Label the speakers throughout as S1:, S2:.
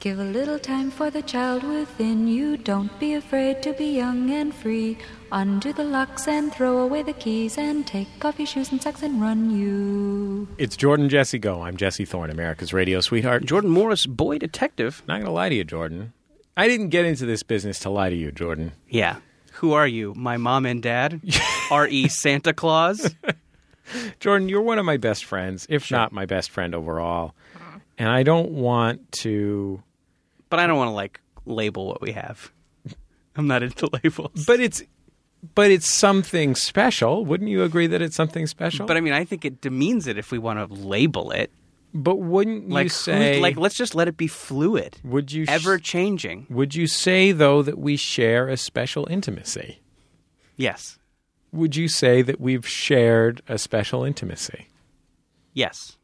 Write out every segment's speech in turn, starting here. S1: Give a little time for the child within you. Don't be afraid to be young and free. Undo the locks and throw away the keys and take off your shoes and socks and run you.
S2: It's Jordan Jesse Go. I'm Jesse Thorne, America's radio sweetheart.
S3: Jordan Morris, boy detective.
S2: Not going to lie to you, Jordan. I didn't get into this business to lie to you, Jordan.
S3: Yeah. Who are you? My mom and dad? R.E. Santa Claus?
S2: Jordan, you're one of my best friends, if not my best friend overall. And I don't want to.
S3: But I don't want to like label what we have. I'm not into labels.
S2: But it's. But it's something special. Wouldn't you agree that it's something special?
S3: But I mean, I think it demeans it if we want to label it.
S2: but wouldn't
S3: Like,
S2: you
S3: who-
S2: say
S3: like let's just let it be fluid.
S2: Would you sh-
S3: ever changing?
S2: Would you say though that we share a special intimacy?
S3: Yes.
S2: Would you say that we've shared a special intimacy?
S3: Yes.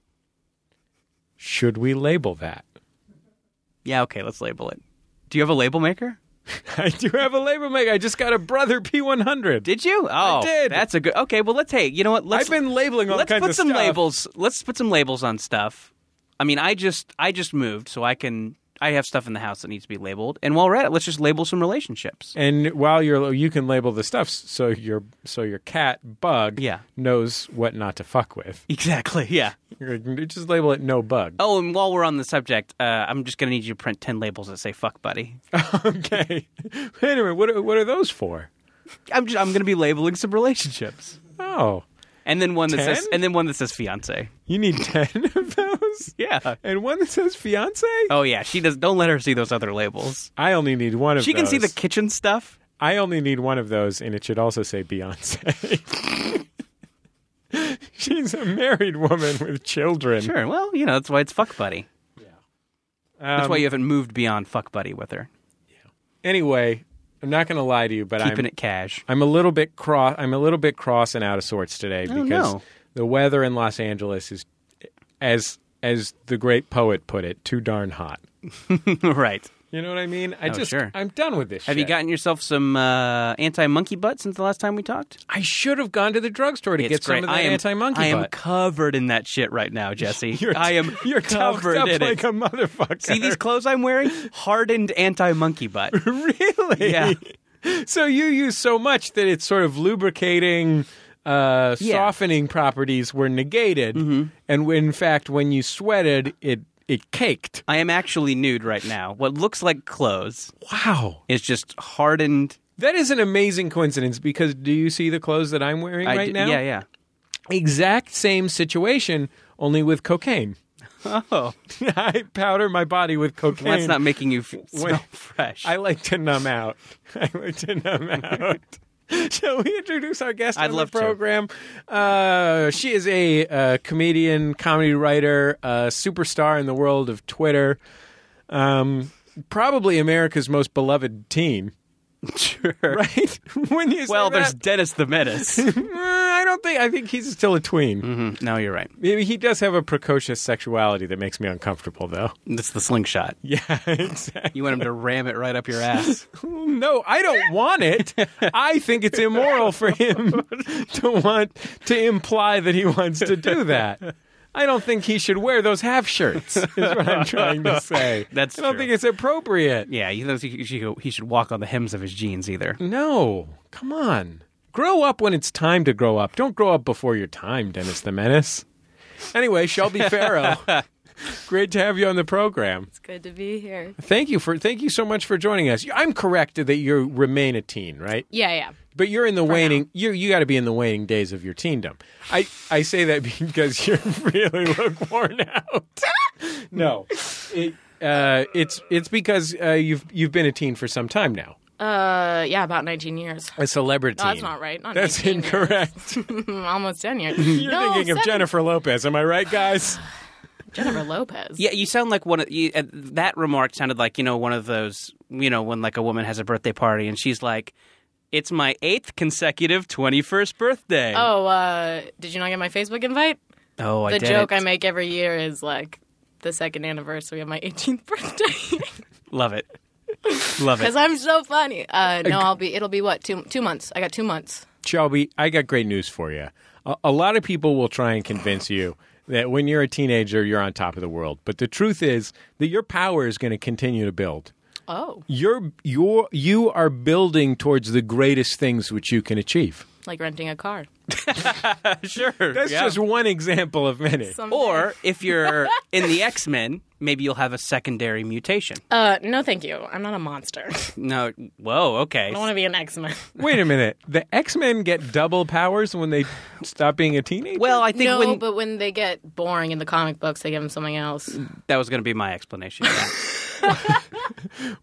S2: Should we label that?
S3: Yeah, okay, let's label it. Do you have a label maker?
S2: I do have a label maker. I just got a brother P100.
S3: Did you? Oh,
S2: did.
S3: That's a good. Okay, well, let's. Hey, you know what? Let's,
S2: I've been labeling all
S3: let's
S2: kinds
S3: put
S2: of
S3: some
S2: stuff.
S3: labels. Let's put some labels on stuff. I mean, I just I just moved, so I can I have stuff in the house that needs to be labeled. And while we're at it, let's just label some relationships.
S2: And while you're you can label the stuff so your so your cat bug
S3: Yeah.
S2: knows what not to fuck with.
S3: Exactly. Yeah.
S2: You're like, "You Just label it no bug.
S3: Oh, and while we're on the subject, uh, I'm just gonna need you to print ten labels that say "fuck, buddy."
S2: okay. anyway, what are, what are those for?
S3: I'm just, I'm gonna be labeling some relationships,
S2: Oh,
S3: and then one that
S2: 10?
S3: says and then one that says fiance.
S2: you need ten of those.
S3: Yeah.
S2: And one that says fiance.
S3: Oh yeah, she does. Don't let her see those other labels.
S2: I only need one of
S3: She
S2: those.
S3: can see the kitchen stuff.
S2: I only need one of those, and it should also say Beyonce. She's a married woman with children.
S3: Sure. Well, you know that's why it's fuck buddy. That's
S2: Um,
S3: why you haven't moved beyond fuck buddy with her.
S2: Anyway, I'm not going to lie to you, but
S3: Keeping
S2: I'm,
S3: it cash.
S2: I'm a little bit cross. I'm a little bit cross and out of sorts today
S3: Oh,
S2: because
S3: no.
S2: the weather in Los Angeles is, as as the great poet put it, too darn hot.
S3: right.
S2: You know what I mean? I
S3: Oh,
S2: just
S3: sure.
S2: I'm done with this.
S3: Have you
S2: shit.
S3: gotten yourself some uh, anti monkey butt since the last time we talked?
S2: I should have gone to the drugstore to
S3: It's
S2: get some
S3: great.
S2: of the
S3: I am,
S2: anti monkey.
S3: I am covered in that shit right now, Jesse. I am
S2: You're
S3: covered
S2: tucked up
S3: in
S2: like
S3: it.
S2: a motherfucker.
S3: See these clothes I'm wearing? Hardened anti monkey butt.
S2: Really?
S3: Yeah.
S2: So you use so much that it's sort of lubricating, uh,
S3: Yeah. Mm-hmm.
S2: softening properties were negated, and in fact, when you sweated, it it caked.
S3: I am actually nude right now. What looks like clothes
S2: Wow,
S3: is just hardened.
S2: that is an amazing coincidence. Because do you see the clothes that I'm wearing
S3: I
S2: right
S3: d-
S2: now?
S3: Yeah, yeah.
S2: Exact same situation, only with cocaine.
S3: Oh,
S2: I powder my body with cocaine.
S3: well, that's not making you f- smell fresh.
S2: I like to numb out. I like to numb out. Shall we introduce our guest
S3: I'd
S2: on
S3: love
S2: the
S3: to.
S2: program? Uh, she is a uh, comedian, comedy writer, uh, superstar in the world of Twitter. Um, probably America's most beloved teen,
S3: sure.
S2: right? when you say
S3: Well, there's
S2: that,
S3: Dennis the Menace.
S2: Mm, I don't think. I think he's still a tween.
S3: Mhm. No, you're right.
S2: He he does have a precocious sexuality that makes me uncomfortable, though.
S3: It's the slingshot.
S2: Yeah, exactly.
S3: You want him to ram it right up your ass.
S2: No, I don't want it. I think it's immoral for him to want to imply that he wants to do that. I don't think he should wear those half shirts. Is what I'm trying to say.
S3: That's
S2: I don't
S3: true.
S2: think it's appropriate.
S3: Yeah, he, doesn't- he, should- he should walk on the hems of his jeans either.
S2: No, come on. Grow up when it's time to grow up. Don't grow up before your time, Dennis the Menace. Anyway, Shelby Farrow, great to have you on the program.
S1: It's good to be here.
S2: Thank you for thank you so much for joining us. I'm correct that you remain a teen, right?
S1: Yeah, yeah.
S2: But you're in the waning. You you got to be in the waning days of your teendom. I I say that because you really look worn out. no, it, uh, it's it's because uh, you've you've been a teen for some time now,
S4: Uh, yeah, about 19 years.
S2: a celebrity.
S4: No, that's not right. Not
S2: That's
S4: 19 years.
S2: incorrect.
S4: Hmm, Almost 10 years.
S2: You're
S4: no,
S2: thinking of
S4: seven-
S2: Jennifer Lopez. Am I right, guys?
S4: Jennifer Lopez.
S3: Yeah, you sound like one of you, uh, that remark sounded like you know one of those you know when like a woman has a birthday party and she's like, "It's my eighth consecutive twenty first birthday."
S4: Oh, uh, did you not get my Facebook invite?
S3: Oh, I
S4: The
S3: did
S4: joke
S3: it.
S4: I make every year is like the second anniversary of my 18th birthday
S3: love it, love it.
S4: because I'm so funny. Uh, no, I'll be. It'll be what two two months. I got two months.
S2: Shelby, I got great news for you. A, a lot of people will try and convince you that when you're a teenager, you're on top of the world. But the truth is that your power is going to continue to build.
S4: Oh,
S2: You're you're you are building towards the greatest things which you can achieve.
S4: like renting a car.
S3: sure.
S2: That's
S3: yeah.
S2: just one example of many.
S4: Someday.
S3: Or if you're in the X Men, maybe you'll have a secondary mutation.
S4: uh, no, thank you. I'm not a monster. I
S3: No, whoa, okay.
S4: don't want to be an X Men.
S2: Wait a minute. The X Men get double powers when they stop being a teenager.
S3: Well, I think
S4: No,
S3: when
S4: but when they get boring in the comic books, they give them something else.
S3: that was going to be my explanation. yeah.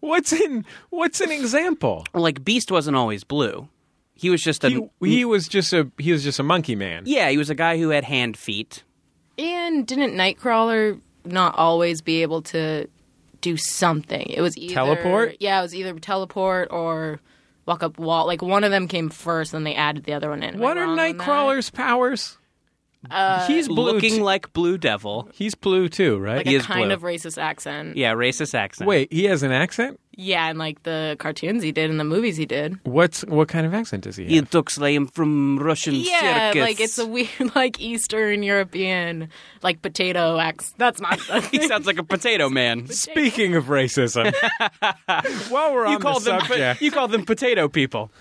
S2: what's in what's an example?
S3: like Beast wasn't always blue. He was just a
S2: He, he was just a he was just a monkey man.
S3: yeah. He was a guy who had hand feet.
S4: And didn't Nightcrawler not always be able to do something? It was either
S2: Teleport?
S4: Yeah, it was either teleport or walk up wall. Like one of them came first, and they added the other one in. Am I
S2: What are
S4: wrong on that?
S2: Nightcrawler's powers? he's blue.
S3: Uh, looking
S2: t-
S3: like Blue Devil.
S2: he's blue too, right?
S4: Like
S3: He
S4: a
S3: is
S4: kind
S3: blue.
S4: of racist accent.
S3: Yeah, racist accent.
S2: Wait, he has an accent.
S4: Yeah, and like the cartoons he did and the movies he did.
S2: What's what kind of accent does he have?
S3: he looks like I'm from Russian
S4: Yeah,
S3: circus.
S4: like it's a weird, like Eastern European, like potato accent. That's not.
S3: he sounds like a potato man.
S2: Speaking of racism, while we're on
S3: You call
S2: the
S3: them po-
S2: subject,
S3: you call them potato people.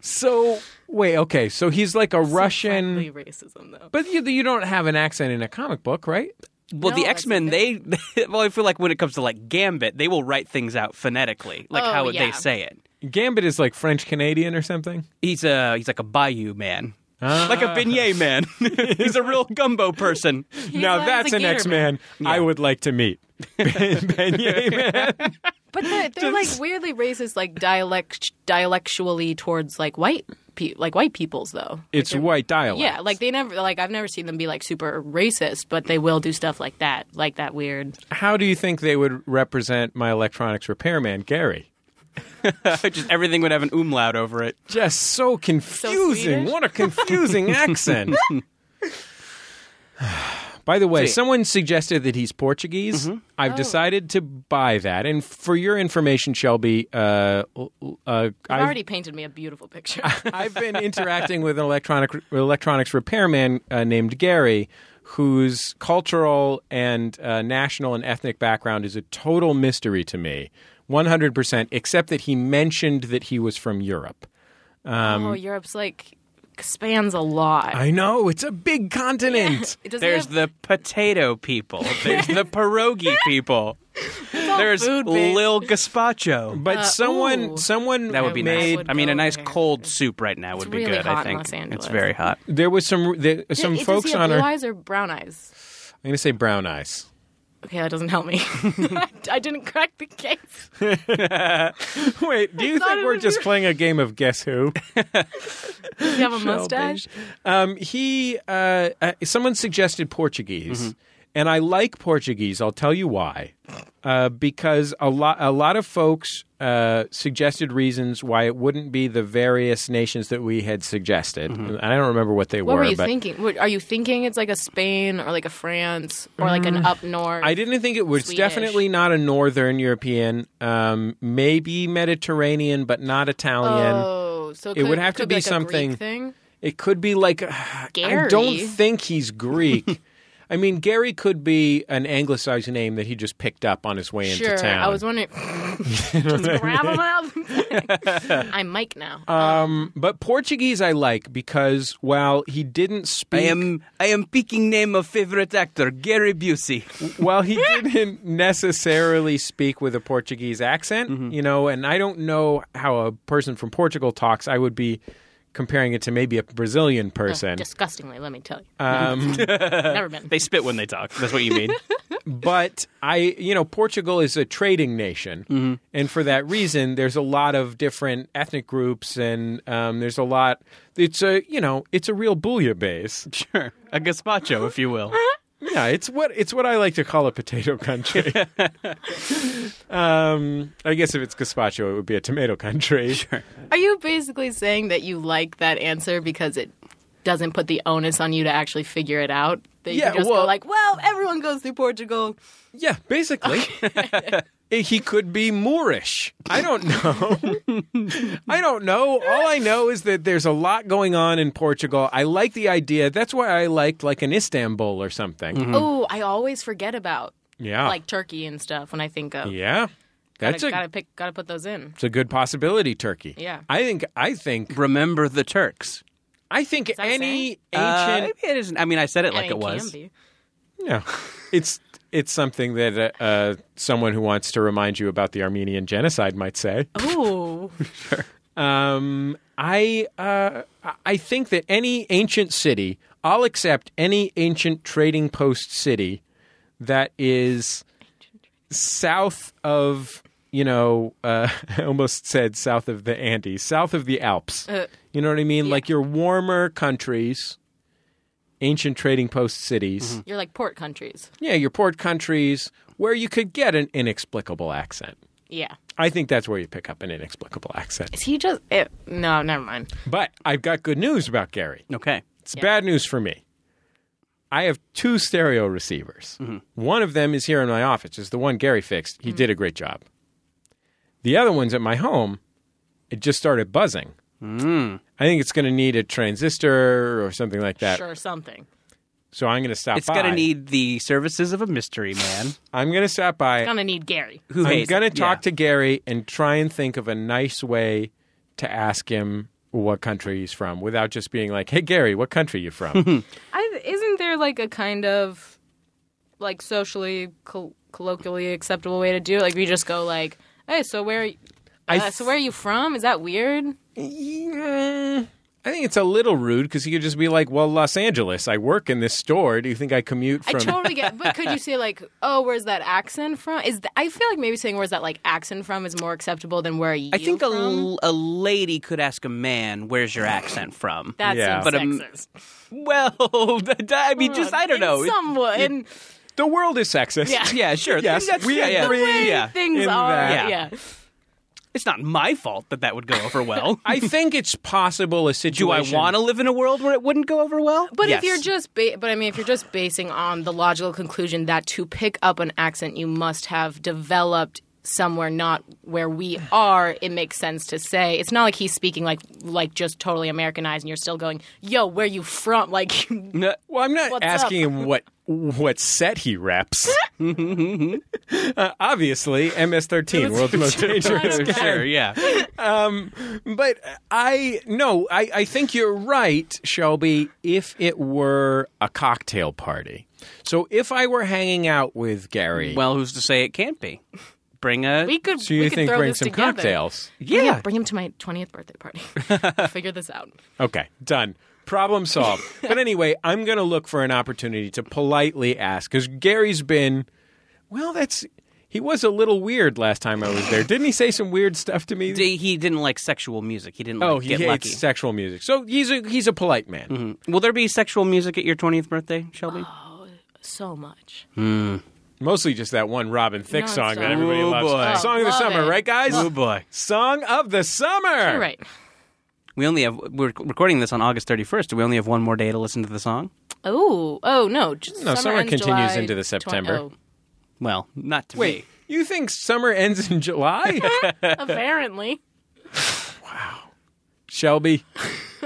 S2: so wait, okay, so he's like a Russian,
S4: Probably racism though.
S2: but you, you don't have an accent in a comic book, right?
S3: Well,
S4: No,
S3: the
S4: that's
S3: X Men, they well, I feel like when it comes to like Gambit, they will write things out phonetically, like
S4: Oh,
S3: how they
S4: yeah.
S3: say it.
S2: Gambit is like French Canadian or something.
S3: He's a he's like a bayou man,
S2: Ah.
S3: like a beignet man. he's a real gumbo person.
S2: now
S4: like
S2: that's
S4: the
S2: an
S4: Gator
S2: X Man I would like to meet. ben, ben Man.
S4: But they're, they're like weirdly racist, like dialect dialectually towards like white pe- like white peoples though.
S2: It's white dialect.
S4: Yeah, like they never like I've never seen them be like super racist, but they will do stuff like that, like that weird.
S2: How do you think they would represent my electronics repairman, Gary?
S3: Just everything would have an umlaut over it.
S2: Just so confusing.
S4: Swedish?
S2: what a confusing accent. By the way,
S3: See.
S2: someone suggested that he's Portuguese. I've decided to buy that. And for your information, Shelby, uh, l- l- uh,
S4: You've
S2: I've,
S4: already painted me a beautiful picture.
S2: I've been interacting with an electronic electronics repairman uh, named Gary, whose cultural and uh, national and ethnic background is a total mystery to me, one hundred percent. Except that he mentioned that he was from Europe.
S4: oh, Europe's like spans a lot.
S2: Um, I know it's a big continent.
S4: It doesn't
S3: There's
S4: have-
S3: the potato people. There's the pierogi people.
S4: Oh,
S3: There's
S4: based.
S3: Lil Gazpacho.
S2: But someone,
S4: Uh, ooh.
S2: someone
S3: That would be
S2: made.
S3: nice.
S4: would
S3: I mean, a
S4: go
S3: nice
S4: there.
S3: cold soup right now would be
S4: really
S3: good.
S4: hot
S3: I think
S4: in Los Angeles.
S3: it's very hot.
S2: There was some there, some
S4: It- does
S2: folks
S4: he have
S2: on
S4: blue
S2: her. I'm
S4: eyes or brown eyes.
S2: gonna say brown eyes.
S4: Okay, that doesn't help me. I didn't crack the case.
S2: Wait, do you
S4: thought
S2: think
S4: it
S2: we're
S4: was
S2: just
S4: your-
S2: playing a game of guess who?
S4: Does he have a mustache?
S2: Um, he, uh, uh, someone suggested Portuguese,
S3: Mm-hmm.
S2: and I like Portuguese. I'll tell you why. Uh, because a lot, a lot of folks uh, suggested reasons why it wouldn't be the various nations that we had suggested.
S3: Mm-hmm.
S2: And I don't remember what they
S4: What
S2: were,
S4: were you
S2: but
S4: thinking? What- Are you thinking it's like a Spain or like a France or like an up north?
S2: Mm, I didn't think it was
S4: Swedish.
S2: definitely not a Northern European, um, maybe Mediterranean, but not Italian.
S4: Oh, so it,
S2: It
S4: could,
S2: would have to
S4: could
S2: be
S4: like a Greek
S2: something-
S4: thing?
S2: It could be like I don't
S4: Gary.
S2: think he's Greek. I mean, Gary could be an anglicized name that he just picked up on his way
S4: Sure.
S2: into town.
S4: I was wondering. Just grab 'em out. I'm Mike now.
S2: um, but Portuguese I like because while he didn't
S3: I
S2: speak,
S3: am I am picking name of favorite actor Gary Busey.
S2: while he didn't necessarily speak with a Portuguese accent, you know, and I don't know how a person from Portugal talks. I would be comparing it to maybe a Brazilian person.
S4: Disgustingly, let me tell you.
S2: Um,
S4: Never been.
S3: They spit when they talk. That's what you mean.
S2: but I, you know, Portugal is a trading nation, and for that reason, there's a lot of different ethnic groups, and um, there's a lot. It's a, you know, it's a real bouillabaisse.
S3: sure, a gazpacho, if you will.
S2: Yeah, it's what it's what I like to call a potato country. um, I guess if it's gazpacho, it would be a tomato country. Sure.
S4: Are you basically saying that you like that answer because it doesn't put the onus on you to actually figure it out? That
S2: Yeah,
S4: you just
S2: well-
S4: go like, well, everyone goes through Portugal.
S2: Yeah, basically. He could be Moorish. I don't know. I don't know. All I know is that there's a lot going on in Portugal. I like the idea. That's why I liked like an Istanbul or something.
S4: Oh, I always forget about
S2: Hmm. Yeah.
S4: like Turkey and stuff when I think of.
S2: yeah. That's
S4: gotta,
S2: a
S4: gotta pick. Gotta put those in.
S2: it's a good possibility, Turkey.
S4: Yeah.
S2: I think I think
S3: Remember the Turks.
S2: I think
S4: that a
S2: any
S3: Uh,
S2: ancient
S3: it isn't. I mean, I said it like
S4: I mean,
S3: it was.
S4: Can be.
S2: No, it's it's something that uh, uh, someone who wants to remind you about the Armenian genocide might say.
S4: Oh,
S2: Um, I uh, I think that any ancient city, I'll accept any ancient trading post city that is south of you know uh, I almost said south of the Andes, south of the Alps.
S4: Uh,
S2: you know what I mean? Like your warmer countries, ancient trading post cities.
S4: you're like port countries.
S2: Yeah, your port countries where you could get an inexplicable accent.
S4: Yeah.
S2: I think that's where you pick up an inexplicable accent.
S4: Is he just? It, no, never mind.
S2: But I've got good news about Gary.
S3: Okay.
S2: It's bad news for me. I have two stereo receivers.
S3: Mm-hmm.
S2: One of them is here in my office. It's the one Gary fixed. He did a great job. The other one's at my home. It just started buzzing.
S3: Mm.
S2: I think it's going to need a transistor or something like that.
S4: Sure, something.
S2: So I'm going to stop
S3: It's
S2: by.
S3: going to need the services of a mystery man
S2: I'm going to stop by.
S4: Gonna need Gary.
S3: who
S2: I'm
S3: hates
S2: going to
S3: it.
S2: talk
S3: Yeah.
S2: to Gary and try and think of a nice way to ask him what country he's from without just being like, hey, Gary, what country you from?
S4: I, isn't there like a kind of like socially col- colloquially acceptable way to do it? Like we just go like, "Hey, so where?
S2: I
S4: uh, so where are you from? Is that weird?"
S2: Yeah. I think it's a little rude because he could just be like, well, Los Angeles, I work in this store. Do you think I commute
S4: I
S2: from.
S4: totally get. But could you say like, "Oh, where's that accent from?" Is th- I feel like maybe saying "Where's that like accent from" is more acceptable than "Where are you?"
S3: I think a,
S4: from?
S3: l- a lady could ask a man, "Where's your accent from?"
S4: that
S2: Yeah.
S4: seems
S2: But,
S3: um,
S4: sexist.
S3: well, I mean, just I don't
S4: In
S3: know. It-
S4: Some way. In-
S2: the world is sexist.
S4: Yeah.
S3: yeah, sure.
S2: Yes,
S3: That's-
S2: we
S3: yeah, yeah,
S2: agree.
S3: yeah, yeah.
S4: things
S2: in
S4: are.
S2: that.
S4: Yeah.
S3: It's not my fault that that would go over well.
S2: I think it's possible a
S3: Do I
S2: situation.
S3: want to live in a world where it wouldn't go over well?
S4: But
S3: Yes.
S4: if you're just, ba- but I mean, if you're just basing on the logical conclusion that to pick up an accent you must have developed somewhere not where we are, it makes sense to say it's not like he's speaking like like just totally Americanized, and you're still going, "Yo, where you from?" Like,
S3: No,
S2: Well, I'm not
S4: What's
S2: asking
S4: up?
S2: him what what set he reps. uh, obviously, MS-13, world's most dangerous gang.
S3: sure, yeah.
S2: But I no, I, I think you're right, Shelby. If it were a cocktail party, so if I were hanging out with Gary,
S3: Well, who's to say it can't be? Bring a
S4: we could.
S2: so you
S4: we could
S2: think
S4: throw
S2: bring
S4: this
S2: some
S4: together.
S2: cocktails?
S4: Yeah.
S3: yeah.
S4: bring him to my 20th birthday party. Figure this out.
S2: Okay, done. Problem solved. but anyway, I'm going to look for an opportunity to politely ask because Gary's been, well, that's he was a little weird last time I was there. Didn't he say some weird stuff to me?
S3: D- He didn't like sexual music. He didn't. Like,
S2: oh, he
S3: get
S2: hates
S3: lucky.
S2: sexual music, so he's a he's a polite man.
S4: Mm-hmm.
S3: Will there be sexual music at your 20th birthday, Shelby?
S4: So much.
S2: Mostly just that one Robin Thicke song
S4: Nonstop.
S2: that everybody
S3: Oh,
S2: loves.
S3: boy.
S2: Song of the
S4: Love
S2: summer,
S4: it.
S2: right, guys?
S3: boy,
S2: Song of the summer.
S4: You're right.
S3: we only have we're recording this on August 31st. Do we only have one more day to listen to the song?
S4: Oh, oh no. just
S2: No, summer
S4: ends
S2: continues
S4: July
S2: into the
S4: 20
S2: September.
S4: oh.
S3: Well, not to
S2: Wait,
S3: me.
S2: you think summer ends in July?
S4: Apparently.
S2: Shelby,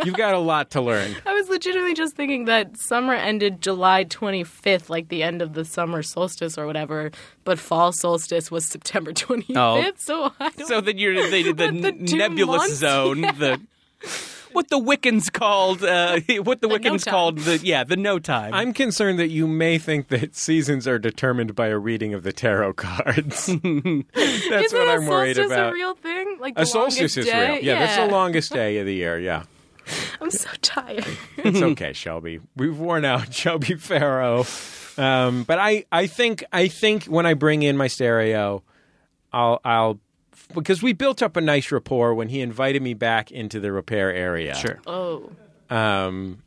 S2: you've got a lot to learn.
S4: I was legitimately just thinking that summer ended July 25th, like the end of the summer solstice or whatever, but fall solstice was September 25th.
S3: Oh.
S4: So I don't
S3: So then you're they did the,
S4: The two
S3: nebulous
S4: months?
S3: zone. The what the Wiccans called uh, what the, Wiccans
S4: no-time.
S3: called the yeah the no time.
S2: I'm concerned that you may think that seasons are determined by a reading of the tarot cards. That's
S4: Isn't
S2: what
S4: a
S2: I'm worried
S4: solstice
S2: about.
S4: a real thing? Like the
S2: A solstice
S4: longest
S2: is
S4: day?
S2: real. Yeah, that's the longest day of the year. Yeah.
S4: I'm so tired.
S2: It's okay, Shelby. We've worn out Shelby Farrow. Um, but I, I think I think when I bring in my stereo, I'll I'll because we built up a nice rapport when he invited me back into the repair area.
S3: sure.
S4: Oh.
S2: Um,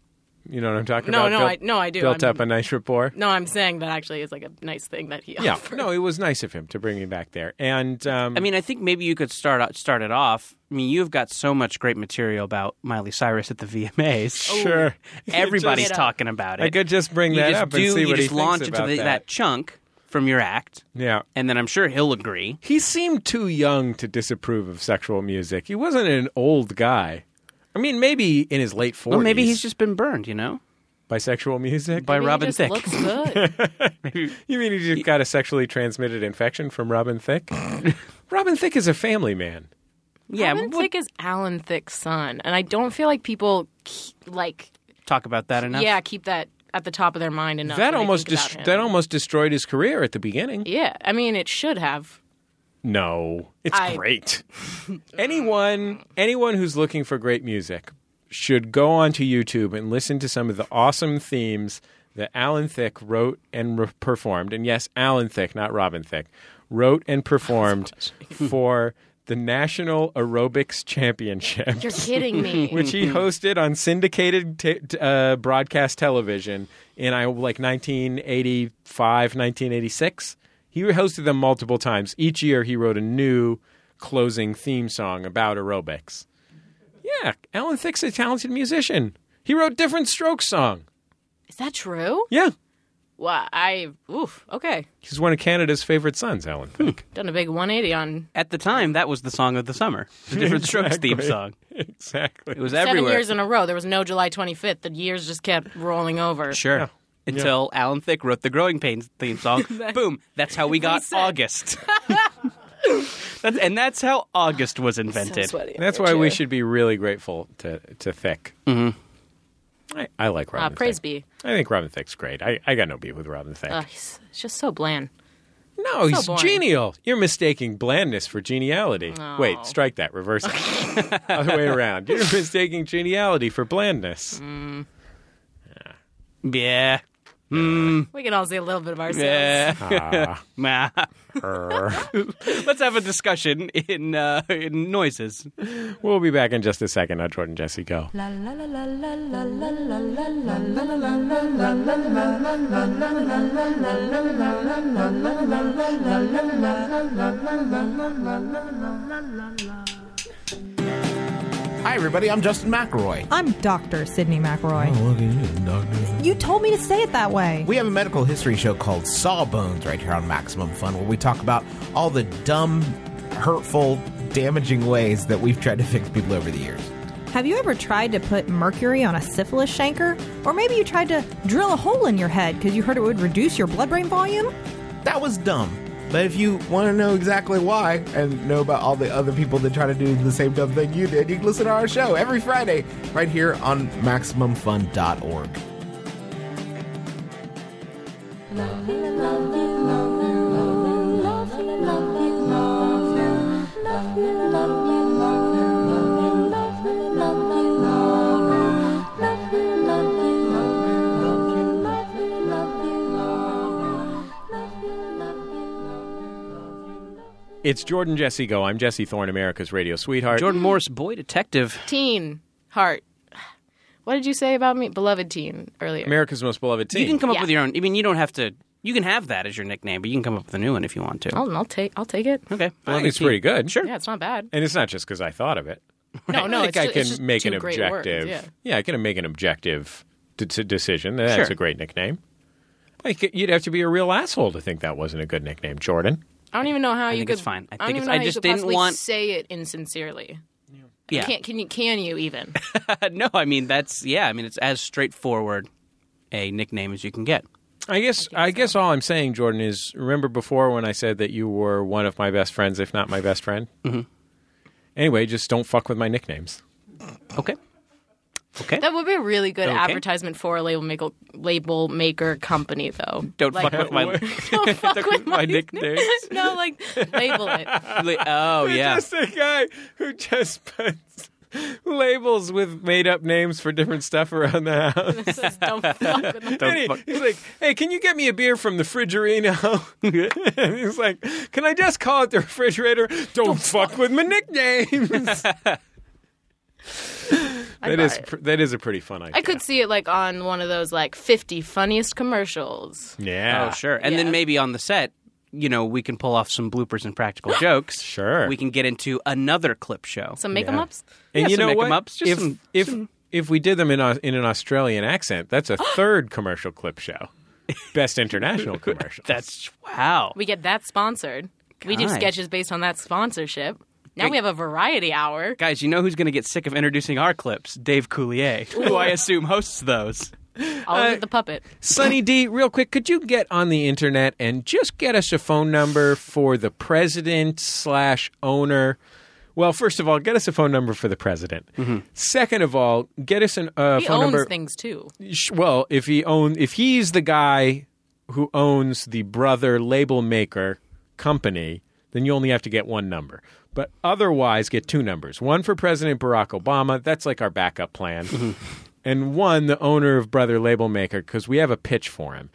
S2: you know what I'm talking
S4: No,
S2: about?
S4: no,
S2: Built-
S4: I, no, I do.
S2: Built
S4: I'm-
S2: up a nice rapport.
S4: No, I'm saying that actually is like a nice thing that he
S2: Yeah.
S4: offered.
S2: No, it was nice of him to bring me back there. And um,
S3: I mean, I think maybe you could start out- start it off. I mean, you've got so much great material about Miley Cyrus at the VMAs.
S2: sure.
S3: Everybody's
S4: Just-
S3: talking about it.
S2: I could just bring
S3: you
S2: that
S3: just
S2: up
S3: do
S2: and see
S3: you
S2: what
S3: just
S2: he
S3: launch
S2: thinks
S3: into
S2: about
S3: the- that.
S2: that.
S3: chunk from your act,
S2: Yeah.
S3: and then I'm sure he'll agree.
S2: He seemed too young to disapprove of sexual music. He wasn't an old guy. I mean, maybe in his late 40s.
S3: Well, maybe he's just been burned, you know,
S2: bisexual music.
S3: by
S4: I mean,
S3: Robin
S4: he just
S3: Thicke.
S4: looks good.
S3: Maybe-
S2: you mean he just got a sexually transmitted infection from Robin Thicke? Robin Thicke is a family man.
S3: yeah,
S4: Robin
S3: we'll
S4: Thicke is Alan Thicke's son, and I don't feel like people ke- like
S3: talk about that enough.
S4: yeah keep that at the top of their mind enough. when
S2: that
S4: they
S2: almost
S4: think about
S2: dis-
S4: him.
S2: that almost destroyed his career at the beginning.
S4: yeah. I mean, it should have.
S2: No, it's
S4: I-
S2: great. anyone anyone who's looking for great music should go onto YouTube and listen to some of the awesome themes that Alan Thicke wrote and re- performed. And yes, Alan Thicke, not Robin Thicke, wrote and performed for the National Aerobics Championship.
S4: You're kidding me.
S2: which he hosted on syndicated t- t- uh, broadcast television in I like 1985, 1986. He hosted them multiple times. Each year, he wrote a new closing theme song about aerobics. Yeah, Alan Thicke's a talented musician. He wrote different strokes song.
S4: Is that true?
S2: Yeah,
S4: Well, I oof. Okay,
S2: he's one of Canada's favorite sons, Alan Thicke.
S4: done a big 180 on
S3: At the time, that was the song of the summer, the Different Strokes theme
S2: Exactly.
S3: song.
S2: exactly.
S3: It was
S4: seven
S3: everywhere.
S4: years in a row. There was no July 25th. The years just kept rolling over.
S3: Sure. Until Alan Thicke wrote the Growing Pains theme song. Boom. That's how we got August. that's, and that's how August was invented.
S2: That's why we should be really grateful to to Thicke. Mm-hmm. I, I
S3: Ah,
S2: like
S4: Uh,
S2: Robin.
S4: praise
S2: Thicke.
S4: be.
S2: I think Robin Thicke's great. I, I got no beef with Robin Thicke.
S4: Uh, he's it's just so bland.
S2: no, he's
S4: boring.
S2: genial. You're mistaking blandness for geniality. Wait, strike that. Reverse it. Other way around. You're mistaking geniality for blandness.
S3: Mm. Yeah.
S4: We can all see a little bit of ourselves.
S3: Yeah.
S2: Ah,
S3: Nah.
S2: er.
S3: Let's have a discussion in, uh, in noises.
S2: we'll be back in just a second on Jordan Jesse Go.
S5: Hi, everybody. I'm Justin McElroy.
S6: I'm Dr. Sydney McRoy.
S5: look at you, Oh, doctor.
S6: You told me to say it that way.
S5: We have a medical history show called Sawbones right here on Maximum Fun, where we talk about all the dumb, hurtful, damaging ways that we've tried to fix people over the years.
S6: Have you ever tried to put mercury on a syphilis shanker? Or maybe you tried to drill a hole in your head because you heard it would reduce your blood brain volume?
S5: That was dumb. But if you want to know exactly why and know about all the other people that try to do the same dumb thing you did, you can listen to our show every Friday right here on MaximumFun.org.
S2: It's Jordan Jesse Go. I'm Jesse Thorne, America's radio sweetheart.
S3: Jordan Morris, boy detective.
S4: Teen heart. What did you say about me, beloved teen earlier?
S2: America's most beloved team.
S3: You can come up
S4: Yeah.
S3: with your own. I mean, you don't have to. You can have that as your nickname, but you can come up with a new one if you want to.
S4: I'll, I'll take. I'll take it.
S3: Okay.
S2: I think it's pretty good.
S3: Sure.
S4: Yeah, it's not bad.
S2: And it's not just because I thought of it.
S4: No, no,
S2: I
S4: it's
S2: think I
S4: ju-
S2: can
S4: it's just
S2: make an
S4: two great words,
S2: objective.
S4: yeah.
S2: I can make an objective d- d- decision. That's
S3: Sure.
S2: a great nickname. Like you'd have to be a real asshole to think that wasn't a good nickname, Jordan.
S4: I don't even know how you
S3: think
S4: could.
S3: it's fine. I
S4: don't
S3: think
S4: even
S3: it's-
S4: know
S3: I
S4: how
S3: just
S4: you could
S3: didn't
S4: possibly
S3: want-
S4: say it insincerely.
S3: Yeah.
S4: Can't can you can you even?
S3: no, I mean that's yeah. I mean it's as straightforward a nickname as you can get.
S2: I guess I, guess all I'm saying, Jordan, is remember before when I said that you were one of my best friends, if not my best friend. Mm-hmm. Anyway, just don't fuck with my nicknames.
S3: Okay. Okay.
S4: that would be a really good
S3: Okay.
S4: advertisement for a label maker label maker company though.
S3: Don't
S4: Like,
S3: fuck with my.
S4: don't fuck with my
S2: nicknames.
S4: no, like label it.
S3: oh yeah.
S2: Just a guy who just puts labels with made up names for different stuff around the house.
S4: It says, don't fuck with my
S2: And he- he's like, hey, can you get me a beer from the refrigerino? and he's like, can I just call it the refrigerator? Don't, fuck, with my nicknames. that is pr- that is a pretty fun idea.
S4: I could see it like on one of those like 50 funniest commercials.
S2: Yeah.
S3: Oh sure. And then
S4: Yeah.
S3: maybe on the set, you know, we can pull off some bloopers and practical jokes.
S2: Sure.
S3: We can get into another clip show.
S4: Some make 'em ups.
S2: And
S3: Yeah,
S2: you
S3: some
S2: know
S3: make 'em
S2: what?
S3: ups, just
S2: if
S3: some-
S2: if if we did them in a, in an Australian accent, that's a third commercial clip show. best international commercial.
S3: That's wow.
S4: We get that sponsored. We do
S3: Guys.
S4: sketches based on that sponsorship. Now we have a variety hour.
S3: Guys, you know who's going to get sick of introducing our clips? Dave Coulier, who I assume hosts those. Uh,
S4: All the puppet.
S2: Sunny D, real quick, could you get on the internet and just get us a phone number for the president slash owner? Well, first of all, get us a phone number for the president. Second of all, get us an uh,
S4: Mm-hmm. He
S2: phone
S4: owns
S2: number.
S4: things too.
S2: Sh- Well, if he own if he's the guy who owns the brother label maker company, then you only have to get one number. But otherwise, get two numbers. One for President Barack Obama. That's like our backup
S3: Mm-hmm.
S2: plan. and one, the owner of Brother Label Maker, because we have a pitch for him.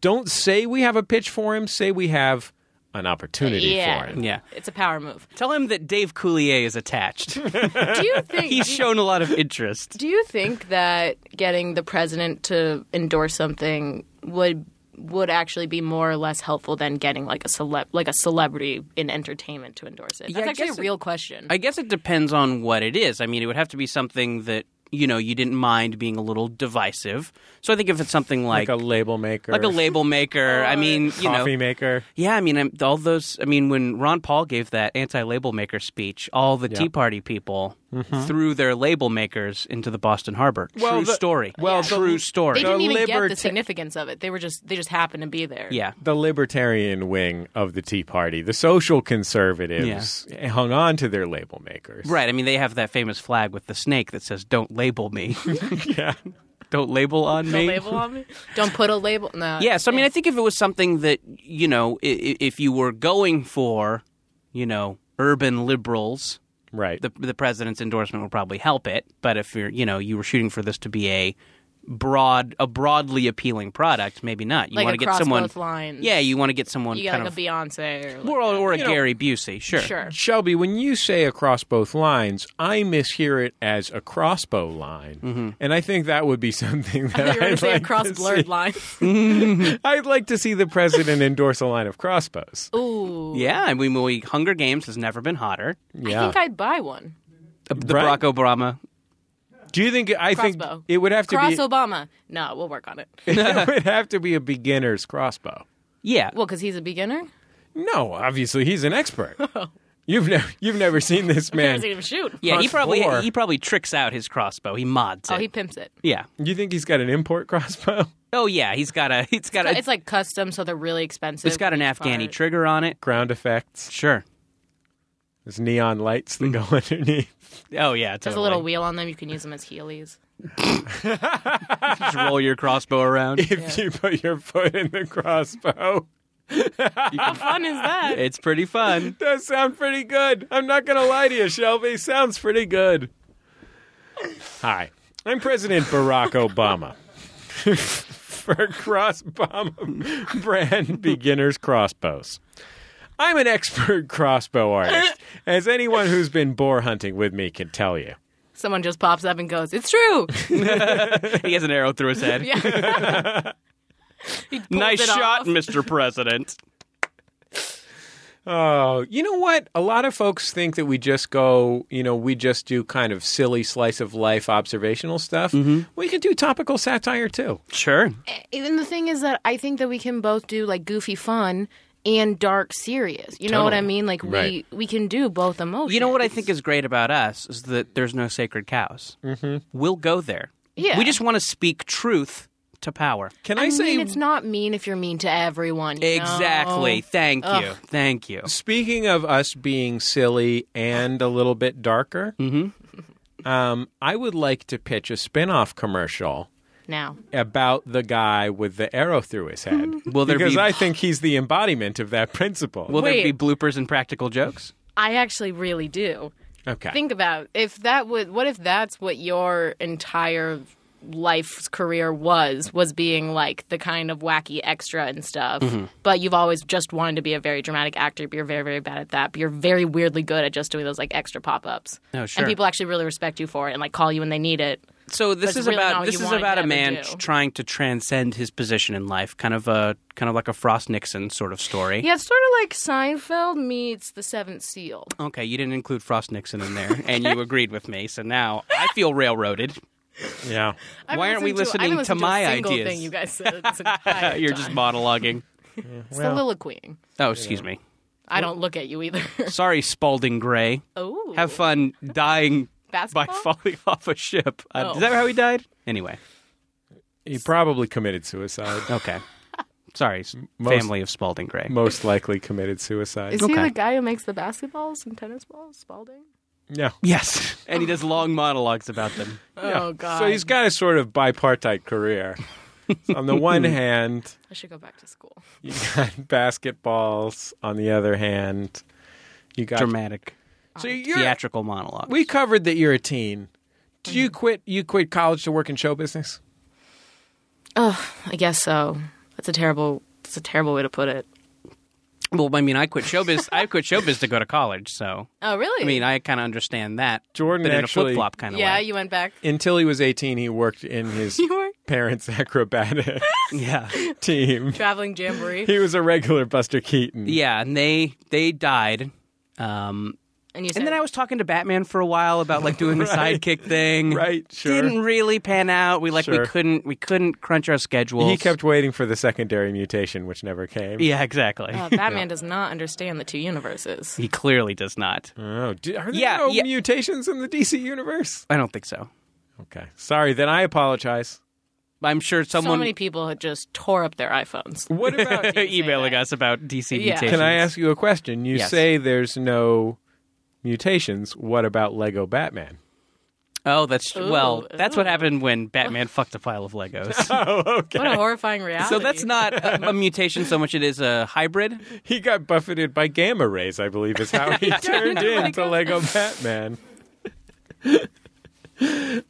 S2: Don't say we have a pitch for him. Say we have an opportunity
S4: Yeah.
S2: for him.
S3: Yeah.
S4: It's a power move.
S3: Tell him that Dave Coulier is attached.
S4: Do you think
S3: He's shown a lot of interest.
S4: Do you think that getting the president to endorse something would would actually be more or less helpful than getting like a celeb like a celebrity in entertainment to endorse it? That's
S3: Yeah, I
S4: actually
S3: guess
S4: a
S3: it-
S4: real question.
S3: I guess it depends on what it is. I mean, it would have to be something that, you know, you didn't mind being a little divisive. So I think if it's something like,
S2: Like a label maker,
S3: like a label maker, I mean, you know,
S2: coffee maker.
S3: Yeah, I mean, I'm- all those. I mean, when Ron Paul gave that anti-label maker speech, all the Tea Party people
S2: Mm-hmm.
S3: threw their label makers into the Boston Harbor.
S2: Well,
S3: true
S2: the-
S3: story.
S2: well, the-
S3: true story.
S4: they didn't
S2: the
S4: even get the
S2: liberta-
S4: significance of it. They were just they just happened to be there.
S3: yeah,
S2: the libertarian wing of the Tea Party, the social conservatives, hung on to their label makers.
S3: right. I mean, they have that famous flag with the snake that says "Don't label me." yeah, don't label on me.
S4: Don't label on me. Don't put a label. No.
S3: Yeah, so I mean, I think if it was something that you know, i- i- if you were going for, you know, urban liberals,
S2: Right.
S3: the the president's endorsement will probably help it. But if you're you know you were shooting for this to be a broad a broadly appealing product, maybe not. You
S4: Like
S3: want to get
S4: across
S3: someone.
S4: both lines.
S3: Yeah, you want to get someone
S4: You got
S3: kind
S4: like
S3: of
S4: a Beyonce or like,
S3: or, or a Gary Busey, sure.
S4: sure.
S2: Shelby, when you say across both lines, I mishear it as a crossbow line,
S4: Mm-hmm.
S2: and I think that would be something that
S4: You're going to
S2: I'd
S4: say
S2: like
S4: across
S2: to
S4: blurred
S2: see.
S4: lines.
S2: I'd like to see the president endorse a line of crossbows.
S4: Ooh.
S3: Yeah, I mean, we, Hunger Games has never been hotter.
S2: yeah.
S4: I think I'd buy one.
S3: The
S2: Right.
S3: Barack Obama.
S2: Do you think? I
S4: Crossbow.
S2: think it would have to
S4: Cross
S2: be.
S4: Obama. No, we'll work on it.
S2: it would have to be a beginner's crossbow.
S3: Yeah,
S4: Well, because he's a beginner.
S2: No, obviously he's an expert. You've never you've never seen this man.
S4: Doesn't even shoot.
S3: yeah. He
S2: Cross
S3: probably
S2: four.
S3: he probably tricks out his crossbow. He mods it.
S4: Oh, he pimps it.
S3: yeah.
S2: You think he's got an import crossbow?
S3: Oh yeah. He's got a. He's got a.
S4: It's like custom, so they're really expensive.
S3: It's got an Afghani
S4: Part.
S3: trigger on it.
S2: Ground effects.
S3: Sure.
S2: There's neon lights that go underneath.
S3: Oh yeah.
S4: There's a little wheel on them. You can use them as heelys.
S3: Just roll your crossbow around.
S2: If you put your foot in the crossbow,
S4: How fun is that?
S3: it's pretty fun.
S2: does sound pretty good. I'm not going to lie to you, Shelby. Sounds pretty good. Hi, I'm President Barack Obama. For Crossbomb brand beginners crossbows. I'm an expert crossbow artist, as anyone who's been boar hunting with me can tell you.
S4: Someone just pops up and goes, "It's true."
S3: He has an arrow through his head.
S4: Yeah. He pulls
S3: nice
S4: it
S3: shot,
S4: off.
S3: Mr. President.
S2: Oh, you know what? A lot of folks think that we just go, you know, we just do kind of silly slice of life observational stuff.
S3: Mm-hmm.
S2: We could do topical satire too.
S3: Sure.
S4: And E, the thing is that I think that we can both do like goofy fun and dark serious. You know what I
S2: Totally.
S4: mean? Like we
S2: Right.
S4: we can do both emotions.
S3: You know what I think is great about us is that there's no sacred cows. Mm-hmm. We'll go there.
S4: Yeah.
S3: We just want to speak truth to power.
S2: Can I,
S4: I, mean,
S2: say
S4: it's not mean if you're mean to everyone. you know?
S3: Exactly. Thank you. Thank you.
S2: Speaking of us being silly and a little bit darker,
S3: Mm-hmm.
S2: um, I would like to pitch a spin off commercial
S4: Now,
S2: about the guy with the arrow through his head.
S3: Will there
S2: because
S3: be-
S2: I think he's the embodiment of that principle.
S3: Will there be
S4: Wait.
S3: bloopers and practical jokes?
S4: I actually really do.
S2: okay.
S4: Think about if that would what if that's what your entire life's career was was being like the kind of wacky extra and stuff
S3: Mm-hmm.
S4: but you've always just wanted to be a very dramatic actor but you're very very bad at that but you're very weirdly good at just doing those like extra pop-ups
S3: Oh, sure.
S4: and people actually really respect you for it and like call you when they need it
S3: So this
S4: That's
S3: is
S4: really not
S3: about
S4: what
S3: this
S4: you
S3: is
S4: wanted
S3: about
S4: to
S3: a man
S4: ever do.
S3: trying to transcend his position in life, kind of a kind of like a Frost Nixon sort of story.
S4: yeah it's sort of like seinfeld meets the seventh seal
S3: Okay, you didn't include Frost Nixon in there, and you agreed with me, so now I feel railroaded.
S2: Yeah.
S4: I've
S3: Why aren't we
S4: listened
S3: listening
S4: I haven't
S3: to
S4: listened
S3: my
S4: a single
S3: ideas?
S4: Thing you guys said this entire
S3: You're just
S4: time.
S3: monologuing.
S4: soliloquying.
S3: Oh, excuse me.
S4: I don't look at you either.
S3: Sorry, Spalding Gray.
S4: oh,
S3: Have fun dying by
S4: Basketball?
S3: falling off a ship. Uh,
S4: Oh.
S3: Is that how he died? Anyway,
S2: He probably committed suicide.
S3: okay. Sorry, s-
S2: Most-
S3: family of Spalding Gray.
S2: Most likely committed suicide.
S4: Is
S3: Okay.
S4: he the guy who makes the basketballs and tennis balls, Spalding?
S2: no.
S3: yes, and he does long monologues about them.
S4: Oh God!
S2: So he's got a sort of bipartite career. So on the one hand,
S4: I should go back to school.
S2: you got basketballs. On the other hand, you got
S3: Dramatic,
S2: so you're,
S3: theatrical monologues.
S2: We covered that you're a teen. Did you
S4: Mm-hmm.
S2: quit? You quit college to work in show business?
S4: I guess so. That's a terrible. That's a terrible way to put it.
S3: well, I mean, I quit showbiz. I quit showbiz to go to college. So,
S4: Oh, really?
S3: I mean, I kind of understand that.
S2: Jordan
S3: but in a
S2: actually-
S3: flip flop kind of
S4: yeah,
S3: way.
S4: you went back.
S2: Until he was 18, he worked in his
S4: You were
S2: parents' acrobatic
S3: yeah,
S2: team.
S4: traveling jamboree,
S2: He was a regular Buster Keaton.
S3: yeah, and they they died. Um,
S4: and you said,
S3: and then I was talking to Batman for a while about like doing
S2: Right.
S3: the sidekick thing.
S2: Right, sure.
S3: Didn't really pan out. We like
S2: Sure.
S3: we couldn't we couldn't crunch our schedules.
S2: He kept waiting for the secondary mutation, which never came.
S3: Yeah, exactly.
S4: uh, Batman does not understand the two universes.
S3: he clearly does not.
S2: Oh, do, are there
S3: Yeah,
S2: no
S3: yeah.
S2: mutations in the DC universe?
S3: I don't think so.
S2: Okay, sorry. Then I apologize.
S3: I'm sure someone
S4: So many people had just tore up their iPhones.
S2: What about?
S3: emailing us about DC
S4: Yeah.
S3: mutations.
S2: can I ask you a question? You
S3: Yes.
S2: say there's no mutations. What about Lego Batman?
S3: Oh, that's
S4: Ooh,
S3: well. That's what
S4: ooh.
S3: happened when Batman fucked a pile of Legos.
S4: What a horrifying reality!
S3: so that's not a, a mutation so much. It is a hybrid.
S2: He got buffeted by gamma rays, I believe, is how he turned into Lego Batman.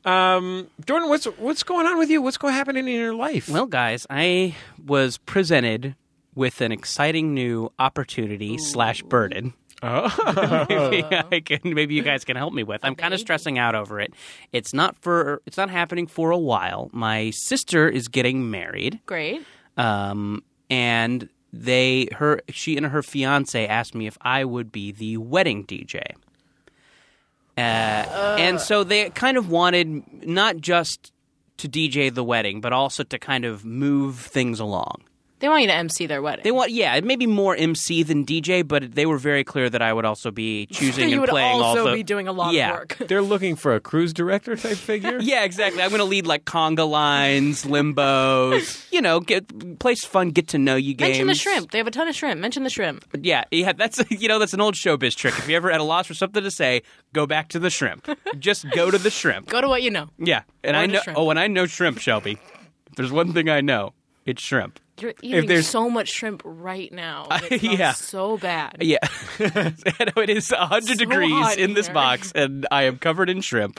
S2: um, Jordan, what's what's going on with you? What's going happening in your life?
S3: Well, guys, I was presented with an exciting new opportunity slash burden. maybe I can. Maybe you guys can help me with. I'm kind of stressing out over it. It's not for. It's not happening for a while. My sister is getting married.
S4: great.
S3: um, and they her she and her fiance asked me if I would be the wedding DJ. Uh, and so they kind of wanted not just to DJ the wedding, but also to kind of move things along.
S4: They want you to MC their wedding.
S3: They want, yeah, it may be more MC than DJ, but they were very clear that I would also be choosing
S4: you
S3: and
S4: would
S3: playing
S4: also
S3: all the
S4: be doing a lot
S3: yeah.
S4: of work.
S2: They're looking for a cruise director type figure.
S3: Yeah, exactly. I'm going to lead like conga lines, limbos, you know, get place fun, get to know you games.
S4: Mention the shrimp. They have a ton of shrimp. Mention the shrimp.
S3: Yeah, yeah, that's you know that's an old showbiz trick. If you're ever at a loss for something to say, go back to the shrimp. Just go to the shrimp.
S4: Go to what you know.
S3: Yeah, and
S4: Or
S3: I
S4: the
S3: know.
S4: shrimp.
S3: Oh, and I know shrimp, Shelby. If there's one thing I know, it's shrimp.
S4: You're eating
S2: there's-
S4: so much shrimp right now. It smells
S3: yeah.
S4: so bad.
S3: Yeah, I know it is 100
S4: So
S3: degrees
S4: hot
S3: in this
S4: here.
S3: box, and I am covered in shrimp.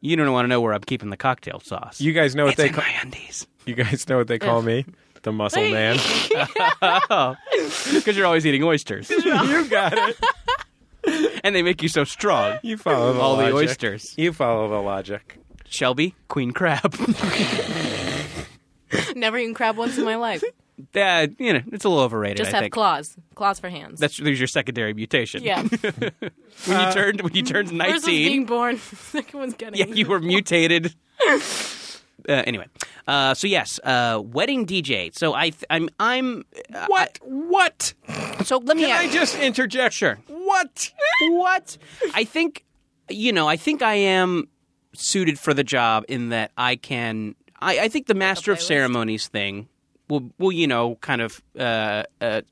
S3: You don't want to know where I'm keeping the cocktail sauce.
S2: You guys know what
S3: it's
S2: they
S3: in
S2: call,
S3: my undies
S2: you guys know what they call me? The muscle man.
S3: because you're always eating oysters,
S2: you got it.
S3: and they make you so strong.
S2: You follow the
S3: All the
S2: logic.
S3: oysters.
S2: You follow the logic.
S3: Shelby, queen crab.
S4: Never eaten crab once in my life.
S3: that you know, it's a little overrated.
S4: Just
S3: I
S4: have
S3: think.
S4: claws. Claws for hands.
S3: That's there's your secondary mutation.
S4: yeah.
S3: When
S2: Uh,
S3: you turned when you turned
S4: First was being
S3: nineteen,
S4: born. Second one's getting.
S3: yeah, you were mutated. Uh, anyway, uh, so yes, uh, wedding DJ. So I, th- I'm, I'm. Uh,
S2: What? What?
S3: so let me.
S2: Can I
S3: ask-
S2: just interject?
S3: Sure.
S2: What?
S3: what? I think, you know, I think I am suited for the job in that I can. I, I think the master of ceremonies thing will, will you know, kind of uh, uh, uh,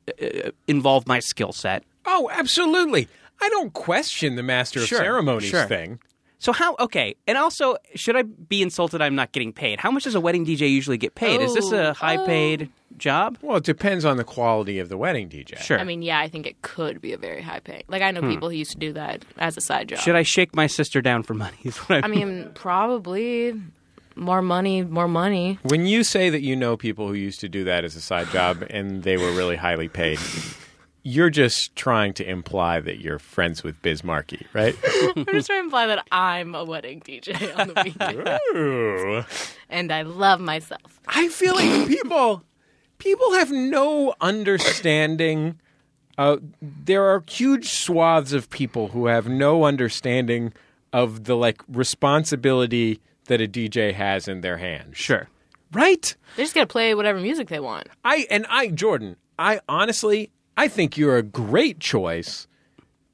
S3: involve my skill set.
S2: Oh, absolutely. I don't question the master
S3: Sure,
S2: of ceremonies
S3: sure.
S2: thing.
S3: So how? Okay, and also, should I be insulted? I'm not getting paid. How much does a wedding DJ usually get paid? Is this a
S4: Oh,
S3: high-paid job?
S2: Well, it depends on the quality of the wedding DJ.
S3: Sure.
S4: I mean, yeah, I think it could be a very high pay. Like I know people who used to do that as a side job.
S3: Hmm. should I shake my sister down for money? Is what I,
S4: I mean, probably more money, more money.
S2: When you say that you know people who used to do that as a side job and they were really highly paid, you're just trying to imply that you're friends with Bismarcky, right?
S4: I'm just trying to imply that I'm a wedding DJ on the weekend, and I love myself.
S2: I feel like people people have no understanding. Uh, there are huge swaths of people who have no understanding of the like responsibility that a DJ has in their hand.
S3: Sure.
S2: Right?
S4: They just got to play whatever music they want.
S2: I and I Jordan, I honestly I think you're a great choice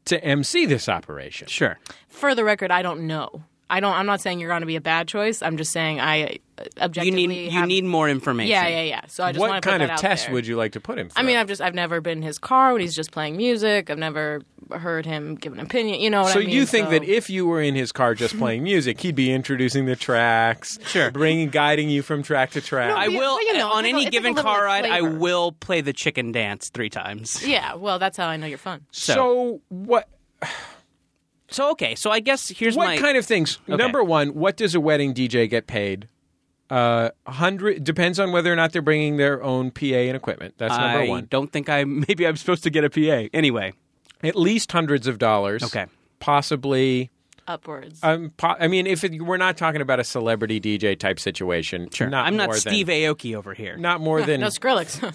S2: to MC this operation.
S3: Sure.
S4: For the record, I don't know. I don't. I'm not saying you're going to be a bad choice. I'm just saying I uh,
S3: You
S4: objectively
S3: need you
S4: have-
S3: need more information.
S4: Yeah, yeah, yeah. So I just
S2: What
S4: want to
S2: kind of
S4: put that out
S2: test
S4: there.
S2: would you like to put him through?
S4: I mean, I've just I've never been in his car when he's just playing music. I've never heard him give an opinion. You know what
S2: so
S4: I mean?
S2: you think
S4: So-
S2: that if you were in his car just playing music, he'd be introducing the tracks,
S3: Sure.
S2: bringing guiding you from track to track.
S3: I
S4: Well, you-
S3: will
S4: well, you know,
S3: on
S4: it's
S3: any
S4: like a
S3: given
S4: little
S3: car ride. I
S4: flavor.
S3: will play the chicken dance three times.
S4: Yeah, well, that's how I know you're fun.
S2: so,
S3: So,
S2: what
S3: so okay. So I guess here's
S2: what
S3: my
S2: kind of things?
S3: Okay.
S2: Number 1, what does a wedding DJ get paid? Uh, hundred depends on whether or not they're bringing their own PA and equipment. That's number
S3: I
S2: one.
S3: don't think I maybe I'm supposed to get a PA anyway.
S2: At least hundreds of dollars.
S3: Okay.
S2: possibly
S4: Upwards.
S2: Um, po- I mean, if it, we're not talking about a celebrity DJ type situation,
S3: Sure.
S2: not
S3: I'm not
S2: more
S3: Steve
S2: Than,
S3: Aoki over here.
S2: not more than
S4: no Skrillex.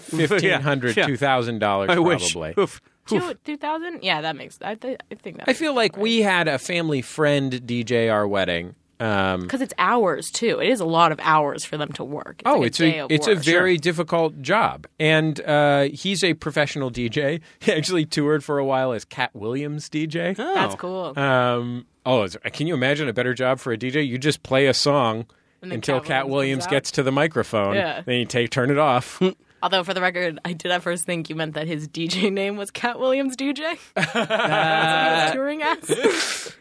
S2: fifteen hundred,
S3: Yeah.
S2: two thousand dollars,
S3: I
S2: probably.
S3: wish. Oof. Oof.
S4: Two two thousand? Yeah, that makes. I, th- I think that.
S2: I feel like we had a family friend DJ our wedding. Um,
S4: because it's hours too. It is a lot of hours for them to work. It's
S2: oh,
S4: like
S2: it's
S4: a, day
S2: a
S4: of
S2: it's a
S4: work.
S2: very difficult job, and uh, he's a professional DJ. He actually toured for a while as Cat Williams DJ.
S3: Oh.
S4: That's cool.
S2: Um, oh, is- can you imagine a better job for a DJ? You just play a song
S4: And then
S2: until
S4: Cat
S2: Cat
S4: Williams
S2: Williams
S4: comes out.
S2: gets to the microphone.
S4: Yeah.
S2: Then you take turn it off.
S4: Although, for the record, I did at first think you meant that his DJ name was Cat Williams DJ. That's what he was
S3: Uh,
S4: touring as.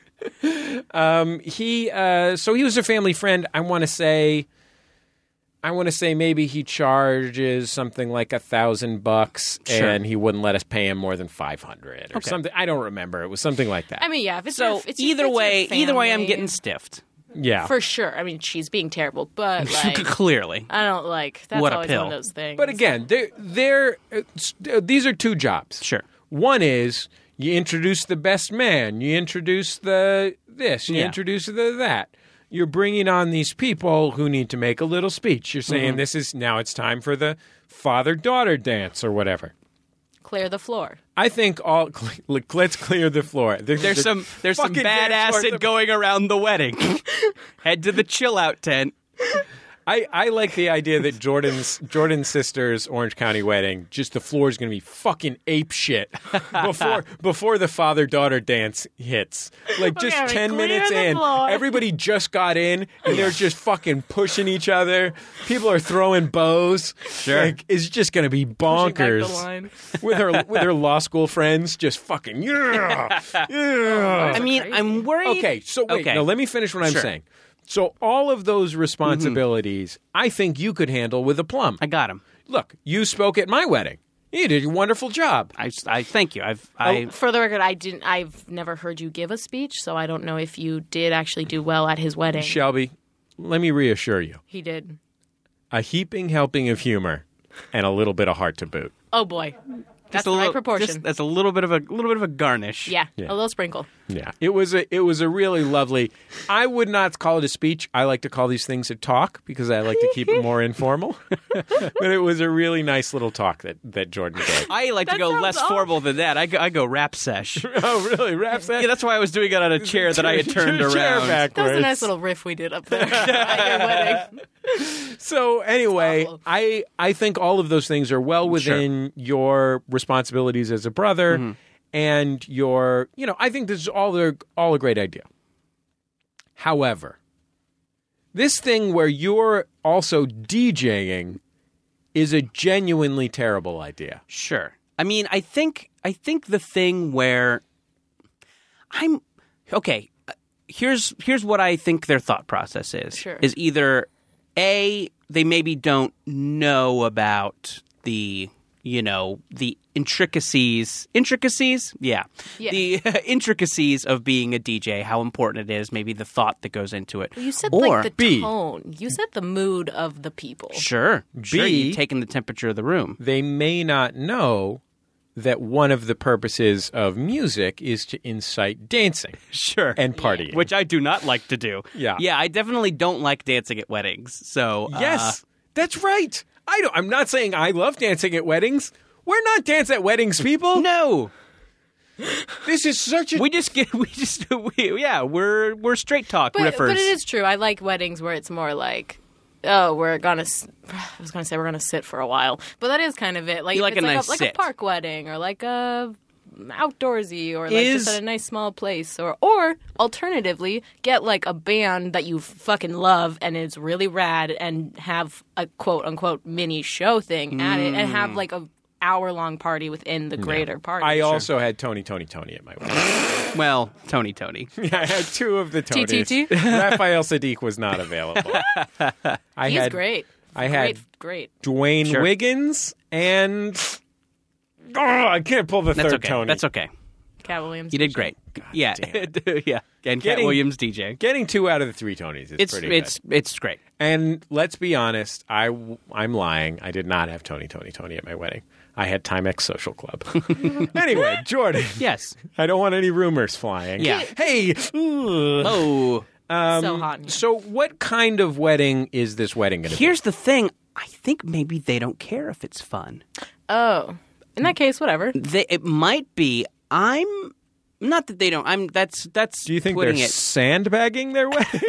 S2: he uh, so he was a family friend. I want to say, I want to say maybe he charges something like a thousand bucks,
S3: Sure.
S2: and he wouldn't let us pay him more than five hundred or something. I don't remember. It was something like that.
S4: I mean, yeah. If it's
S3: So
S4: your- it's your-
S3: either
S4: it's your
S3: way, either way, I'm
S4: family,
S3: getting stiffed.
S2: yeah,
S4: for sure. I mean, she's being terrible, but like,
S3: Clearly.
S4: I don't like. That's
S3: What a
S4: always
S3: pill.
S4: one of those things.
S2: but again, they're, they're it's- these are two jobs.
S3: Sure.
S2: one is you introduce the best man, you introduce the this, you
S3: Yeah.
S2: introduce the that. You're bringing on these people who need to make a little speech. You're saying
S3: Mm-hmm.
S2: this is now it's time for the father daughter dance or whatever.
S4: clear the floor.
S2: I think all cle- let's clear the floor. This is
S3: There's
S2: a
S3: some there's some
S2: fucking
S3: bad
S2: dance floor.
S3: acid going around the wedding. Head to the chill out tent.
S2: I, I like the idea that Jordan's Jordan's sister's Orange County wedding, just the floor is going to be fucking ape shit before before the father daughter dance hits. Like just
S4: gonna
S2: ten
S4: clear
S2: minutes
S4: the
S2: in,
S4: floor.
S2: everybody just got in and they're just fucking pushing each other. People are throwing bows. Sure, like, it's just going to be
S4: Pushing back the
S2: bonkers
S4: line.
S2: with her with her law school friends. Just fucking yeah, yeah.
S3: I mean, I'm worried.
S2: Okay, so wait.
S3: Okay.
S2: Now let me finish what I'm
S3: Sure. Mm-hmm.
S2: saying. So all of those responsibilities, I think you could handle with a plum.
S3: I got him.
S2: Look, you spoke at my wedding. You did a wonderful job.
S3: I, I thank you. I've I
S4: For the record, I didn't. I've never heard you give a speech, so I don't know if you did actually do well at his wedding.
S2: Shelby, let me reassure you:
S4: He did.
S2: a heaping helping of humor and a little bit of heart to boot.
S4: Oh boy,
S3: just
S4: that's
S3: a
S4: the
S3: little,
S4: right proportion.
S3: just- that's a little bit of a little bit of a garnish.
S4: yeah,
S2: Yeah.
S4: a little sprinkle.
S2: Yeah, it was a it was a really lovely. I would not call it a speech. I like to call these things a talk because I like to keep it more informal. but it was a really nice little talk that that Jordan gave.
S3: I like to
S4: That
S3: go
S4: sounds
S3: less
S4: awful.
S3: formal than that. I go, I go rap sesh.
S2: oh, really? Raps that?
S3: yeah, that's why I was doing it on a chair that I had turned
S2: Your
S3: around.
S2: chair
S4: That was a
S2: backwards.
S4: nice little riff we did up there at your wedding.
S2: So anyway,
S4: awful.
S2: I I think all of those things are well within your responsibilities as a brother and your you know, I think this is all the all a great idea. However, this thing where you're also DJing is a genuinely terrible idea.
S3: Sure. I mean, I think I think the thing where I'm okay. uh, Here's here's what I think their thought process is.
S4: Sure.
S3: Is either a they maybe don't know about the you know the intricacies intricacies yeah,
S4: Yeah.
S3: the intricacies of being a DJ how important it is maybe the thought that goes into it
S4: You said
S3: or
S4: like the
S2: B.
S4: tone. You said the mood of the people.
S3: sure sure
S2: B.
S3: you've taken the temperature of the room
S2: They may not know that one of the purposes of music is to incite dancing
S3: sure
S2: and partying.
S3: which I do not like to do.
S2: Yeah.
S3: yeah, I definitely don't like dancing at weddings. So uh,
S2: Yes, that's right. I don't, I'm not saying I love dancing at weddings. We're not dance at weddings, people.
S3: no,
S2: This is such a
S3: We just get we just we, yeah we're we're straight talk
S4: But,
S3: riffers.
S4: but it is true. I like weddings where it's more like, oh, we're gonna. s- I was gonna say we're gonna sit for a while, but that is kind of it. Like
S3: You like
S4: it's
S3: a
S4: like,
S3: nice
S4: a, like
S3: sit.
S4: a park wedding or like a outdoorsy or like
S3: Is-
S4: just at a nice small place or or alternatively get like a band that you fucking love and is really rad and have a quote unquote mini show thing at it and
S3: Mm.
S4: have like a hour long party within the greater party.
S2: I also had Tony, Tony, Tony at my wedding.
S3: well, Tony, Tony.
S2: yeah, I had two of the Tonys.
S4: TTT?
S2: Raphael Sadiq was not available. I
S4: he's
S2: had
S4: great.
S2: I
S4: great,
S2: had
S4: great.
S2: Dwayne
S3: Sure.
S2: Wiggins and oh, I can't pull the
S3: That's
S2: third
S3: okay.
S2: Tony.
S3: That's okay.
S4: Cat Williams.
S3: You did great. yeah, yeah. And Cat
S2: Getting-
S3: Williams DJ.
S2: Getting two out of the three Tonys is
S3: It's
S2: pretty good.
S3: it's it's great.
S2: And let's be honest, I am lying. I did not have Tony, Tony, Tony at my wedding. I had Timex Social Club. anyway, Jordan.
S3: Yes.
S2: I don't want any rumors flying.
S3: Yeah.
S2: Hey. ugh.
S3: Oh,
S4: so hot. in here.
S2: So, what kind of wedding is this wedding going to be?
S3: here's the thing. I think maybe they don't care if it's fun.
S4: Oh. In that case, whatever.
S3: They, it might be. I'm not that they don't. I'm that's that's.
S2: Do you think they're
S3: putting it?
S2: sandbagging their wedding?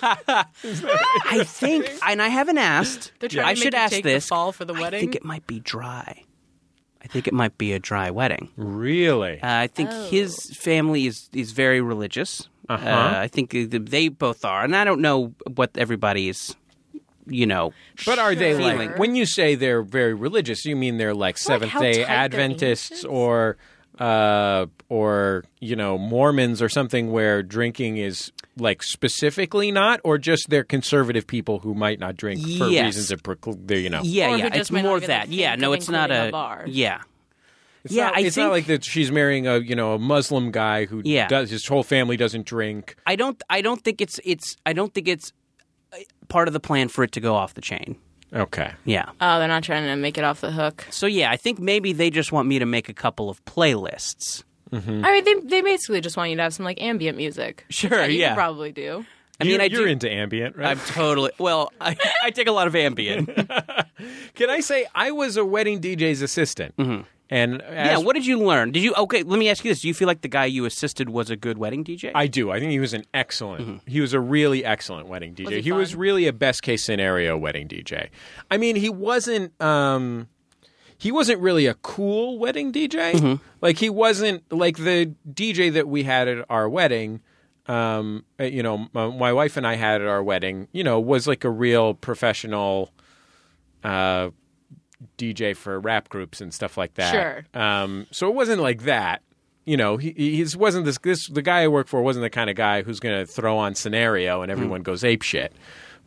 S3: I think, and I haven't asked.
S4: They're trying
S3: I
S4: to
S3: should
S4: make you
S3: ask
S4: take the
S3: this.
S4: fall for the
S3: I
S4: wedding?
S3: think it might be dry. I think it might be a dry wedding.
S2: really?
S3: Uh, I think
S4: Oh.
S3: his family is is very religious. Uh-huh. I think th- they both are, and I don't know what everybody's. You know,
S2: But are they
S4: Sure.
S2: like when you say they're very religious? You mean they're like Seventh
S4: how
S2: Day
S4: tight their
S2: Adventists
S4: anus is?
S2: or uh, or you know Mormons or something where drinking is like specifically not, or just they're conservative people who might not drink for
S3: Yes.
S2: reasons that preclude you know.
S3: yeah,
S4: Or who
S3: yeah,
S4: just
S3: it's
S4: might not
S3: more
S4: get the
S3: that. Yeah,
S4: kink
S3: no,
S4: of
S3: it's not
S4: including
S3: a,
S4: a bar.
S3: Yeah,
S2: It's
S3: yeah.
S2: not,
S3: I
S2: it's
S3: think
S2: not like that she's marrying a you know a Muslim guy who
S3: Yeah.
S2: does his whole family doesn't drink.
S3: I don't. I don't think it's. It's. I don't think it's uh, part of the plan for it to go off the chain.
S2: Okay,
S3: Yeah.
S4: Oh, they're not trying to make it off the hook.
S3: So yeah, I think maybe they just want me to make a couple of playlists.
S4: I mean, they, they basically just want you to have some like ambient music.
S3: Mm. Sure,
S4: Which, you
S3: yeah.
S4: could probably do.
S3: I mean,
S2: you're,
S3: I
S2: you're
S3: do.
S2: into ambient, right?
S3: I'm totally well. I, I take a lot of Ambien.
S2: Can I say I was a wedding DJ's assistant? And
S3: Mm-hmm. yeah.
S2: as
S3: What did you learn? Did you okay? Let me ask you this: Do you feel like the guy you assisted was a good wedding DJ?
S2: I do. I think he was an excellent. He was a really excellent wedding DJ.
S4: Mm-hmm. he
S2: was
S4: fun?
S2: really a best case scenario wedding DJ. I mean, he wasn't. Um, he wasn't really a cool wedding DJ.
S4: Mm-hmm.
S2: Like he wasn't like the DJ that we had at our wedding. Um, uh, you know, my, my wife and I had at our wedding. You know, was like a real professional. Uh, DJ for rap groups and stuff like that.
S4: Sure.
S2: Um, so it wasn't like that. You know, he, he he's- wasn't this this the guy I work for wasn't the kind of guy who's going to throw on scenario and everyone
S3: Mm.
S2: goes ape shit.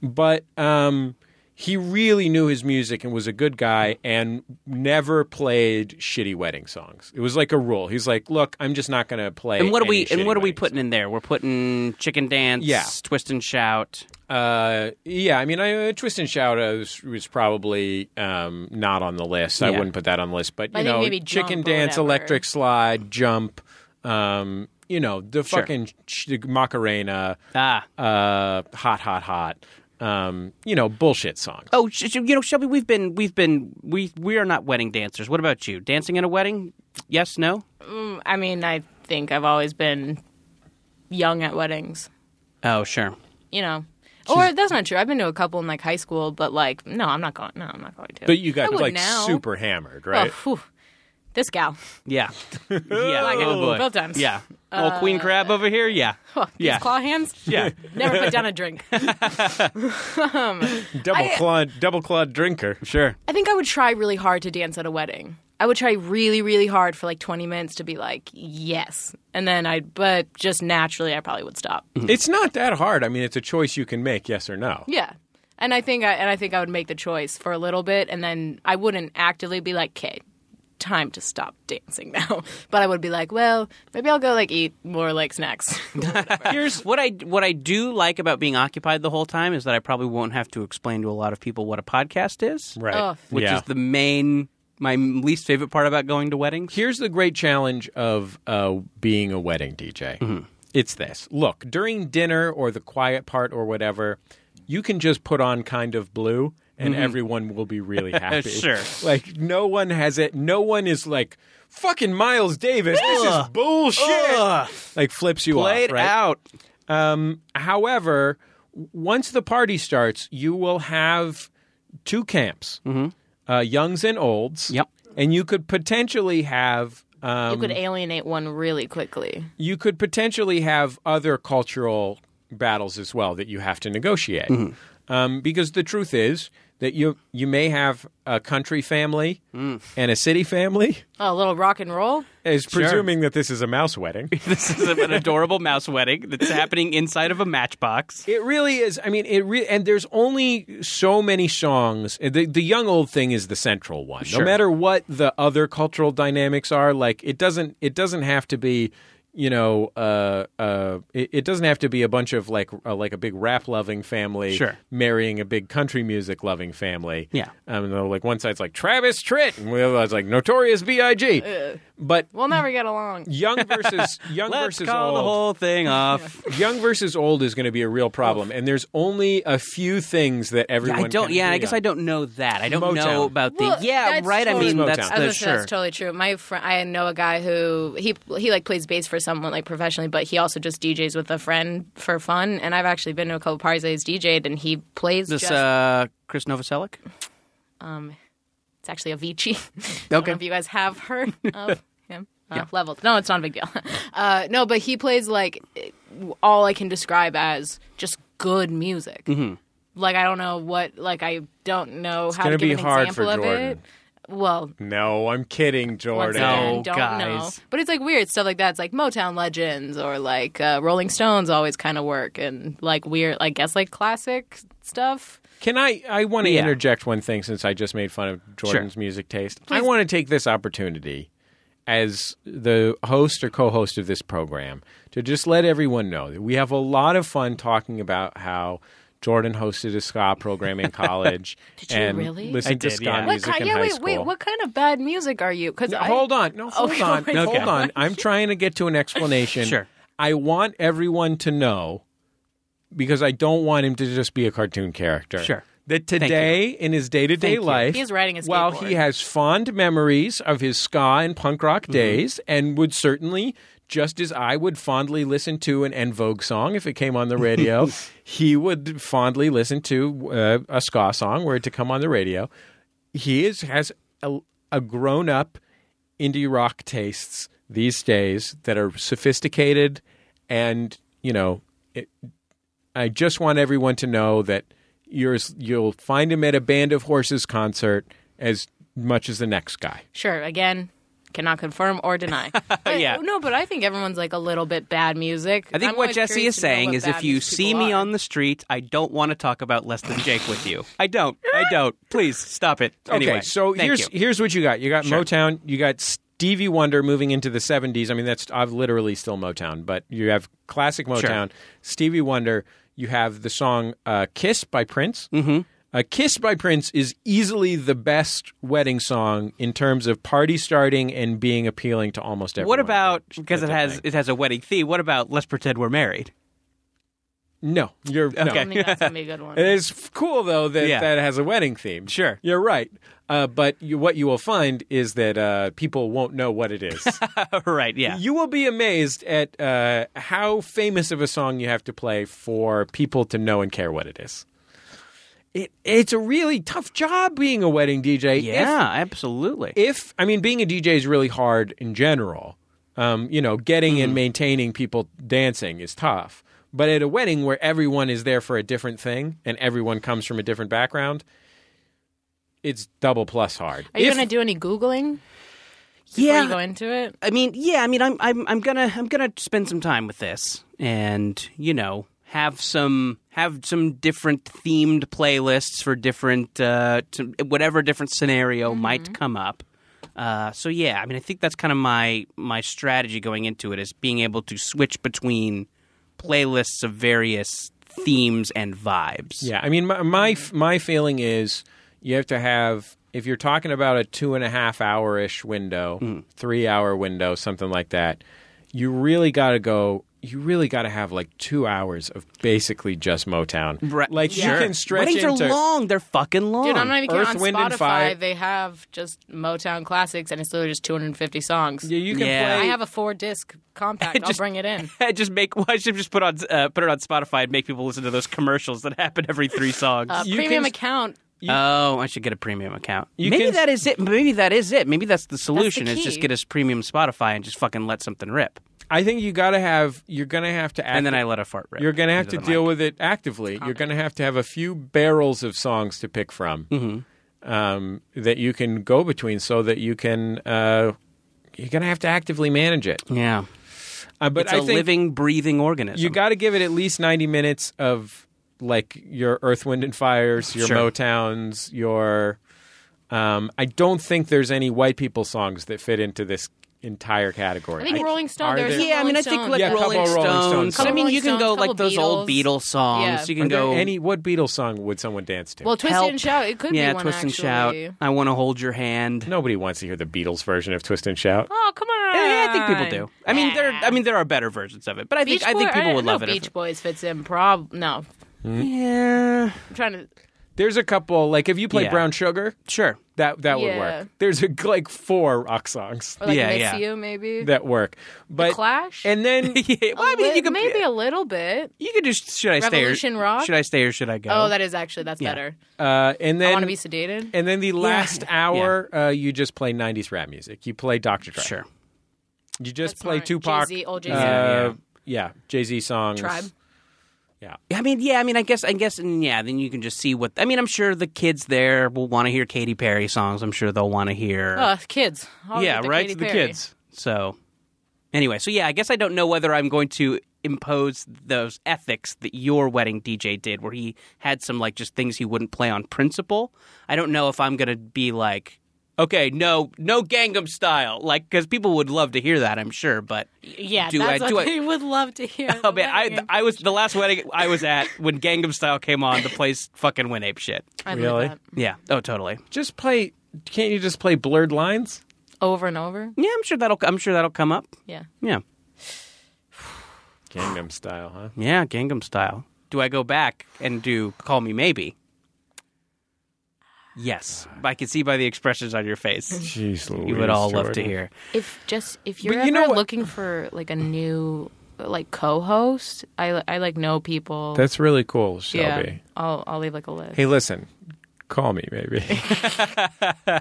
S2: But um, he really knew his music and was a good guy and never played shitty wedding songs. It was like a rule. He's like, look, I'm just not going to play.
S3: and what are
S2: any
S3: we? And
S2: shitty
S3: what are we
S2: wedding songs."
S3: putting in there? We're putting chicken dance,
S2: Yeah.
S3: twist and shout.
S2: Uh, yeah, I mean, I, uh, Twist and Shout was, was probably um, not on the list. I
S3: Yeah.
S2: wouldn't put that on the list, but you
S4: I think
S2: know,
S4: maybe
S2: Chicken
S4: Jump or
S2: Dance,
S4: whatever.
S2: Electric Slide, Jump, um, you know, the fucking sh- Macarena,
S3: Ah.
S2: uh, Hot, Hot, Hot, um, you know, bullshit songs.
S3: Oh, sh- sh- you know, Shelby, we've been, we've been, we we are not wedding dancers. What about you? Dancing at a wedding? Yes, no.
S4: I mean, I think I've always been young at weddings.
S3: Oh, sure.
S4: You know. Or that's not true. I've been to a couple in like high school, but like, no, I'm not going. No, I'm not going to.
S2: But you
S4: I
S2: got
S4: would
S2: like
S4: now.
S2: super hammered,
S4: Oh,
S2: right?
S4: whew. This gal.
S3: Yeah. yeah. Oh, boy.
S4: both times.
S3: Yeah. Old queen crab over here. Yeah.
S4: Oh, these
S3: Yeah.
S4: claw hands.
S3: Yeah.
S4: Never put down a drink.
S2: double
S4: uh,
S2: clawed, double clawed drinker.
S3: Sure.
S4: I think I would try really hard to dance at a wedding. I would try really, really hard for like 20 minutes to be like, yes. And then I, but just naturally, I probably would stop.
S2: It's not that hard. I mean, it's a choice you can make, yes or no.
S4: Yeah. And I think I, and I think I would make the choice for a little bit. And then I wouldn't actively be like, okay, time to stop dancing now. But I would be like, well, maybe I'll go like eat more like snacks.
S3: Here's what I what I do like about being occupied the whole time is that I probably won't have to explain to a lot of people what a podcast is,
S2: Right.
S4: Oh.
S3: which
S2: yeah.
S3: is the main my least favorite part about going to weddings.
S2: here's the great challenge of uh, being a wedding DJ.
S3: Mm-hmm.
S2: It's this. Look, during dinner or the quiet part or whatever, you can just put on kind of blue and everyone will be really happy.
S3: Mm-hmm. Sure.
S2: Like no one has it. No one is like fucking Miles Davis. This is bullshit. Like flips you
S3: Play
S2: off.
S3: it
S2: right?
S3: out.
S2: Um, however, w- once the party starts, you will have two camps, uh, youngs and olds.
S3: Mm-hmm. Yep.
S2: And you could potentially have. Um,
S4: you could alienate one really quickly.
S2: you could potentially have other cultural battles as well that you have to negotiate. Um, because the truth is that you you may have a country family and a city family.
S4: Oh, a little rock and roll.
S2: Is presuming that this is a mouse wedding.
S3: This is an adorable mouse wedding that's happening inside of a matchbox.
S2: It really is. I mean, it re- and there's only so many songs. The the young old thing is the central one.
S3: Sure.
S2: No matter what the other cultural dynamics are, like it doesn't it doesn't have to be, you know, uh, uh, it, it doesn't have to be a bunch of like uh, like a big rap loving family
S3: Sure.
S2: marrying a big country music loving family.
S3: Yeah.
S2: um, though, like one side's like Travis Tritt, and the other side's like Notorious B.I.G. but
S4: We'll never get along.
S2: young versus young
S3: Uh. Let's
S2: versus
S3: call
S2: old
S3: the whole thing off.
S2: young versus old is going to be a real problem, and there's only a few things that everyone.
S3: I don't.
S2: can
S3: Yeah, I
S2: agree
S3: guess
S2: on.
S3: I don't know that. I don't know
S2: Motown.
S3: about the.
S4: Well,
S3: yeah,
S4: that's
S3: right. I
S4: totally-
S3: mean,
S2: Motown.
S3: that's
S4: I
S3: the
S4: was gonna say,
S3: sure.
S4: That's totally true. My friend, I know a guy who he he like plays bass for someone like professionally, but he also just DJs with a friend for fun. And I've actually been to a couple parties that he's DJ'd, and he plays
S3: This
S4: just.
S3: uh, Chris Novoselic.
S4: it's actually Avicii. I don't know if you guys have heard of him. Uh, Leveled. No, it's not a big deal. Uh, no, but he plays like all I can describe as just good music.
S3: Mm-hmm.
S4: Like I don't know what. Like I don't know how
S2: gonna
S4: to give
S2: be
S4: an
S2: hard for
S4: example of it.
S2: Jordan.
S4: Well,
S2: No, I'm kidding,
S4: once
S2: Jordan.
S3: No,
S4: again, don't
S3: guys.
S4: know. But it's like weird stuff like that. It's like Motown legends or like uh, Rolling Stones always kind of work and like weird, I guess like classic stuff.
S2: Can I? I want to
S3: Yeah.
S2: interject one thing since I just made fun of Jordan's music taste. I want to take this opportunity as the host or co-host of this program to just let everyone know that we have a lot of fun talking about how. Jordan hosted a ska program in college
S4: you
S2: and
S4: really?
S2: listened
S3: I did,
S2: to ska
S3: yeah. What
S2: music
S4: kind,
S2: in
S4: yeah,
S2: high
S4: wait,
S2: school.
S4: wait. What kind of bad music are you? Because
S2: No, hold on. No,
S3: Oh,
S2: hold
S4: Okay.
S2: on.
S4: Okay.
S2: Hold on. I'm trying to get to an explanation.
S3: Sure.
S2: I want everyone to know because I don't want him to just be a cartoon character.
S3: Sure.
S2: That
S3: you.
S2: today in his day to day
S3: Thank you.
S2: life,
S4: He is riding a
S2: while
S4: skateboard.
S2: he has fond memories of his ska and punk rock
S4: Mm-hmm.
S2: days, and would certainly, just as I would fondly listen to an En Vogue song if it came on the radio, he would fondly listen to uh, a ska song were it to come on the radio. He is has a, a grown up indie rock tastes these days that are sophisticated and you know it, i just want everyone to know that you're, you'll find him at a band of horses concert as much as the next guy
S4: Sure. Again, cannot confirm or deny. But-
S3: Yeah.
S4: No, but I think everyone's like a little bit bad music.
S3: I think what Jesse is saying is if you see me on the street, I don't want to talk about less than Jake with you. I don't. I don't. Please stop it. Anyway,
S2: okay so
S3: thank
S2: here's
S3: you.
S2: here's what you got you got
S3: Sure.
S2: motown you got stevie wonder moving into the 70s i mean that's i've literally still motown but you have classic motown stevie wonder you have the song uh, kiss by prince mm-hmm Uh, Kiss by Prince is easily the best wedding song in terms of party starting and being appealing to almost everyone.
S3: what about
S2: That's
S3: because it
S2: the
S3: has
S2: thing.
S3: it has a wedding theme? What about let's pretend we're married?
S2: No, you're no.
S4: I think that's gonna be a good one.
S2: It is f- cool though that
S3: Yeah.
S2: that has a wedding theme.
S3: Sure.
S2: you're right. Uh, but you, what you will find is that uh, people won't know what it is.
S3: right. Yeah.
S2: you will be amazed at uh, how famous of a song you have to play for people to know and care what it is. It, it's a really tough job being a wedding DJ.
S3: yeah. absolutely.
S2: If, if I mean, being a DJ is really hard in general. Um, you know, getting
S4: Mm-hmm.
S2: and maintaining people dancing is tough. But at a wedding where everyone is there for a different thing and everyone comes from a different background, it's double plus hard.
S4: Are you
S2: If-
S4: gonna do any googling before
S3: yeah.
S4: you go into it?
S3: I mean, yeah, I mean, I'm, I'm, I'm gonna, I'm gonna spend some time with this, and you know, have some, have some different themed playlists for different, uh, to, whatever different scenario
S4: Mm-hmm.
S3: might come up. Uh, so yeah, I mean, I think that's kind of my, my strategy going into it is being able to switch between playlists of various themes and vibes.
S2: Yeah, I mean, my, my f- my feeling is you have to have if you're talking about a two and a half
S3: Mm-hmm.
S2: hour ish window, three hour window, something like that. You really got to go. you really got to have like two hours of basically just Motown.
S3: Right.
S2: Like
S3: Sure.
S2: you can stretch
S3: Weddings
S2: into
S3: are long. They're fucking long.
S4: Dude, I'm not even kidding.
S2: Earth,
S4: on
S2: Wind, and
S4: Spotify,
S2: Fire.
S4: they have just Motown classics, and it's literally just 250 songs.
S2: Yeah, you can
S3: Yeah.
S2: play.
S4: I have a four disc compact.
S3: Just-
S4: I'll bring it in.
S3: I just make. Well, I should just put on uh, put it on Spotify and make people listen to those commercials that happen every three songs.
S4: A
S2: You
S4: premium
S2: can-
S4: account.
S3: oh, I should get a premium account.
S2: You
S3: Maybe
S2: can-
S3: that is it. Maybe that is it. Maybe that's the solution. is just
S4: key.
S3: get us premium Spotify and just fucking let something rip.
S2: I think you got to have. You're gonna have to. Act
S3: And then I let a fart rip.
S2: You're gonna have
S3: into
S2: to
S3: the
S2: deal
S3: mic.
S2: with it actively. You're gonna have to have a few barrels of songs to pick from
S3: Mm-hmm.
S2: um, that you can go between, so that you can. Uh, you're gonna have to actively manage it.
S3: Yeah,
S2: Uh, but
S3: it's
S2: I
S3: a
S2: think
S3: living, breathing organism.
S2: you got to give it at least 90 minutes of like your Earth, Wind, and Fires, your
S3: Sure.
S2: Motowns, your. Um, I don't think there's any white people songs that fit into this entire category.
S4: I think Rolling Stone.
S2: are
S4: There's
S2: there-
S3: Yeah, I mean, I think like
S2: Yeah, couple
S3: Rolling
S2: of Rolling Stones
S3: Stones.
S2: songs.
S3: I mean, you can go
S4: Couple
S3: like those old
S4: Beatles.
S3: Beatles songs.
S4: Yeah.
S3: You
S2: Are
S3: can
S2: there
S3: go
S2: any what Beatles song would someone dance to?
S4: Well, Twist
S3: Help.
S4: and Shout. It could
S3: yeah,
S4: be one,
S3: twist and
S4: actually.
S3: shout. I want to hold your hand.
S2: Nobody wants to hear the Beatles version of Twist and Shout.
S4: Oh, come on.
S3: Yeah, I think people do. I mean, there. I mean, there are better versions of it, but I think
S4: Beach
S3: I think
S4: Boy-
S3: people would
S4: don't
S3: love
S4: know
S3: it.
S4: if Beach Boys fits in. Prob no.
S3: if, yeah,
S4: I'm trying to.
S2: There's a couple like if you play
S3: Yeah.
S2: Brown Sugar,
S3: sure.
S2: that that would
S4: Yeah.
S2: work. There's a, like four rock songs
S4: Or like
S3: Yeah,
S4: Miss
S3: yeah.
S4: You, maybe.
S2: that work. But
S4: Clash?
S2: and then
S3: Yeah, well, I mean,
S4: Li-
S3: you could
S4: maybe a little bit.
S3: you could just should I stay or
S4: Revolution Rock?
S3: should I stay or should I go?
S4: Oh, that is actually that's
S3: Yeah.
S4: better.
S2: uh, and
S4: I
S2: then
S4: want to be sedated.
S2: and then the last hour uh, you just play 90s rap music. You play Dr. Dre.
S3: sure.
S2: You just
S4: That's
S2: play
S4: smart.
S2: Tupac.
S4: Jay-Z, old
S2: uh,
S4: Jay-Z.
S2: yeah,
S3: Yeah,
S2: Jay-Z songs.
S4: Tribe.
S3: I mean, yeah. I mean, I guess I guess and yeah. Then you can just see what. I mean, I'm sure the kids there will want to hear Katy Perry songs. I'm sure they'll want to hear.
S4: Oh, kids. All
S3: yeah,
S4: about the
S3: right
S4: Katy
S3: to the
S4: Perry.
S3: kids. So anyway, so yeah, I guess I don't know whether I'm going to impose those ethics that your wedding DJ did, where he had some like just things he wouldn't play on principle. I don't know if I'm going to be like. Okay, no, no Gangnam Style, like because people would love to hear that, I'm sure. But
S4: Yeah,
S3: do
S4: that's
S3: I
S4: what
S3: do
S4: they would love to hear.
S3: I? Oh man, I, I was the last wedding I was at when Gangnam Style came on. The place fucking went ape shit.
S4: I
S2: Really?
S4: really that.
S3: Yeah. Oh, totally.
S2: Just play can't you just play blurred lines?
S4: over and over.
S3: Yeah, I'm sure that'll. I'm sure that'll come up.
S4: Yeah,
S3: Yeah.
S2: Gangnam style, huh?
S3: Yeah, Gangnam Style. Do I go back and do Call Me Maybe? Yes, I can see by the expressions on your face.
S2: Jeez Louise.
S3: You would all love to
S2: Jordan.
S3: hear.
S4: if just if you're
S2: you know
S4: ever
S2: what-
S4: looking for like a new like co-host, I I like know people.
S2: That's really cool,
S4: yeah,
S2: Shelby.
S4: I'll I'll leave like a list.
S2: Hey, listen. Call me, maybe.
S3: So yeah,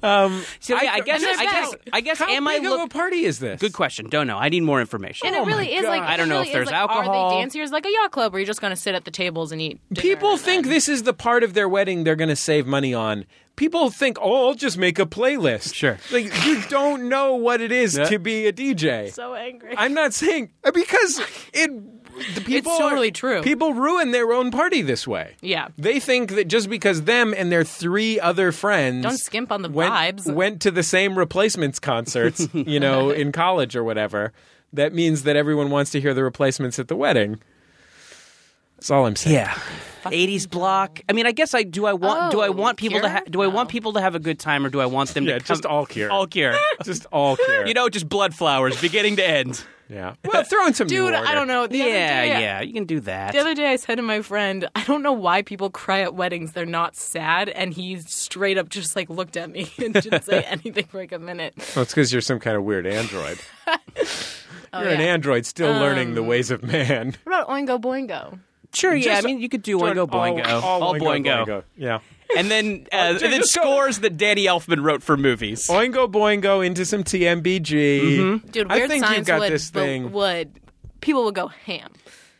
S3: I, guess,
S4: and
S3: I
S4: there's
S3: guess,
S4: that.
S3: I guess,
S2: How
S3: am I
S2: big of a
S3: look?
S2: party is this?
S3: Good question. Don't know. I need more information.
S4: and it really is like
S2: God.
S4: it
S3: oh I don't know
S4: really
S3: if there's
S4: is, like, Are
S3: alcohol.
S4: they dancers like a yacht club, or you're just gonna sit at the tables and eat? dinner
S2: People
S4: and
S2: think
S4: then-
S2: this is the part of their wedding they're going to save money on. People think, oh, I'll just make a playlist.
S3: Sure.
S2: Like, you don't know what it is to be a DJ.
S4: so angry.
S2: I'm not saying Uh, because it. The people
S4: totally true.
S2: People ruin their own party this way.
S4: Yeah.
S2: they think that just because them and their three other friends
S4: Don't skimp on the
S2: went,
S4: vibes.
S2: went to the same replacements concerts, you know, in college or whatever. That means that everyone wants to hear the replacements at the wedding. That's all I'm saying.
S3: Yeah. 80s block. I mean, I guess I do. I want. do I
S4: Oh,
S3: want people to?
S4: Cure?
S3: Ha- do I want people to have a good time, or do I want them
S2: Yeah,
S3: to? Come-
S2: just all Cure.
S3: All cure.
S2: Just all care.
S3: you know, just blood flowers, beginning to end.
S2: Yeah. Well, throw in some new
S4: Dude, I
S2: order.
S4: don't know. The other
S3: yeah,
S4: day, uh,
S3: yeah. You can do that.
S4: The other day, I said to my friend, I don't know why people cry at weddings. They're not sad. And he straight up just like looked at me and didn't say anything for like a minute.
S2: Well, Oh, it's because you're some kind of weird android. you're an
S4: Oh, yeah. Um,
S2: android still learning the ways of man.
S4: What about Oingo Boingo?
S3: Sure, yeah. I
S2: Just-
S3: mean, you could do Oingo Boingo. All, Boingo.
S2: Yeah.
S3: And then, uh,
S2: dude,
S3: and then
S2: just Oh. go-
S3: scores that Danny Elfman wrote for movies.
S2: Oingo Boingo into some TMBG.
S4: Dude, weird
S2: I think
S4: signs
S2: you've got
S4: would,
S2: this
S4: but
S2: thing.
S4: would people would go ham.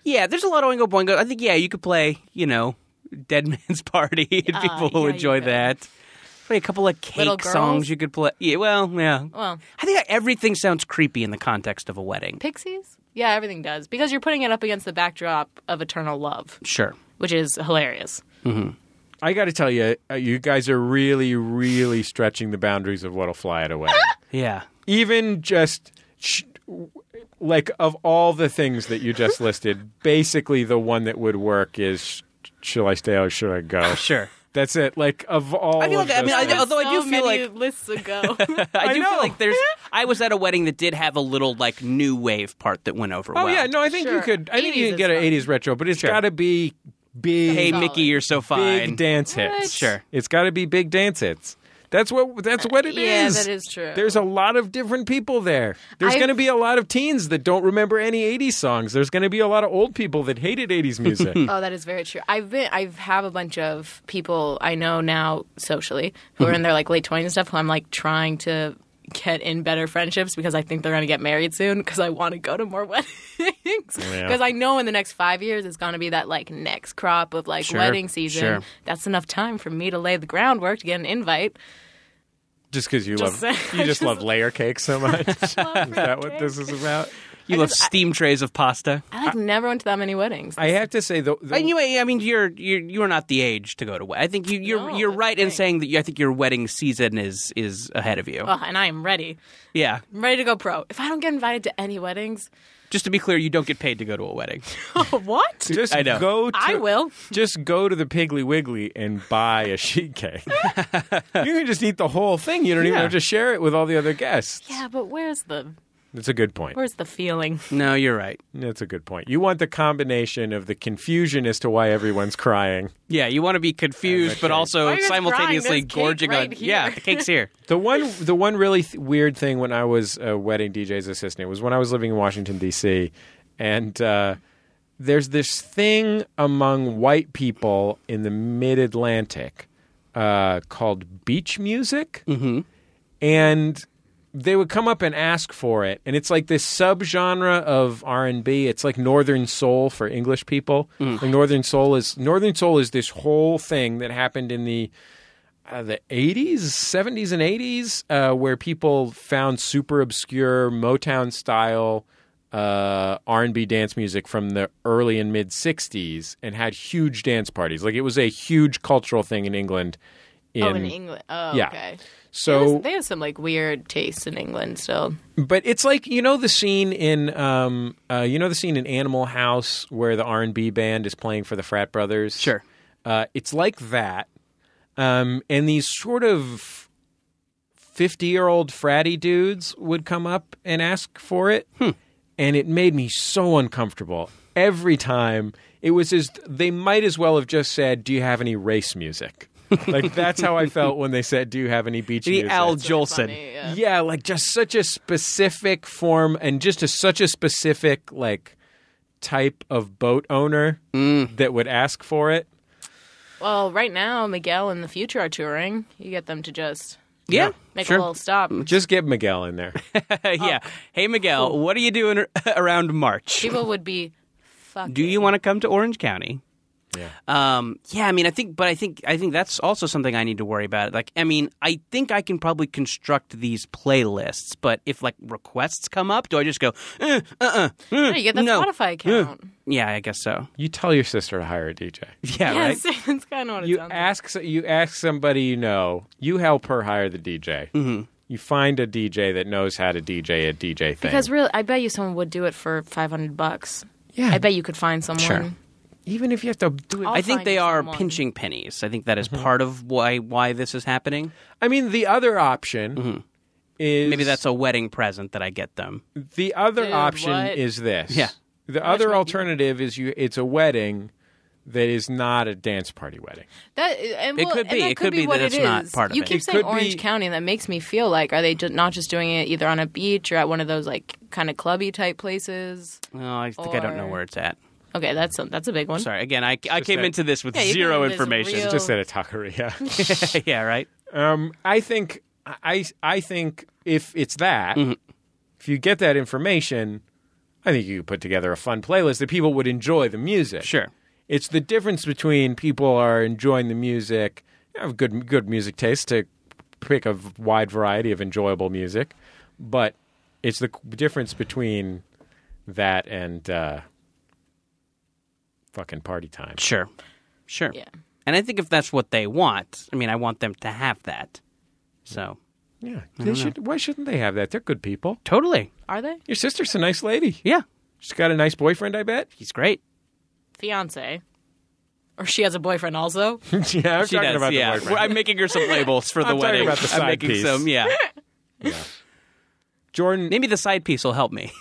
S3: Yeah, there's a lot of Oingo Boingo. I think, yeah, you could play, you know, Dead Man's Party, and people will
S4: yeah, you
S3: enjoy
S4: could.
S3: that. Play a couple of
S4: Little
S3: cake
S4: Girls?
S3: songs you could play. Yeah, well, yeah.
S4: Well.
S3: I think everything sounds creepy in the context of a wedding.
S4: Pixies? Yeah, everything does because you're putting it up against the backdrop of Eternal Love,
S3: Sure.
S4: which is hilarious.
S2: I got to tell you, uh, you guys are really, really stretching the boundaries of what'll fly it away.
S3: Yeah.
S2: Even just sh- like of all the things that you just listed, basically the one that would work is sh- shall I stay or should I go?
S3: Sure.
S2: That's it. Like of all,
S3: I feel
S2: of
S3: like- I
S2: those
S3: mean, I-
S2: things.
S3: although I do
S4: so
S3: feel
S4: many
S3: like-
S4: lists ago.
S3: I do
S2: know.
S3: feel like there's. I was at a wedding that did have a little like new wave part that went over.
S2: Oh yeah, no, I think you
S4: Sure.
S2: could. I think you
S4: 80s
S2: can get
S4: is
S2: an
S4: fine.
S2: '80s retro, but it's
S3: Sure.
S2: got to be big,
S3: Hey,
S4: Solid.
S3: Mickey, you're so
S2: big
S3: fine.
S2: dance hits.
S3: Sure.
S2: it's got to be big dance hits. That's what. That's what it is.
S4: Uh, yeah, that is true.
S2: There's a lot of different people there. There's
S4: I've-
S2: going to be a lot of teens that don't remember any '80s songs. There's going to be a lot of old people that hated '80s music.
S4: Oh, that is very true. I've been, I have a bunch of people I know now socially who are in their like late twenties and stuff. Who I'm like trying to get in better friendships because I think they're going to get married soon because I want to go to more weddings because I know in the next five years it's going to be that like next crop of like
S3: Sure,
S4: wedding season.
S3: sure.
S4: That's enough time for me to lay the groundwork to get an invite.
S2: just because you
S4: Just
S2: love,
S4: saying.
S2: you just love layer cake so much. is that what this is about?
S3: you love steam trays of pasta.
S4: I like never went to that many weddings.
S2: I have to say though, the-
S3: Anyway, I mean, you're you're you're not the age to go to. wed- I think you you're
S4: No,
S3: you're
S4: that's
S3: right
S4: the
S3: in
S4: thing.
S3: saying that you, I think your wedding season is is ahead of you.
S4: oh, and I am ready.
S3: yeah.
S4: I'm ready to go pro. If I don't get invited to any weddings,
S3: Just to be clear, you don't get paid to go to a wedding.
S4: what?
S2: just
S3: I know.
S2: go. To,
S4: I will.
S2: Just go to the Piggly Wiggly and buy a sheet cake. you can just eat the whole thing. You don't even
S3: Yeah.
S2: have to share it with all the other guests.
S4: Yeah, but where's the
S2: That's a good point.
S4: where's the feeling?
S3: no, you're right.
S2: That's a good point. You want the combination of the confusion as to why everyone's crying.
S3: Yeah, you want to be confused, but
S4: Why
S3: also
S4: are you
S3: simultaneously
S4: crying? There's cake
S3: gorging
S4: right
S3: on.
S4: here.
S3: Yeah, the cake's here.
S2: The one, the one really th- weird thing when I was a wedding DJ's assistant was when I was living in Washington D.C. and uh, there's this thing among white people in the Mid Atlantic uh, called beach music, mm-hmm. and they would come up and ask for it, and it's like this subgenre of R and B. It's like Northern Soul for English people. Like Northern Soul is Northern Soul is this whole thing that happened in the uh, the 80s, 70s, and 80s, uh, where people found super obscure Motown style uh, R&B dance music from the early and mid 60s and had huge dance parties. Like it was a huge cultural thing in England. In,
S4: oh, in
S3: Mm.
S4: England. Oh,
S2: yeah.
S4: okay.
S2: So
S4: they have some like weird tastes in England still.
S2: but it's like you know the scene in um uh, you know the scene in Animal House where the R and B band is playing for the frat brothers.
S3: Sure.
S2: uh, it's like that, um, and these sort of fifty-year-old fratty dudes would come up and ask for it,
S3: Hmm.
S2: and it made me so uncomfortable every time. It was as they might as well have just said, "Do you have any race music?" like that's how I felt when they said, "Do you have any beach
S3: The
S2: music?"
S3: Al Jolson.
S4: Funny, yeah.
S2: yeah like just such a specific form and just a, such a specific like type of boat owner that would ask for it
S4: Well, right now Miguel and the Future are touring. You get them to just
S3: Yeah,
S4: make
S3: sure. Mm,
S4: a little stop.
S2: just get miguel in there
S3: yeah. Hey, Miguel, what are you doing around March?
S4: People would be fucking.
S3: Do you want to come to Orange County? Yeah. Um, yeah. I mean, I think, but I think, I think that's also something I need to worry about. Like, I mean, I think I can probably construct these playlists, but if like requests come up, do I just go? Uh, uh, uh,
S4: No, you get that
S3: No.
S4: Spotify account.
S3: Yeah, I guess so.
S2: you tell your sister to hire a dj
S3: Yeah,
S4: Yeah,
S3: right.
S4: see, that's kind of what it
S2: you
S4: sounds. like.
S2: ask you ask somebody you know you help her hire the dj mm-hmm. you find a dj that knows how to dj a dj thing
S4: Because really, I bet you someone would do it for five hundred bucks.
S2: Yeah.
S4: I bet you could find someone.
S3: Sure.
S2: even if you have to do it
S4: I'll
S3: I think
S4: find
S3: they
S4: you
S3: are
S4: someone.
S3: pinching pennies. I think that is part of why why this is happening.
S2: i mean the other option is
S3: Maybe that's a wedding present that I get them.
S2: The other
S4: Dude,
S2: option
S4: what?
S2: is this.
S3: Yeah.
S2: The other alternative is you. It's a wedding that is not a dance party wedding.
S4: That and,
S3: It
S4: well,
S3: could
S4: and
S3: be.
S4: that
S3: It could be
S4: what
S3: that it's
S4: it
S3: not
S4: is.
S3: part of
S4: you
S3: it.
S4: keep
S2: It
S4: saying
S2: could be-
S4: Orange County, and that makes me feel like are they ju- not just doing it either on a beach or at one of those like kind of clubby type places?
S3: Oh, I think I don't know
S4: Or-
S3: where it's at.
S4: Okay, that's a, that's a big one.
S3: Sorry, again, I, I came
S2: that-
S3: into this with
S4: Yeah, you came
S3: zero
S4: into this
S3: information.
S4: real-
S2: Just at a taqueria.
S3: yeah, right.
S2: um, I think. I I think if it's that,
S3: Mm-hmm.
S2: if you get that information, I think you could put together a fun playlist that people would enjoy the music.
S3: Sure.
S2: It's the difference between people are enjoying the music, have good good music taste to pick a v- wide variety of enjoyable music, but it's the c- difference between that and uh, fucking party time.
S3: Sure. Sure.
S4: Yeah.
S3: And I think if that's what they want, I mean, I want them to have that. So,
S2: Yeah, they should. Why shouldn't they have that? They're good people.
S3: totally.
S4: Are they
S2: Your sister's a nice lady.
S3: Yeah.
S2: She's got a nice boyfriend, I bet.
S3: He's great.
S4: fiance Or she has a boyfriend also.
S2: yeah, I'm
S3: She
S2: talking
S3: does,
S2: about
S3: yeah.
S2: the boyfriend.
S3: I'm making her some labels for the
S2: I'm talking
S3: wedding.
S2: about the
S3: I'm
S2: side
S3: making
S2: piece.
S3: some, yeah.
S2: Jordan,
S3: Maybe the side piece will help me.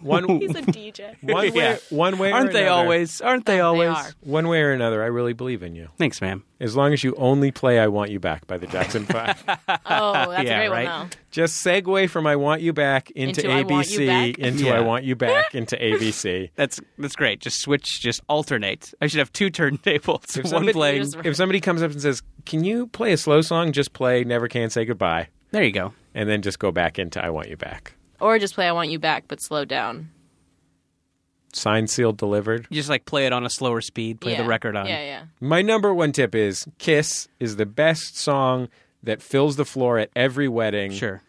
S2: one,
S4: He's a DJ.
S2: one way,
S3: Yeah.
S2: one way, or
S3: Aren't they
S2: another-
S3: always? Aren't they always?
S4: are.
S2: One way or another, I really believe in you.
S3: Thanks, ma'am.
S2: As long as you only play "I Want You Back" by the Jackson Five.
S4: Oh, that's
S3: Yeah,
S4: a great
S3: right.
S4: one, though.
S2: Just segue from "I Want You Back" into,
S4: Into I Want You
S2: ABC,
S4: Back?
S2: into
S3: Yeah.
S2: "I Want You Back," into ABC.
S3: That's that's great. Just switch, just alternate. I should have two
S2: If
S3: turntables. One
S2: somebody-
S3: playing.
S4: Just-
S2: If somebody comes up and says, "Can you play a slow song?" Just play "Never Can Say Goodbye,"
S3: There you go.
S2: and then just go back into "I Want You Back."
S4: Or just play I Want You Back, but slow down.
S2: Signed, sealed, delivered.
S3: You just like play it on a slower speed. Play
S4: Yeah.
S3: the record on.
S4: Yeah, yeah.
S2: My number one tip is "Kiss" is the best song that fills the floor at every wedding.
S3: Sure.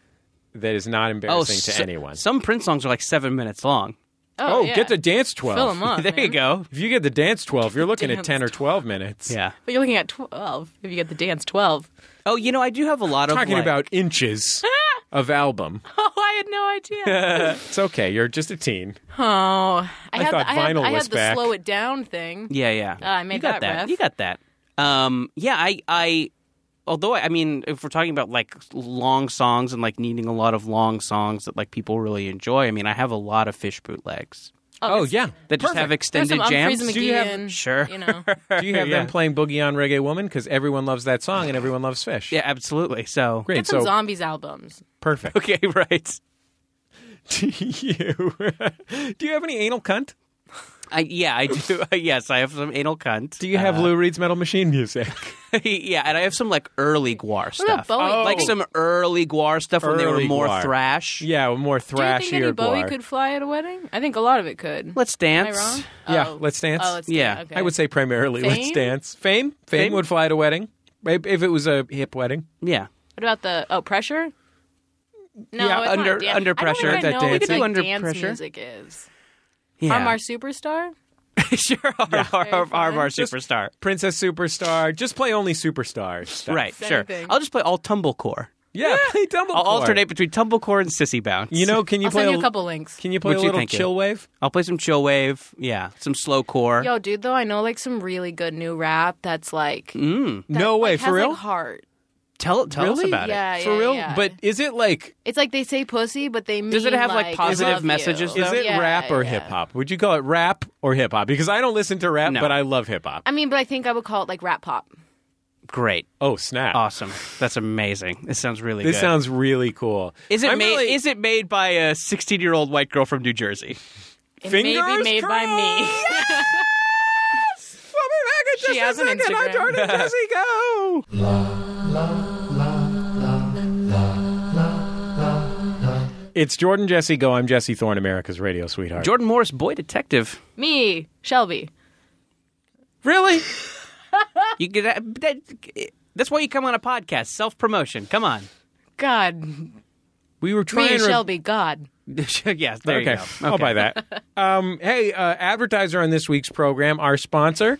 S2: that is not embarrassing to
S3: so-
S2: anyone.
S3: Some Prince songs are like seven minutes long.
S4: Oh,
S2: oh,
S4: yeah.
S2: get the dance twelve.
S4: Fill 'em up.
S3: there you
S4: man.
S3: go.
S2: If you get the dance twelve, you're looking at
S4: Dance
S2: ten or twelve minutes.
S3: Yeah.
S4: But you're looking at 12 if you get the dance 12.
S3: Oh, you know, I do have a lot of
S2: talking
S3: like-
S2: about inches of album.
S4: Oh, I had no idea.
S2: It's okay. You're just a teen.
S4: oh, I, had
S2: thought
S4: the, I had,
S2: vinyl
S4: I had
S2: was
S4: the
S2: back.
S4: slow it down thing.
S3: Yeah, yeah.
S4: Ah, I made
S3: you got
S4: that
S3: that.
S4: riff.
S3: You got that. Um, yeah, I, I, although I mean, if we're talking about like long songs and like needing a lot of long songs that like people really enjoy, I mean, I have a lot of fish bootlegs
S2: Oh, yeah.
S3: that just have
S4: There's
S3: extended
S4: some Humphreys
S3: jams.
S4: and
S2: Do you have-
S4: McGee and,
S3: Sure.
S4: you know.
S2: Do you have them playing Boogie on Reggae Woman? Because everyone loves that song and everyone loves Fish.
S3: Yeah, absolutely. So
S2: Great.
S4: Get some
S2: So
S4: zombies albums.
S2: perfect.
S3: Okay, right.
S2: Do you do you have any anal cunt?
S3: I, yeah, I do. yes, I have some anal cunt.
S2: Do you have Lou Reed's Metal Machine music?
S3: yeah, and I have some like early Guar
S4: What about
S3: stuff,
S4: Bowie?
S2: Oh,
S3: like some early Guar stuff when they were
S2: Early
S3: more
S2: Gwar.
S3: thrash.
S2: yeah, more
S4: Do you
S2: thrashy
S4: think any
S2: or
S4: Bowie
S2: guar.
S4: could fly at a wedding? I think a lot of it could.
S3: Let's
S4: Am I
S3: dance.
S4: wrong?
S2: Yeah,
S4: Oh.
S2: Let's Dance.
S4: Oh, let's
S3: Yeah.
S4: dance. Okay.
S2: I would say primarily Let's
S4: Fame?
S2: Dance. Fame? Fame,
S3: Fame?
S2: would fly at a wedding. If if it was a hip wedding.
S3: Yeah.
S4: What about the oh pressure? No,
S3: Yeah,
S4: it's
S3: under-
S4: not dan-
S3: under
S4: I
S3: pressure.
S4: don't even
S2: That
S4: know
S2: dancing.
S4: what like,
S3: Under
S4: dance
S3: pressure.
S4: music is.
S3: Yeah.
S4: I'm our superstar.
S3: sure. Our, our, our,
S4: fun.
S3: our superstar.
S2: Princess Superstar. Just play only superstars. stuff.
S3: Right,
S4: Same
S3: sure.
S4: thing.
S3: I'll just play all tumblecore.
S2: Yeah, play double.
S3: I'll alternate between tumblecore and sissy bounce.
S2: You know, can you
S4: I'll
S2: play
S4: send you
S2: l-
S4: a couple links.
S2: Can you play a
S3: What you
S2: little
S3: thinking?
S2: chill wave?
S3: I'll play some chill wave. Yeah, some slow core.
S4: Yo, dude, though I know like some really good new rap that's like that,
S2: Mm-hmm. no way,
S4: like,
S2: for
S4: has,
S2: real.
S4: Like, heart.
S3: tell tell us
S2: Really?
S3: about
S4: Yeah,
S3: it.
S4: yeah,
S2: for real,
S4: yeah.
S2: but is it like
S4: It's like they say pussy, but they mean
S3: Does it have, like,
S4: like
S3: positive
S4: I love you.
S3: messages,
S2: is
S3: though?
S2: it
S4: Oh, Yeah,
S2: rap or
S4: yeah.
S2: hip hop? Would you call it rap or hip hop? Because I don't listen to rap,
S3: No.
S2: but I love hip hop.
S4: I mean, but I think I would call it like rap pop.
S3: Great,
S2: Oh snap!
S3: awesome. That's amazing. This sounds really
S2: this
S3: good.
S2: sounds really cool.
S3: Is it
S2: I'm
S3: made?
S2: really-
S3: Is it made by a sixteen-year-old white girl from New Jersey?
S4: It may
S2: Fingers
S4: be made by me.
S2: We'll be back in just
S4: She has
S2: a
S4: an
S2: second. I'm
S4: Instagram.
S2: Jordan and Jesse. Go. It's Jordan Jesse Go. I'm Jesse Thorne, America's radio sweetheart.
S3: Jordan Morris, boy detective.
S4: me, Shelby.
S3: Really? you get that, that- That's why you come on a podcast. Self promotion. Come on.
S4: God, me
S2: we were trying
S4: and
S2: to
S4: Shelby. God.
S3: yes, there
S2: okay.
S3: you go.
S2: I'll
S3: Okay.
S2: buy that. um, hey, uh, advertiser on this week's program, our sponsor,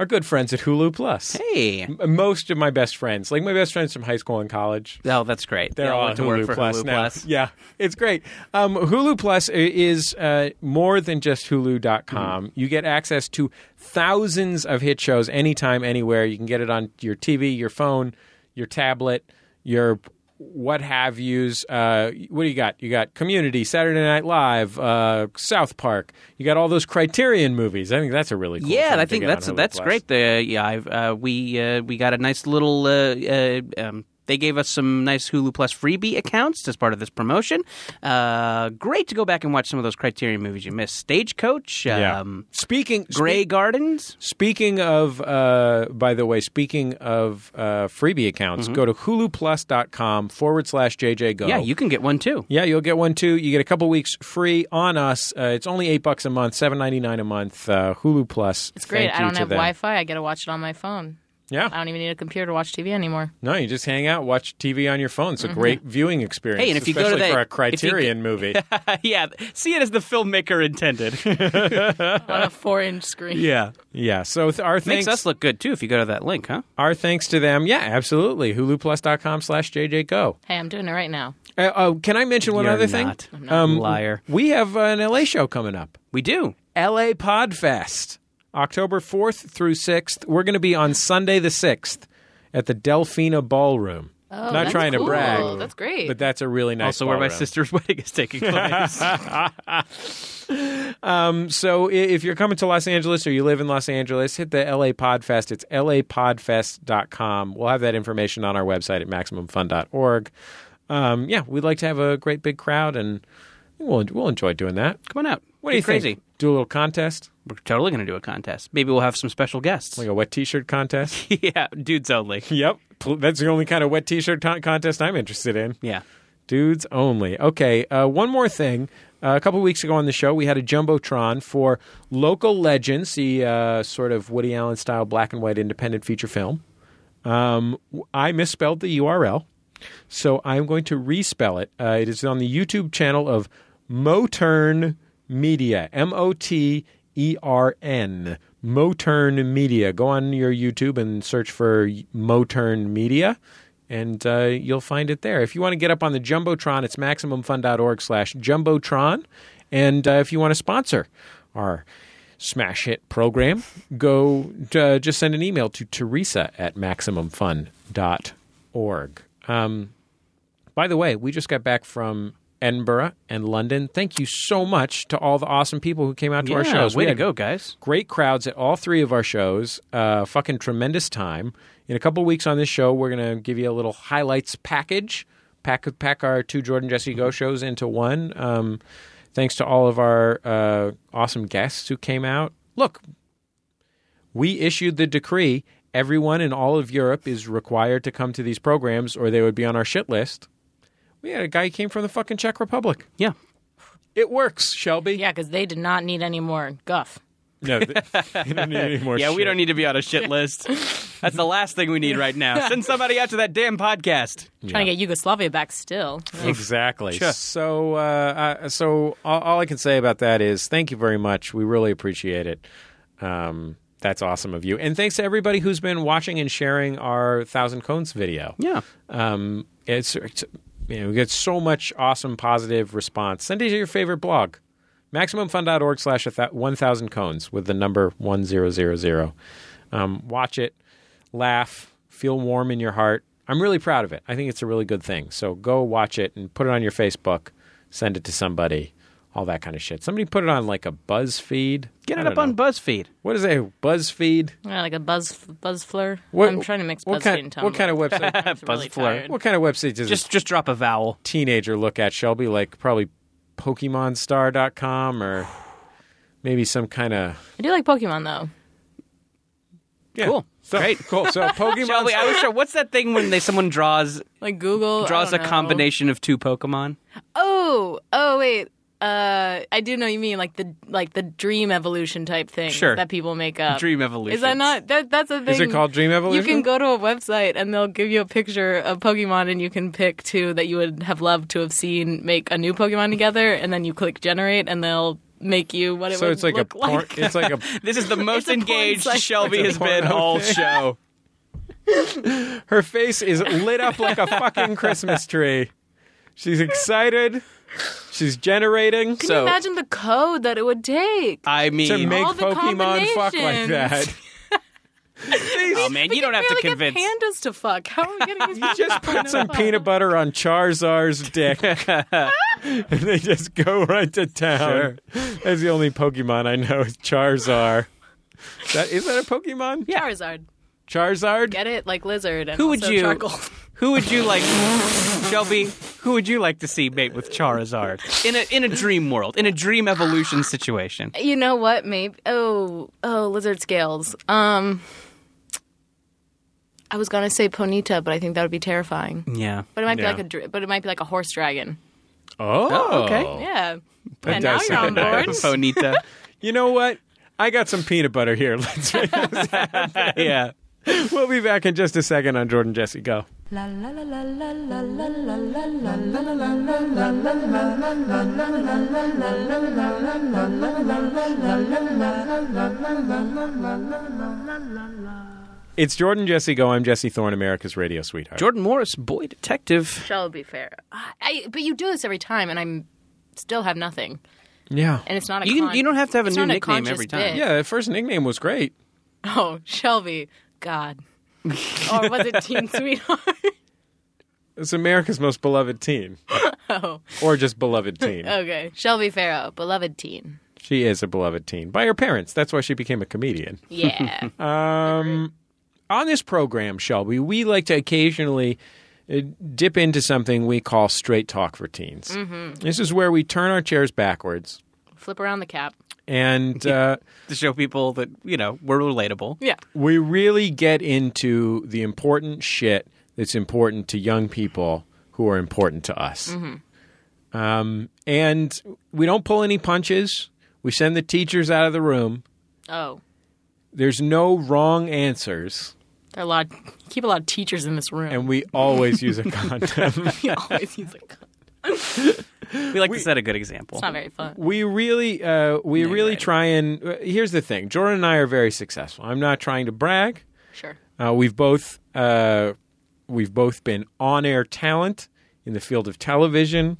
S2: our good friends at Hulu Plus.
S3: Hey.
S2: M- Most of my best friends, like my best friends from high school and college,
S3: Oh, that's great.
S2: they're
S3: yeah,
S2: all
S3: I
S2: on
S3: went to work
S2: Hulu
S3: for
S2: Plus
S3: Hulu
S2: now.
S3: Plus.
S2: Yeah, it's great. Um, Hulu Plus i- is uh, more than just Hulu.com.
S3: Mm-hmm.
S2: You get access to thousands of hit shows anytime, anywhere. You can get it on your TV, your phone, your tablet, your what have yous. Uh, what do you got? You got Community, Saturday Night Live, uh, South Park. You got all those Criterion movies. I think that's a really cool
S3: Yeah,
S2: thing
S3: I
S2: to
S3: think
S2: get on
S3: that's
S2: Hulu
S3: that's
S2: Plus.
S3: great. The yeah, I've, uh, we uh, we got a nice little. Uh, uh, um, they gave us some nice Hulu Plus freebie accounts as part of this promotion. Uh, great to go back and watch some of those Criterion movies you missed: Stagecoach,
S2: Yeah.
S3: um,
S2: speaking
S3: Grey Gardens.
S2: Speaking of, uh, by the way, speaking of uh, freebie accounts, go to huluplus.com forward slash JJGo.
S3: Mm-hmm. Yeah, you can get one too.
S2: Yeah, you'll get one too. You get a couple weeks free on us. Uh, it's only eight bucks a month, seven ninety nine a month. Uh, Hulu Plus.
S4: It's great.
S2: Thank
S4: I
S2: you
S4: don't
S2: to
S4: have
S2: them.
S4: Wi Fi. I get to watch it on my phone. I
S2: Yeah,
S4: don't even need a computer to watch TV anymore.
S2: no, you just hang out, watch TV on your phone.
S4: Mm-hmm.
S2: It's a great viewing experience.
S3: Hey, and if you go to
S2: especially
S3: that-
S2: for a
S3: if you
S2: Criterion movie,
S3: yeah, see it as the filmmaker intended.
S4: on a four inch screen.
S3: yeah,
S2: yeah. So th- our
S3: makes
S2: thanks,
S3: us look good too if you go to that link, huh?
S2: our thanks to them. Yeah, absolutely. HuluPlus.com slash JJGo.
S4: Hey, I'm doing it right now.
S2: Uh, uh, can I mention one
S3: You're
S2: other Uh, Um,
S3: not. I'm
S2: thing?
S3: not. Liar.
S2: We have an LA show coming up.
S3: We do.
S2: LA Podfest. October 4th through 6th. We're going to be on Sunday the 6th at the Delphina Ballroom. Not
S4: Oh, that's
S2: trying
S4: cool.
S2: to brag.
S4: That's great.
S2: But that's a really nice
S3: also where my
S2: ballroom.
S3: sister's wedding is taking place.
S2: So i- if you're coming to Los Angeles or you live in Los Angeles, hit the LA Podfest. It's lapodfest.com. We'll have that information on our website at maximumfun.org. Um, yeah, we'd like to have a great big crowd, and we'll we'll enjoy doing that.
S3: Come on out.
S2: What
S3: Be
S2: do you
S3: crazy.
S2: think? Do a little contest,
S3: We're totally going to do a contest. Maybe we'll have some special guests.
S2: like a wet T-shirt contest.
S3: yeah, dudes only.
S2: yep, Pl- that's the only kind of wet T-shirt con- contest I'm interested in.
S3: Yeah.
S2: Dudes only. Okay, uh, one more thing. Uh, a couple weeks ago on the show, we had a jumbotron for local legends, the uh, sort of Woody Allen style black and white independent feature film. Um, w- I misspelled the URL, so I'm going to respell it. Uh, it is on the YouTube channel of Motern Media. M O T E R N. Motern Media. Go on your YouTube and search for Motern Media, and uh, you'll find it there. If you want to get up on the Jumbotron, it's MaximumFun.org slash Jumbotron. And uh, if you want to sponsor our smash hit program, go uh, just send an email to Teresa at maximumfun.org. Um, by the way, we just got back from Edinburgh and London. Thank you so much to all the awesome people who came out to our
S3: Yeah,
S2: shows.
S3: way
S2: We
S3: to
S2: had
S3: go, guys.
S2: Great crowds at all three of our shows. Uh, fucking tremendous time. In a couple weeks on this show, we're going to give you a little highlights package. Pack pack our two Jordan Jesse
S3: Mm-hmm.
S2: Go shows into one. Um, thanks to all of our uh, awesome guests who came out. Look, we issued the decree. Everyone in all of Europe is required to come to these programs, or they would be on our shit list. We had a guy who came from the fucking Czech Republic.
S3: Yeah.
S2: It works, Shelby.
S4: yeah, because they did not need any more guff.
S2: No, th- we don't need any more.
S3: Yeah, we
S2: shit.
S3: don't need to be on a shit list. That's the last thing we need right now. Send somebody out to that damn podcast.
S4: Trying to get Yugoslavia back still.
S2: Exactly.
S3: Sure.
S2: So, uh, uh, so all, all I can say about that is thank you very much. We really appreciate it. Um, that's awesome of you, and thanks to everybody who's been watching and sharing our Thousand Cones video.
S3: Yeah.
S2: Um, it's, it's you know we get so much awesome positive response. Send it to your favorite blog, maximumfun.org slash one thousand cones with the number one zero zero zero. Um, watch it, laugh, feel warm in your heart. I'm really proud of it. I think it's a really good thing. So go watch it and put it on your Facebook, send it to somebody, all that kind of shit. Somebody put it on like a BuzzFeed.
S3: Get
S2: I
S3: it
S2: don't
S3: up on
S2: know.
S3: BuzzFeed.
S2: what is it? BuzzFeed.
S4: Yeah, like a buzz buzz flur.
S2: What,
S4: I'm trying to mix
S2: what
S4: BuzzFeed
S2: kind,
S4: and Tumblr.
S2: What kind of website?
S4: It's really
S3: Buzzflur.
S4: tired.
S2: what kind of website does
S3: Just just drop a vowel.
S2: teenager look at shelby like probably pokemonstar.com or maybe some kind of
S4: I do like Pokemon though.
S2: yeah.
S3: Cool.
S2: so,
S3: Great.
S2: cool so pokemon
S3: Shelby, I was sure. What's that thing when they someone draws
S4: Like Google I
S3: draws a
S4: don't know.
S3: combination of two Pokemon?
S4: Oh, oh wait. Uh, I do know what you mean like the like the dream evolution type thing
S3: Sure.
S4: that people make up.
S3: Dream evolution.
S4: Is that not that? That's a thing.
S2: it called Dream Evolution?
S4: You can go to a website and they'll give you a picture of Pokemon, and you can pick two that you would have loved to have seen make a new Pokemon together, and then you click generate, and they'll make you what it
S2: so
S4: would
S2: it's like a
S4: look
S2: porn,
S4: like.
S2: it's like a
S3: This is the
S4: It's
S3: most
S4: a porn
S3: engaged
S4: site.
S3: Shelby
S2: It's
S3: has
S2: a
S3: been
S2: porno
S3: all
S2: thing.
S3: show.
S2: her face is lit up like a fucking christmas tree she's excited she's generating
S4: Can
S3: so-
S4: you imagine the code that it would take?
S3: I
S2: to
S3: mean,
S2: make
S4: All the
S2: pokemon fuck like that
S4: combinations.
S3: oh man, you don't have to
S4: really
S3: convince.
S4: Get pandas to fuck. How are we getting these?
S2: just put some peanut butter on Charizard's dick. and they just go right to town. That's the only Pokemon I know is Charizard. Is that, is that a Pokemon?
S4: Charizard.
S2: Charizard?
S4: Get it like lizard. And
S3: Who would
S4: also
S3: you-
S4: Charcoal.
S3: Who would you like, Shelby? Who would you like to see mate with Charizard in a in a dream world, in a dream evolution situation?
S4: You know what? Maybe. Oh, oh, lizard scales. Um, I was gonna say Ponita, but I think that would be terrifying.
S3: Yeah,
S4: But it might be
S2: Yeah.
S4: like a, dra- but it might be like a horse dragon.
S2: Oh.
S3: okay.
S4: Yeah. Yeah, now
S2: does
S4: you're on
S2: sound
S4: board.
S2: nice.
S3: Bonita.
S2: You know what? I got some peanut butter here. Let's make this happen.
S3: yeah.
S2: We'll be back in just a second on Jordan Jesse Go.
S1: La la la la la la la la la la.
S2: It's Jordan Jesse Go. I'm Jesse Thorne, America's radio sweetheart.
S3: Jordan Morris, boy detective.
S4: Shall be fair. I, I- but you do this every time, and I'm still have nothing.
S2: Yeah.
S4: and it's not a
S3: You can-
S4: con-
S3: you don't have to have a
S4: it's
S3: new
S4: not
S3: nickname
S4: conscious
S3: every time.
S4: bid.
S2: Yeah, that first nickname was great.
S4: Oh, Shelby, God, or was it Teen Sweetheart?
S2: It's America's most beloved teen.
S3: Oh.
S2: Or just beloved teen.
S4: okay, Shelby Farrow, beloved teen.
S2: She is a beloved teen by her parents. That's why she became a comedian.
S4: Yeah,
S2: on this program, Shelby, we like to occasionally uh, dip into something we call straight talk for teens. Mm-hmm. This is where we turn our chairs backwards
S4: flip around the cap.
S2: and uh,
S3: to show people that you know we're relatable.
S4: Yeah,
S2: we really get into the important shit that's important to young people who are important to us. Um, and we don't pull any punches. We send the teachers out of the room.
S4: oh,
S2: There's no wrong answers,
S4: there are a lot. Keep a lot of teachers in this room.
S2: and we always use a condom.
S4: we always use like it's
S3: We like to set a good example.
S4: not very fun.
S2: we really uh, we really try and uh, here's the thing jordan and i are very successful i'm not trying to brag
S4: Sure.
S2: uh, we've both uh, we've both been on-air talent in the field of television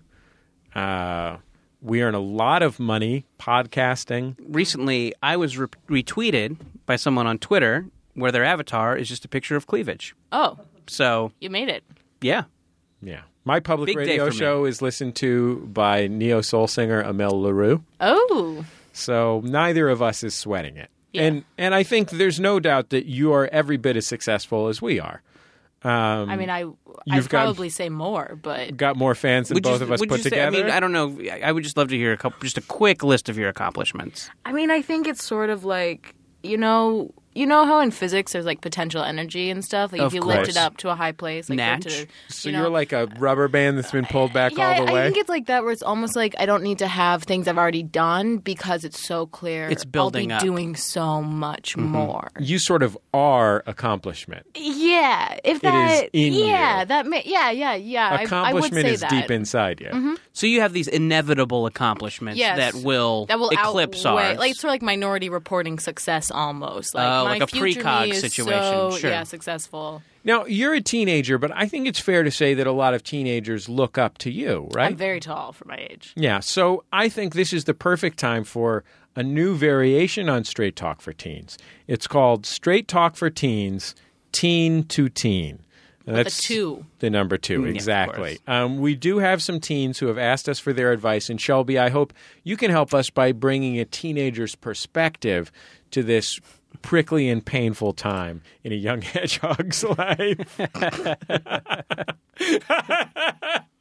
S2: uh, we earn a lot of money podcasting
S3: Recently, I was re- retweeted by someone on Twitter where their avatar is just a picture of cleavage.
S4: Oh,
S3: So
S4: you made it.
S3: yeah,
S2: yeah my public
S3: Big day
S2: radio
S3: for me.
S2: show is listened to by neo soul singer amel larue
S4: Oh,
S2: So neither of us is sweating it.
S4: Yeah.
S2: And and I think there's no doubt that you are every bit as successful as we are.
S4: I mean, I I
S2: Um, you've got-
S4: probably say more, but
S2: Got more fans than
S3: Would you-
S2: both of us
S3: would
S2: put
S3: you say-
S2: together.
S3: I mean, I don't know. I I would just love to hear a couple, just a quick list of your accomplishments.
S4: I mean, I think it's sort of like you know, you know how in physics there's like potential energy and stuff. Like
S3: Of
S4: if you lift
S3: course.
S4: it up to a high place, like
S3: Natch.
S4: lift it-
S2: so
S4: you
S2: you're
S4: know?
S2: like a rubber band that's been pulled back
S4: yeah,
S2: all the
S4: I-
S2: way.
S4: I think it's like that where it's almost like I don't need to have things I've already done because it's so clear.
S3: It's building
S4: I'll
S3: up.
S4: be doing so much
S2: Mm-hmm.
S4: more.
S2: you sort of are accomplishment.
S4: Yeah, if that,
S2: in
S4: yeah,
S2: you.
S4: that, may, yeah, yeah, yeah. I- I, would
S2: Accomplishment
S4: say
S2: is
S4: that. Mm-hmm.
S2: deep inside you.
S3: So you have these inevitable accomplishments
S4: Yes.
S3: that will
S4: that will
S3: eclipse
S4: outweigh,
S3: ours.
S4: Like it's sort of like minority reporting success almost. Like
S3: Oh,
S4: my
S3: like a
S4: future
S3: precog
S4: me is
S3: situation.
S4: So,
S3: Sure.
S4: Yeah, successful.
S2: Now you're a teenager, but I think it's fair to say that a lot of teenagers look up to you, right?
S4: I'm very tall for my age.
S2: Yeah, so I think this is the perfect time for a new variation on Straight Talk for Teens. It's called Straight Talk for Teens, Teen to Teen. And
S4: the
S2: That's
S4: two.
S2: The number two,
S3: of
S2: exactly. Um, we do have some teens who have asked us for their advice, and Shelby, I hope you can help us by bringing a teenager's perspective to this prickly and painful time in a young hedgehog's life.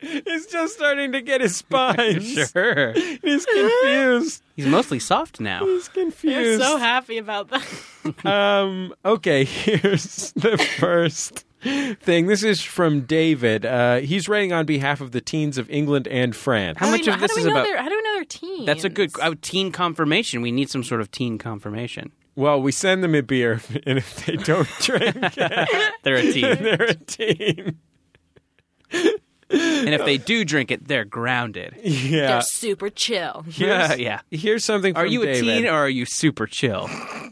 S2: He's just starting to get his spine.
S3: sure.
S2: He's confused.
S3: He's mostly soft now.
S2: He's confused.
S4: so happy about that.
S2: um, okay, here's the first thing. This is from David. Uh, he's writing on behalf of the teens of England and France.
S3: How much
S4: do we-
S3: of this
S4: how do we
S3: is
S4: know
S3: about?
S4: Their, how do we know their teens?
S3: That's a good uh, teen confirmation. We need some sort of teen confirmation.
S2: Well, we send them a beer, and if they don't drink,
S3: They're a teen,
S2: they're a teen.
S3: and if they do drink it, they're grounded.
S4: They're
S2: Yeah.
S4: super chill.
S2: Here's-
S3: yeah.
S2: Here's something from
S3: Are you a
S2: David.
S3: teen or are you super chill?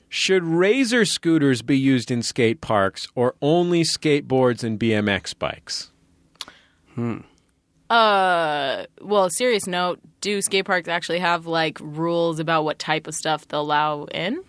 S2: Should razor scooters be used in skate parks or only skateboards and BMX bikes?
S4: Uh, well, serious note: Do skate parks actually have like rules about what type of stuff they'll allow in,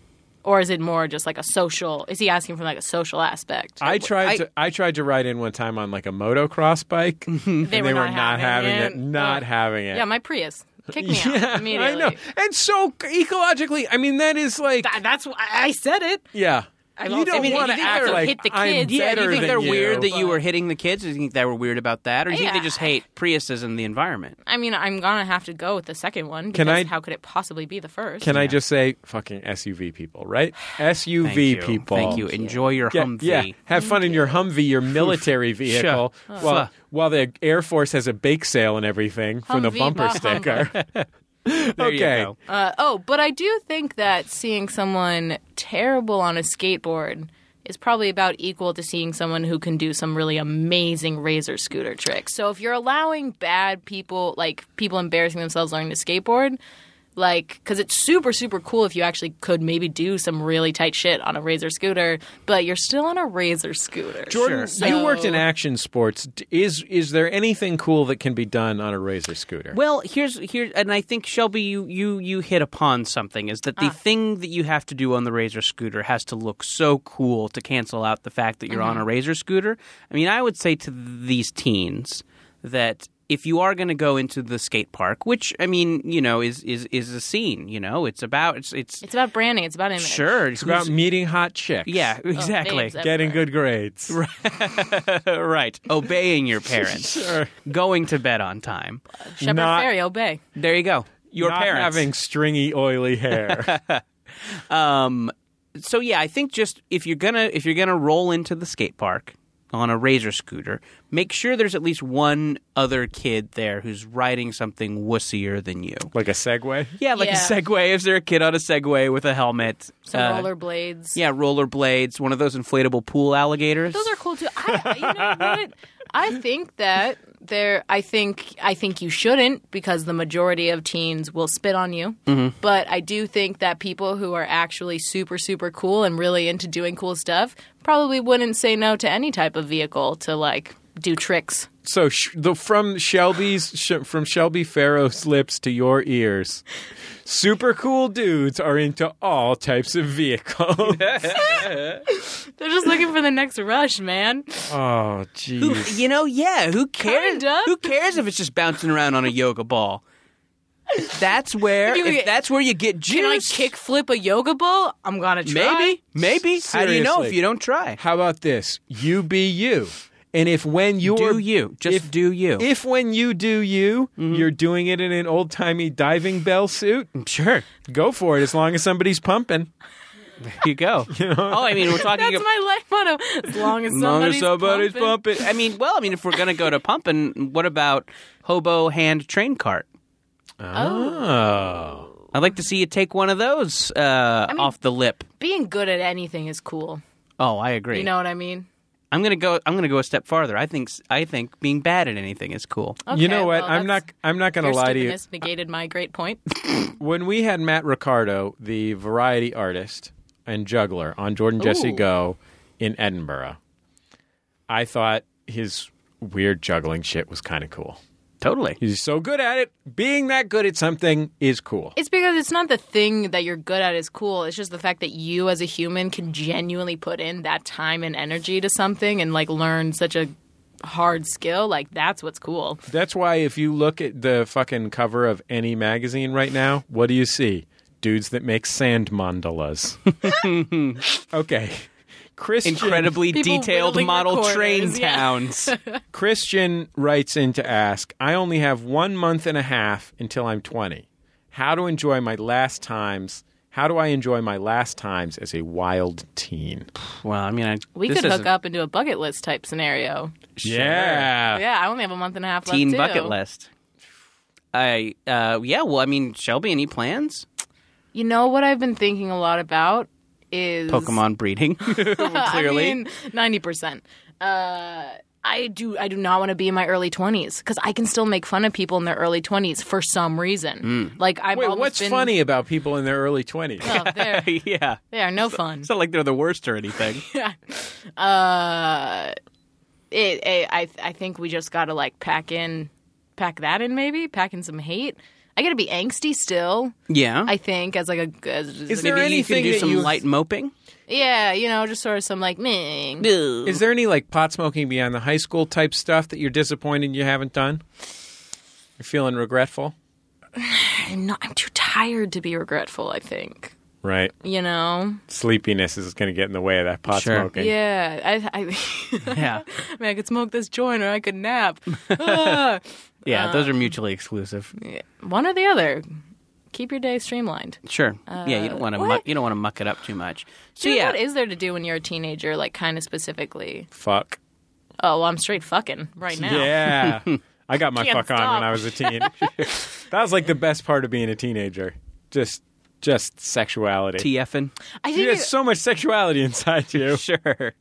S4: or is it more just like a social? Is he asking from like a social aspect?
S2: I tried to I tried to ride in one time on like a motocross bike. and
S4: they
S2: they were not having it. Not
S4: Uh,
S2: having it.
S4: Yeah, my Prius kicked me out
S2: I
S4: immediately.
S2: know. And so ecologically, I mean, that is like,
S4: Th- that's why I said it.
S2: yeah.
S4: also-
S2: you don't
S4: I mean,
S2: want
S4: you
S2: to
S4: think
S2: act
S4: they're-
S2: like
S4: hit the
S2: I'm
S4: kids, yeah,
S2: better
S4: you
S3: you think
S2: than
S3: they're
S2: you.
S3: weird that you were hitting the kids? Do you think they were weird about that, or do you think
S4: Yeah.
S3: they just hate Priuses and the environment?
S4: I mean, I'm gonna have to go with the second one.
S2: Can
S4: Because
S2: I-
S4: How could it possibly be the first?
S2: Can I just say, fucking SUV people, right? SUV
S3: Thank you.
S2: people.
S3: Thank you. Enjoy your
S2: Yeah,
S3: Humvee.
S2: yeah, have fun in your Humvee, your military vehicle, while, while the Air Force has a bake sale and everything from the
S4: Humvee,
S2: bumper
S4: bah,
S2: sticker.
S3: There you
S2: okay.
S3: go.
S4: Uh, oh, but I do think that seeing someone terrible on a skateboard is probably about equal to seeing someone who can do some really amazing razor scooter tricks. So if you're allowing bad people, like people embarrassing themselves learning to skateboard, like because it's super super cool if you actually could maybe do some really tight shit on a razor scooter, but you're still on a razor scooter.
S2: Jordan, you
S4: So-
S2: worked in action sports. D- Is is there anything cool that can be done on a razor scooter?
S3: Well, here's here, and I think Shelby, you you you hit upon something is that
S4: Ah.
S3: the thing that you have to do on the Razor scooter has to look so cool to cancel out the fact that you're on a
S4: Mm-hmm.
S3: Razor scooter. I mean, I would say to these teens that if you are going to go into the skate park, which I mean, you know, is is is a scene. You know, it's about it's it's,
S4: It's about branding. It's about image. Oh,
S3: sure
S2: it's about
S3: who's-
S2: meeting hot chicks.
S3: yeah, exactly.
S4: babes, that-
S2: getting good grades. Right.
S4: uh,
S3: right, obeying your parents, going to bed on time.
S4: Shepherd
S2: Not-
S4: Ferry, obey.
S3: There you go. Your
S2: Not
S3: parents
S2: having stringy, oily hair.
S3: Um, so yeah, I think just if you're gonna if you're gonna roll into the skate park on a razor scooter, make sure there's at least one other kid there who's riding something wussier than you.
S2: like a Segway.
S3: Yeah, like
S4: Yeah.
S3: a Segway. Is there a kid on a Segway with a helmet?
S4: Some
S3: Uh,
S4: rollerblades.
S3: Yeah, rollerblades. One of those inflatable pool alligators.
S4: Those are cool too. I, you know what? I think that there. I think I think you shouldn't because the majority of teens will spit on you. But I do think that people who are actually super super cool and really into doing cool stuff probably wouldn't say no to any type of vehicle to like do tricks.
S2: So sh- the from Shelby's sh- from Shelby Farrow's lips to your ears, super cool dudes are into all types of vehicles.
S4: They're just looking for the next rush, man.
S2: oh, jeez.
S3: you know, yeah. Who cares?
S4: Kinda.
S3: Who cares if it's just bouncing around on a yoga ball? That's where.
S4: You
S3: if
S4: get-
S3: that's where you get juice.
S4: Can I kick flip a yoga ball? I'm gonna try.
S3: Maybe, maybe. How do you know
S2: Seriously.
S3: if you don't try?
S2: How about this? You be you. And if when you're
S3: do you just
S2: if-
S3: do you? Mm-hmm.
S2: if when you do you, you're doing it in an old timey diving bell suit,
S3: sure,
S2: go for it as long as somebody's pumping.
S3: there you go. Oh, I mean, we're talking.
S4: That's
S3: ab-
S4: my life motto. As long as
S3: as long
S4: somebody's,
S3: as somebody's
S4: pumping.
S3: pumping. I mean, well, I mean, if we're gonna go to pumping, what about hobo hand train cart?
S2: Oh.
S3: I'd like to see you take one of those uh, off the lip.
S4: Being good at anything is cool.
S3: Oh, I agree.
S4: You know what I mean?
S3: I'm gonna go. I'm gonna go a step farther. I think. s- I think being bad at anything is cool.
S2: you
S4: Okay,
S2: know what?
S4: well,
S2: I'm not
S4: that's-
S2: I'm not going to
S4: Your
S2: lie to you.
S4: stupidness negated my great point.
S2: When we had Matt Ricardo, the variety artist and juggler on Jordan Jesse
S4: Ooh.
S2: Go in Edinburgh, I thought his weird juggling shit was kind of cool.
S3: Totally.
S2: He's so good at it. Being that good at something is cool.
S4: It's because it's not the thing that you're good at is cool. It's just the fact that you as a human can genuinely put in that time and energy to something and like learn such a hard skill. Like that's what's cool.
S2: That's why if you look at the fucking cover of any magazine right now, what do you see? Dudes that make sand mandalas. okay. Christian,
S3: Incredibly
S4: People
S3: detailed
S4: whittling
S3: model train
S4: recorders, yeah.
S3: towns.
S2: Christian writes in to ask, I only have one month and a half until I'm 20. How to enjoy my last times? How do I enjoy my last times as a wild teen?
S3: well, I mean, I,
S4: We
S3: this
S4: could hook
S3: isn't-
S4: up and do a bucket list type scenario.
S2: Yeah.
S4: yeah, I only have a month and a half left.
S3: Uh, teen
S4: too.
S3: bucket list. I uh yeah, well I mean Shelby, any plans?
S4: You know what I've been thinking a lot about is
S3: Pokemon breeding. clearly.
S4: I mean, ninety percent. Uh, I do. I do not want to be in my early twenties because I can still make fun of people in their early twenties for some reason. Like I've
S2: Hmm. Wait,
S4: always
S2: what's
S4: been-
S2: funny about people in their early 20s?
S4: Oh, they're,
S3: yeah.
S4: they are no fun.
S3: It's not like they're the worst or anything.
S4: Uh, it, it, I I think we just got to like pack in, pack that in maybe, pack in some hate. I got to be angsty still.
S3: yeah.
S4: I think as like a as,
S2: Is
S4: like
S2: there
S4: a-
S3: Maybe you
S2: anything
S3: can do
S2: that
S3: some
S2: you-
S3: light moping.
S4: yeah you know just sort of some like meh.
S2: Is there any like pot smoking beyond the high school type stuff that you're disappointed you haven't done? You're feeling regretful,
S4: I'm not I'm too tired to be regretful. I think
S2: right?
S4: you know
S2: Sleepiness is going to get in the way of that pot
S3: Sure.
S2: smoking.
S4: Yeah, I, I,
S3: Yeah.
S4: I mean, I could smoke this joint or I could nap. Ah.
S3: Yeah, those are mutually exclusive.
S4: One or the other. Keep your day streamlined.
S3: Sure. yeah, you don't want to
S4: Uh, what?
S3: muck, you don't want to muck it up too much. So
S4: Dude,
S3: yeah.
S4: what is there to do when you're a teenager? Like, kind of specifically.
S2: Fuck.
S4: Oh, well, I'm straight fucking right now.
S2: Yeah. I got my
S4: Can't
S2: fuck on
S4: stop.
S2: when I was a teen. that was like the best part of being a teenager. Just just sexuality.
S3: TFing.
S4: I
S2: you
S4: think
S2: had so much sexuality inside you.
S3: Sure.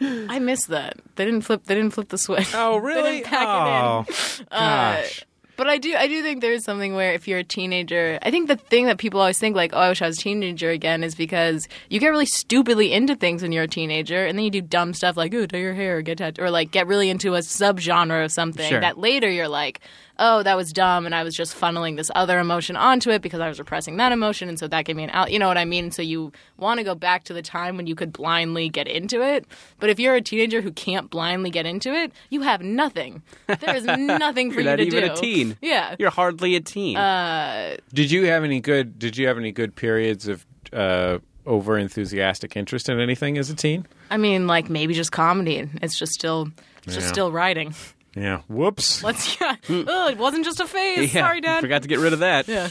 S4: e- I missed that. They didn't flip. They didn't flip the switch.
S2: Oh, really?
S4: They didn't pack
S2: oh,
S4: it in.
S2: gosh.
S4: But I do I do think there is something where if you're a teenager, I think the thing that people always think like, oh, I wish I was a teenager again, is because you get really stupidly into things when you're a teenager, and then you do dumb stuff like, oh, dye your hair, or get tat- or like get really into a subgenre of something
S3: Sure.
S4: that later you're like, oh, that was dumb, and I was just funneling this other emotion onto it because I was repressing that emotion, and so that gave me an out. You know what I mean? So you want to go back to the time when you could blindly get into it, but if you're a teenager who can't blindly get into it, you have nothing. There is nothing for
S3: You're
S4: you
S3: not
S4: to
S3: even
S4: do.
S3: a teen.
S4: Yeah.
S3: You're hardly a teen.
S2: Did you have any good? Did you have any good periods of uh, over enthusiastic interest in anything as a teen?
S4: I mean, like maybe just comedy. It's just still, it's just
S2: Yeah.
S4: still writing.
S2: Yeah. Whoops.
S4: Let's. Yeah. oh, it wasn't just a phase.
S3: yeah,
S4: Sorry, Dad.
S3: Forgot to get rid of that.
S4: Yeah.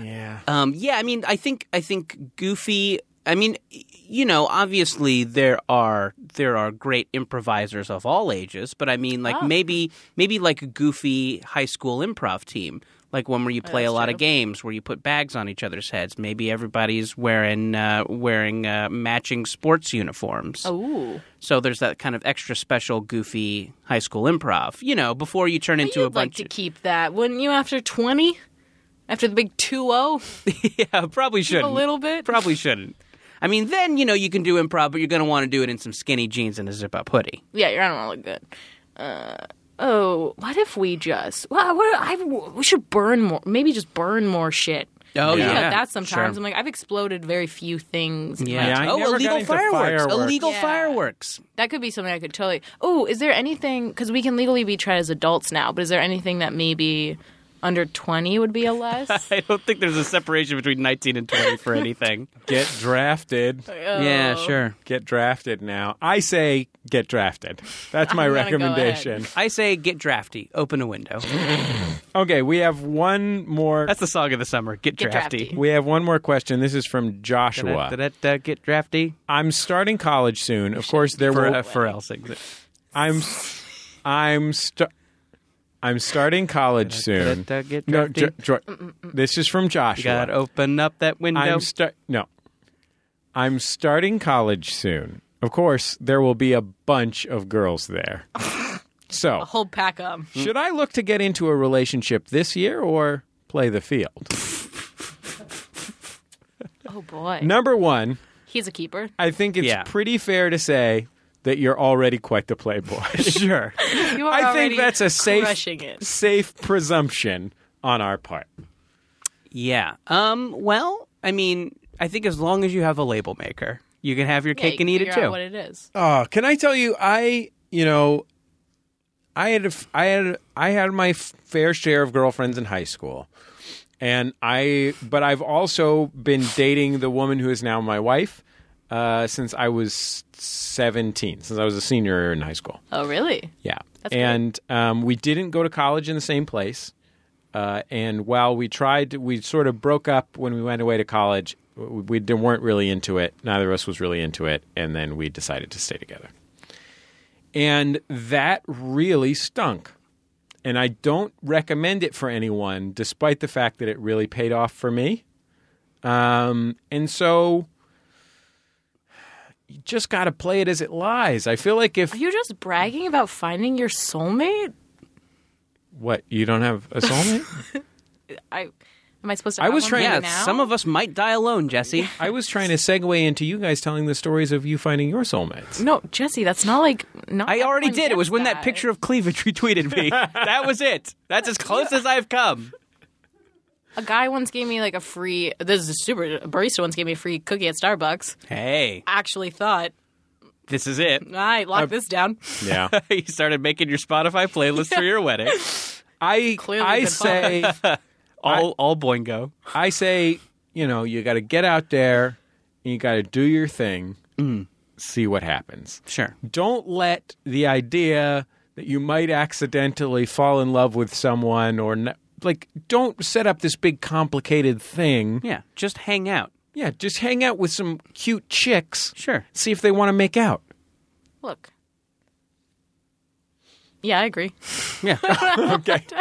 S2: Yeah.
S3: Um, yeah, I mean, I think I think Goofy. I mean, y- you know, obviously there are there are great improvisers of all ages, but I mean, like
S4: Oh.
S3: maybe maybe like a Goofy high school improv team, like one where
S4: Oh,
S3: you play a lot of games, where you put bags on each other's heads. Maybe everybody's wearing uh, wearing uh, matching sports uniforms.
S4: Ooh.
S3: So there's that kind of extra special Goofy high school improv. You know, before you turn into
S4: You'd
S3: a bunch
S4: like to
S3: of
S4: keep that, wouldn't you? After twenty, after the big two zero,
S3: yeah, probably shouldn't
S4: a little bit.
S3: Probably shouldn't. I mean, then you know you can do improv, but you're going to want to do it in some skinny jeans and a zip-up hoodie.
S4: Yeah, you're not want to look good. Uh, oh, what if we just? Well, what, I we should burn more. Maybe just burn more shit.
S3: Oh
S4: Think
S3: yeah,
S4: about that sometimes.
S3: Sure.
S4: I'm like, I've exploded very few things. in
S3: yeah.
S2: Yeah, I
S3: oh,
S2: never got
S3: illegal
S2: into
S3: fireworks.
S2: fireworks.
S3: Illegal
S4: Yeah.
S3: fireworks.
S4: That could be something I could totally. Oh, is there anything? Because we can legally be tried as adults now, but is there anything that maybe under twenty would be a less?
S3: I don't think there's a separation between 19 and 20 for anything. Oh.
S2: Get drafted.
S3: yeah, sure.
S2: Get drafted now. I say get drafted. That's my
S4: I'm gonna go
S2: recommendation.
S3: I say get drafty. Open a window.
S2: Okay, we have one more.
S3: That's the song of the summer. Get,
S4: Get drafty.
S2: we have one more question. This is from Joshua.
S3: Da-da-da-da, get drafty
S2: I'm starting college soon. Of course, there
S3: for
S2: were.
S3: uh, Pharrell sings it.
S2: I'm. I'm. St- I'm starting college soon.
S3: Da-da-da, get Mm,
S2: No,
S3: drafty.
S2: Jo- Jo- this is from Joshua.
S3: Got to open up that window.
S2: I'm start no. I'm starting college soon. Of course, there will be a bunch of girls there. so,
S4: Whole pack up.
S2: should I look to get into a relationship this year or play the field?
S4: Oh boy,
S2: Number 1,
S4: he's a keeper.
S2: I think it's
S3: Yeah.
S2: pretty fair to say that you're already quite the playboy.
S3: sure.
S4: You are
S2: I
S4: already
S2: think that's a safe
S4: crushing it.
S2: safe presumption on our part.
S3: Yeah. Um. Well, I mean, I think as long as you have a label maker, you can have your
S4: Yeah, you
S3: cake and eat it
S4: figure out
S3: too.
S4: What it is?
S2: Oh, can I tell you? I you know, I had a f I had I had my f- fair share of girlfriends in high school, and I but I've also been dating the woman who is now my wife uh, since I was seventeen, since I was a senior in high school.
S4: Oh really?
S2: Yeah.
S4: great.
S2: and um, we didn't go to college in the same place. Uh, and while we tried, to, we sort of broke up when we went away to college. We, we didn't- weren't really into it. Neither of us was really into it. And then we decided to stay together. And that really stunk. And I don't recommend it for anyone, despite the fact that it really paid off for me. Um, and so you just got to play it as it lies. I feel like if
S4: Are you just bragging about finding your soulmate?
S2: What you don't have a soulmate?
S4: I am I supposed to?
S2: I
S4: have
S2: was
S4: one
S2: trying-
S4: right
S3: yeah.
S4: now?
S3: Some of us might die alone, Jesse.
S2: I was trying to segue into you guys telling the stories of you finding your soulmates.
S4: No, Jesse, that's not like. Not
S3: I already
S4: everyone
S3: did. It was
S4: gets
S3: when that picture of cleavage retweeted me. that was it. That's as close as I've come.
S4: A guy once gave me like a free. This is super. A barista once gave me a free cookie at Starbucks.
S3: Hey,
S4: Actually, thought
S3: this is it.
S4: I lock this down.
S2: Yeah,
S3: you started making your Spotify playlist for your wedding.
S2: I
S4: Clearly
S2: I
S4: good
S2: say
S3: All all boingo.
S2: I say you know you got to get out there and you got to do your thing, see what happens.
S3: Sure.
S2: Don't let the idea that you might accidentally fall in love with someone or n like don't set up this big complicated thing.
S3: Yeah. Just hang out.
S2: Yeah, just hang out with some cute chicks.
S3: Sure.
S2: See if they want to make out.
S4: Look. Yeah, I agree.
S3: Yeah.
S2: Okay.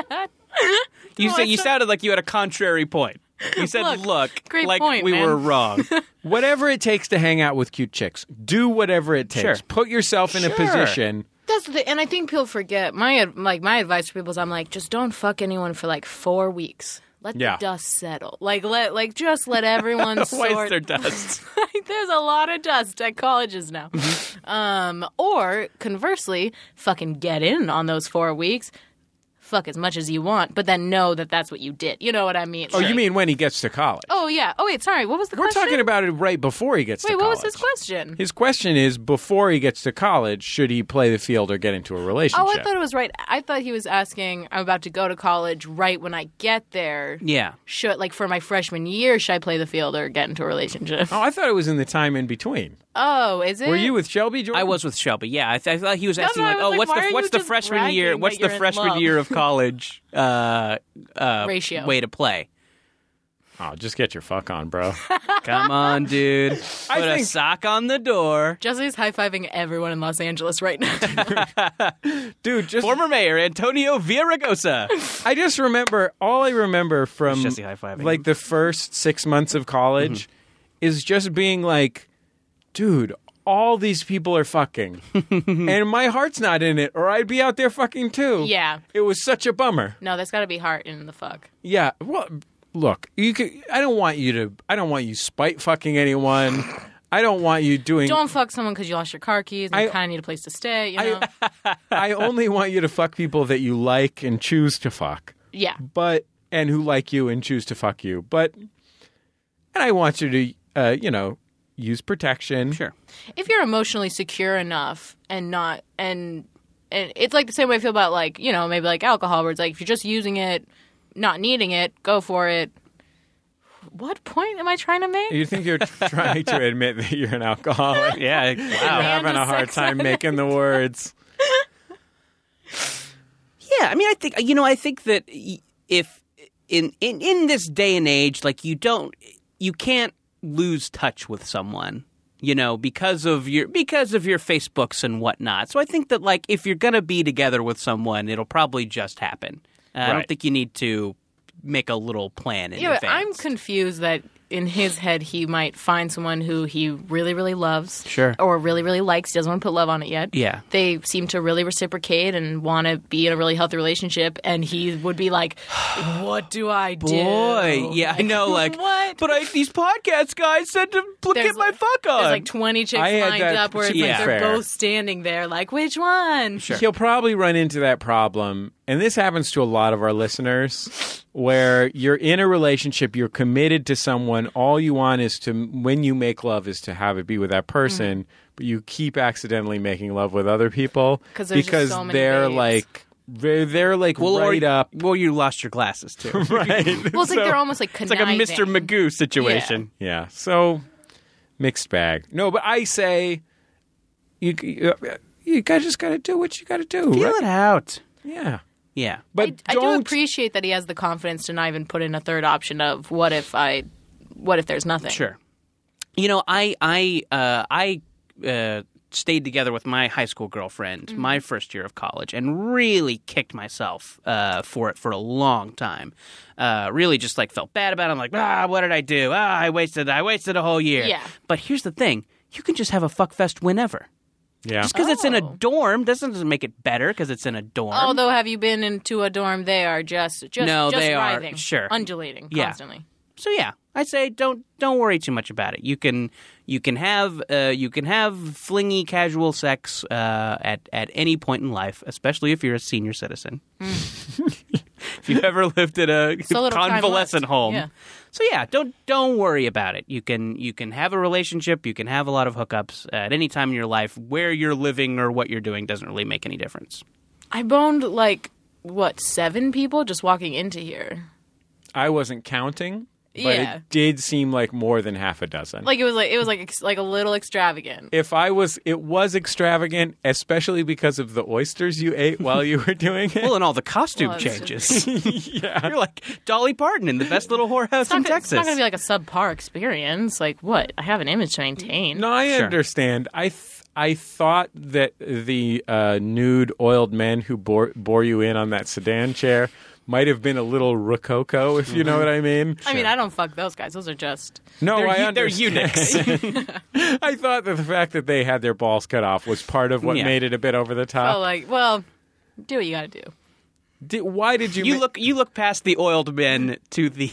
S3: You
S4: No,
S3: said
S4: it's
S3: you
S4: not-
S3: sounded like you had a contrary point. You said, "Look,
S4: Look, great
S3: like
S4: point,
S3: we
S4: man.
S3: were wrong."
S2: whatever it takes to hang out with cute chicks, do whatever it takes.
S3: Sure.
S2: Put yourself in a
S3: Sure.
S2: position
S4: that's the and I think people forget my ad- like my advice to people is I'm like just don't fuck anyone for like four weeks. Let
S2: Yeah.
S4: the dust settle. Like let like just let everyone
S3: Why is
S4: sort.
S3: there dust?
S4: Like, There's a lot of dust at colleges now. um, or conversely, fucking get in on those four weeks. Fuck as much as you want, but then know that that's what you did. You know what I mean?
S2: Oh,
S4: Like-
S2: you mean when he gets to college?
S4: Oh yeah. Oh wait, sorry. What was the
S2: We're
S4: question?
S2: talking about it right before he gets
S4: wait,
S2: to
S4: what
S2: college.
S4: was his question?
S2: His question is before he gets to college, should he play the field or get into a relationship?
S4: Oh, I thought it was right. I thought he was asking. I'm about to go to college. Right when I get there,
S3: yeah.
S4: should like for my freshman year, should I play the field or get into a relationship?
S2: Oh, I thought it was in the time in between.
S4: Oh, is it?
S2: Were you with Shelby? Jordan?
S3: I was with Shelby. Yeah, I, th- I thought he was asking
S4: no, I
S3: like,
S4: was
S3: "Oh,
S4: like,
S3: what's
S4: why are
S3: the
S4: you
S3: what's the
S4: just
S3: freshman
S4: bragging
S3: year?
S4: that
S3: What's the
S4: you're in
S3: freshman
S4: love?
S3: year of college uh, uh,
S4: Ratio.
S3: way to play?"
S2: Oh, just get your fuck on, bro.
S3: Come on, dude.
S2: I
S3: Put a
S2: think-
S3: sock on the door.
S4: Jesse's high fiving everyone in Los Angeles right now.
S2: Dude, just
S3: Former mayor Antonio Villaraigosa.
S2: I just remember all I remember from
S3: It's Jesse high-fiving.
S2: like the first six months of college is just being like, dude, all these people are fucking, and my heart's not in it, or I'd be out there fucking too.
S4: Yeah.
S2: it was such a bummer.
S4: no, that's got to be heart in the fuck.
S2: Yeah, well, look, you could. I don't want you to. I don't want you spite fucking anyone. I don't want you doing.
S4: Don't fuck someone because you lost your car keys and
S2: I-
S4: you kind of need a place to stay. You know?
S2: I only want you to fuck people that you like and choose to fuck.
S4: yeah.
S2: but and who like you and choose to fuck you. But and I want you to, uh, you know, use protection.
S3: Sure.
S4: if you're emotionally secure enough and not and and it's like the same way I feel about like you know maybe like alcohol where it's like if you're just using it, not needing it, go for it. What point am I trying to make?
S2: You think you're trying to admit that you're an alcoholic?
S3: Yeah.
S2: I'm
S3: Wow.
S2: having a hard time making the words.
S3: Yeah, I mean, I think you know, I think that y- if in in in this day and age, like you don't, you can't lose touch with someone, you know, because of your because of your Facebooks and whatnot. So I think that like if you're gonna be together with someone, it'll probably just happen. Uh, I
S2: Right.
S3: don't think you need to make a little plan in
S4: Yeah, but
S3: advance.
S4: I'm confused that in his head he might find someone who he really really loves,
S3: Sure.
S4: or really really likes. He doesn't want to put love on it yet.
S3: Yeah.
S4: they seem to really reciprocate and want to be in a really healthy relationship, and he would be like, "What do I do?"
S3: Boy, yeah, I know. Like,
S4: what?
S3: But I, these podcast guys said to look
S4: There's
S3: at my
S4: like-
S3: fuck on.
S4: There's like 20 chicks
S2: I had
S4: lined
S2: that
S4: up where it's
S3: Yeah.
S4: like they're
S2: fair.
S4: both standing there, like, which one? Sure.
S2: He'll probably run into that problem, and this happens to a lot of our listeners, where you're in a relationship, you're committed to someone. All you want is to, when you make love, is to have it be with that person,
S4: Mm-hmm.
S2: but you keep accidentally making love with other people
S4: 'Cause there's just
S2: because
S4: so many
S2: they're
S4: babes.
S2: like they're, they're like right
S3: or,
S2: up,
S3: Well, you lost your glasses too.
S2: right?
S4: Well, it's like
S2: So-
S4: they're almost like
S3: It's like a
S4: conniving.
S3: Mr. Magoo situation.
S2: Yeah. So mixed bag. No, but I say you you, you guys just got to do what you got to do. right?
S3: out.
S2: Yeah.
S3: Yeah.
S2: But
S4: I do
S2: don't
S4: appreciate that he has the confidence to not even put in a third option of what if I, what if there's nothing?
S3: Sure. You know, I I uh, I uh, stayed together with my high school girlfriend my first year of college, and really kicked myself uh, for it for a long time. Uh, really, just like felt bad about. it. I'm like, ah, what did I do? Ah, I wasted. I wasted a whole year.
S4: Yeah.
S3: But here's the thing: you can just have a fuck fest whenever.
S2: Yeah.
S3: Just because it's in a
S4: Oh.
S3: dorm doesn't doesn't make it better because it's in a dorm.
S4: Although, have you been into a dorm? They are just, just,
S3: No,
S4: just
S3: they are-
S4: writhing,
S3: sure.
S4: undulating
S3: Yeah.
S4: constantly.
S3: so yeah i say don't don't worry too much about it you can you can have uh, you can have flingy casual sex uh, at at any point in life especially if you're a senior citizen if you ever lived in a
S4: So Mm. little time
S3: convalescent
S4: left.
S3: home
S4: Yeah.
S3: so yeah don't don't worry about it you can you can have a relationship you can have a lot of hookups at any time in your life where you're living or what you're doing doesn't really make any difference
S4: I boned like what seven people just walking into here.
S2: I wasn't counting, but
S4: Yeah.
S2: it did seem like more than half a dozen.
S4: Like it was like it was like ex- like a little extravagant.
S2: if I was, it was extravagant, especially because of the oysters you ate while you were doing it.
S3: well and all the costume
S4: Well, it's
S3: changes yeah you're like dolly parton in the best little whorehouse in
S4: It's not,
S3: texas
S4: it's not going to be like a subpar experience. Like what? I have an image to maintain.
S2: no, I
S3: Sure.
S2: understand. I th- I thought that the uh, nude oiled men who bore, bore you in on that sedan chair might have been a little rococo, if you know what I mean.
S4: I mean, I don't fuck those guys. Those are just.
S2: No,
S3: they're,
S2: Oh, I
S3: eu- they're
S2: understand.
S3: eunuchs.
S2: I thought that the fact that they had their balls cut off was part of what
S3: Yeah.
S2: made it a bit over the top.
S4: Oh, like, well, do what you gotta do.
S2: Did- why did you?
S3: you
S2: ma-
S3: look you look past the oiled men to the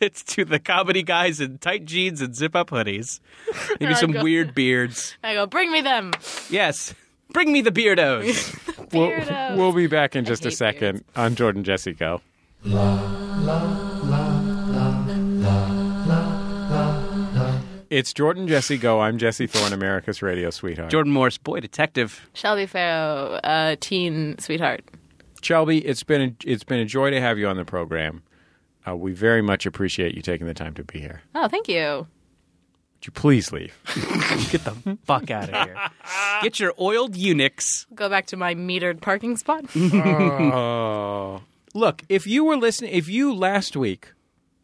S3: to the comedy guys in tight jeans and zip up hoodies. Maybe some
S4: God.
S3: weird beards.
S4: I go, bring me them.
S3: Yes. Bring me the beardos.
S2: We'll,
S4: Weirdos.
S2: we'll be back in just a
S4: hate
S2: second on Jordan Jesse Go. It's Jordan Jesse Go. I'm Jesse Thorne, America's radio sweetheart.
S3: Jordan Morse, boy detective.
S4: Shelby Farrow, uh, teen sweetheart.
S2: Shelby, it's been a, it's been a joy to have you on the program. Uh, we very much appreciate you taking the time to be here.
S4: Oh, thank you.
S2: Would you please leave?
S3: Get the fuck out of here. Get your oiled eunuchs.
S4: Go back to my metered parking spot.
S2: Mm-hmm. Oh, look! If you were listening, if you last week,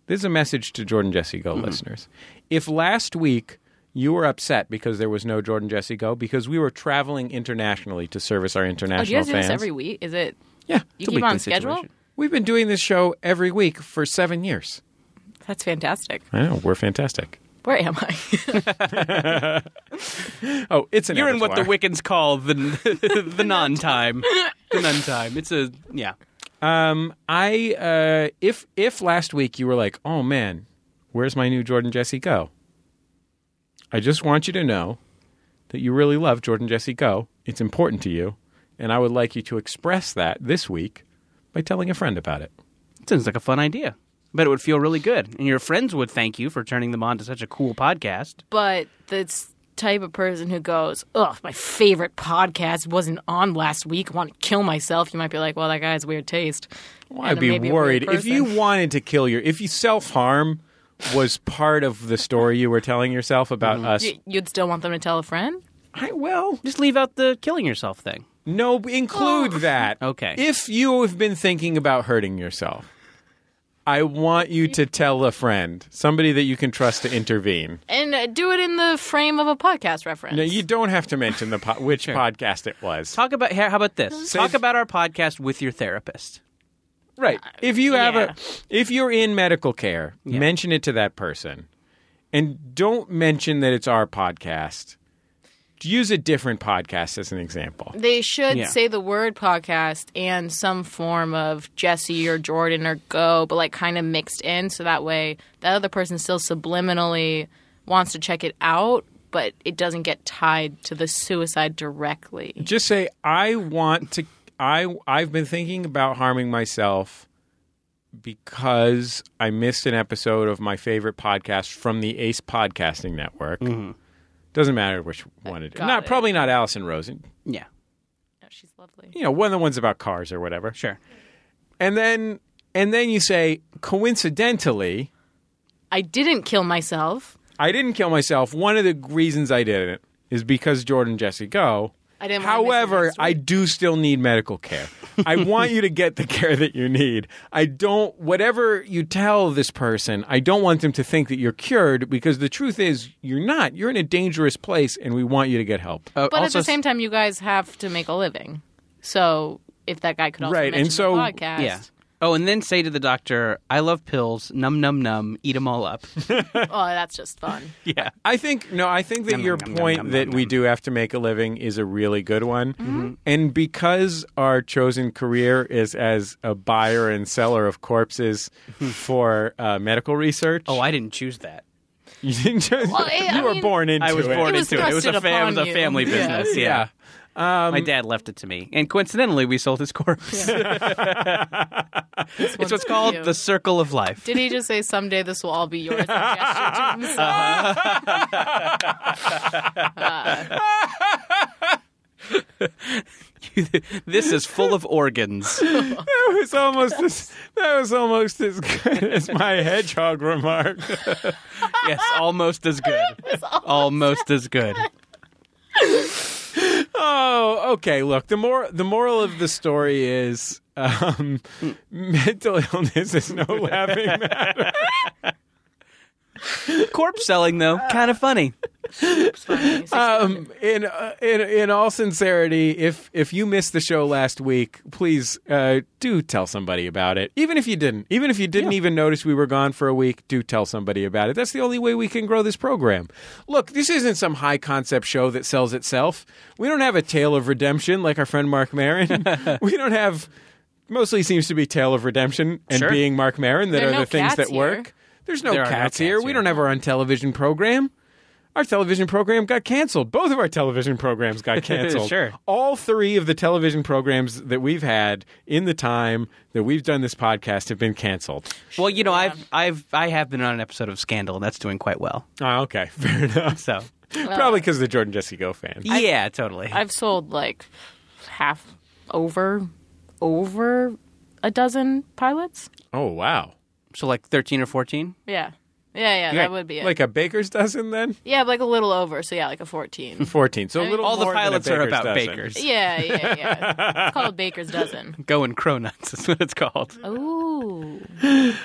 S2: this is a message to Jordan Jesse Go
S3: Mm-hmm.
S2: listeners. If last week you were upset because there was no Jordan Jesse Go because we were traveling internationally to service our international
S4: Oh, do you guys do
S2: fans.
S4: this every week? Is it?
S2: yeah,
S4: You
S3: It's a
S4: keep on
S3: weekly
S4: schedule?
S3: situation.
S2: we've been doing this show every week for seven years.
S4: That's fantastic.
S2: I know we're fantastic.
S4: Where am I?
S2: Oh, it's an
S3: You're in what the
S2: abattoir.
S3: Wiccans call the the non time. The nun time. It's a yeah.
S2: Um, I uh, if if last week you were like, oh man, where's my new Jordan Jesse Go? I just want you to know that you really love Jordan Jesse Go. It's important to you, and I would like you to express that this week by telling a friend about it.
S3: Sounds like a fun idea. But it would feel really good. And your friends would thank you for turning them on to such a cool podcast.
S4: but the type of person who goes, "Ugh, my favorite podcast wasn't on last week. I want to kill myself." You might be like, "Well, that guy has weird taste."
S2: Well, I'd
S4: And
S2: be
S4: maybe a
S2: worried
S4: weird
S2: if you
S4: person.
S2: wanted to kill your if you self harm was part of the story you were telling yourself about us.
S4: You- You'd still want them to tell a friend.
S2: I, well,
S3: Just leave out the killing yourself thing.
S2: No, include that.
S3: Oh. Okay.
S2: If you have been thinking about hurting yourself, I want you to tell a friend, somebody that you can trust to intervene.
S4: and uh, do it in the frame of a podcast reference.
S2: Now, you don't have to mention the po- which podcast it was.
S3: Talk about here, how about this? Talk about our podcast with your therapist.
S2: Right. If you have
S4: yeah.
S2: a if you're in medical care, mention it to that person. And don't mention that it's our podcast. Use a different podcast as an example.
S4: they should
S3: Yeah.
S4: say the word podcast and some form of Jesse or Jordan or Go, but like kind of mixed in, so that way that other person still subliminally wants to check it out, but it doesn't get tied to the suicide directly.
S2: just say i want to i i've been thinking about harming myself because i missed an episode of my favorite podcast from the ace podcasting network doesn't matter which one it is
S4: Got
S2: not
S4: it.
S2: probably not allison rosen
S3: Yeah,
S4: No, she's lovely.
S2: you know one of the ones about cars or whatever
S3: sure.
S2: and then and then you say coincidentally
S4: I didn't kill myself.
S2: i didn't kill myself one of the reasons i didn't is because jordan jesse go
S4: I didn't. wanna miss the
S2: However,
S4: next
S2: I
S4: week.
S2: do still need medical care. I want you to get the care that you need. I don't, whatever you tell this person, I don't want them to think that you're cured because the truth is you're not. You're in a dangerous place and we want you to get help.
S3: Uh,
S4: But
S3: also,
S4: at the same time, you guys have to make a living. So if that guy could also
S2: Right, and
S4: mention the
S2: so-
S4: podcast,
S3: yeah. Oh, and then say to the doctor, "I love pills. Num num num. Eat them all up."
S4: oh, that's just fun.
S3: yeah.
S2: I think, no, I think that
S3: Nom,
S2: your
S3: nom, nom,
S2: point
S3: nom, nom,
S2: that we
S3: nom.
S2: do have to make a living is a really good one.
S3: Mm-hmm.
S2: And because our chosen career is as a buyer and seller of corpses for uh, medical research,
S3: Oh, I didn't choose that.
S2: you, didn't just,
S4: I-
S2: you
S4: I
S2: were
S4: mean-
S2: born into
S3: I was
S2: it.
S3: born
S4: It was
S3: into it. It was a,
S4: thrusted
S3: fam- it was
S4: upon
S3: a
S4: you.
S3: family
S4: Yeah.
S3: business. Yeah.
S2: Um,
S3: My dad left it to me, and coincidentally, we sold his corpse. it's what's
S4: for
S3: called
S4: you.
S3: the circle of life.
S4: Did he just say someday this will all be yours? as a gesture to himself?
S3: this is full of organs.
S2: That was almost as that was almost as good as my hedgehog remark.
S3: yes, almost as good. almost as good.
S2: Oh, okay. Look, the more the moral of the story is um, mental illness is no laughing matter.
S3: Corpse selling though, kind of funny.
S4: It's fine. Six
S2: Um, in uh, in in all sincerity, if if you missed the show last week, please uh, do tell somebody about it. Even if you didn't, even if you didn't even notice we were gone for a week, do tell somebody about it. That's the only way we can grow this program. Look, this isn't some high concept show that sells itself. We don't have a tale of redemption like our friend Mark Marin. we don't have. Mostly seems to be tale of redemption and
S3: Sure.
S2: being Mark Marin that
S4: There are
S2: are
S4: no
S2: the things that
S4: cats here.
S2: work. There's no
S3: There are no
S2: cats,
S3: cats
S2: here. We
S3: here.
S2: don't have our own television program. Our television program got canceled. Both of our television programs got canceled.
S3: Sure.
S2: All three of the television programs that we've had in the time that we've done this podcast have been canceled.
S3: Well, you know, I've I've I have been on an episode of Scandal, and that's doing quite well.
S2: Oh, okay. Fair enough.
S3: So
S2: Probably because the Jordan Jesse Go fan.
S3: yeah, totally.
S4: I've sold like half over over a dozen pilots.
S2: Oh, wow.
S3: so like thirteen or fourteen.
S4: Yeah. Yeah, yeah, that would be it.
S2: Like a baker's dozen then?
S4: yeah, like a little over. So yeah, like a 14.
S2: 14. So a little
S3: All the
S2: more than a
S3: pilots are
S2: baker's
S3: about
S2: dozen.
S3: bakers.
S4: yeah, yeah, yeah. It's called Baker's Dozen.
S3: Go and crow nuts is what it's called.
S4: Ooh.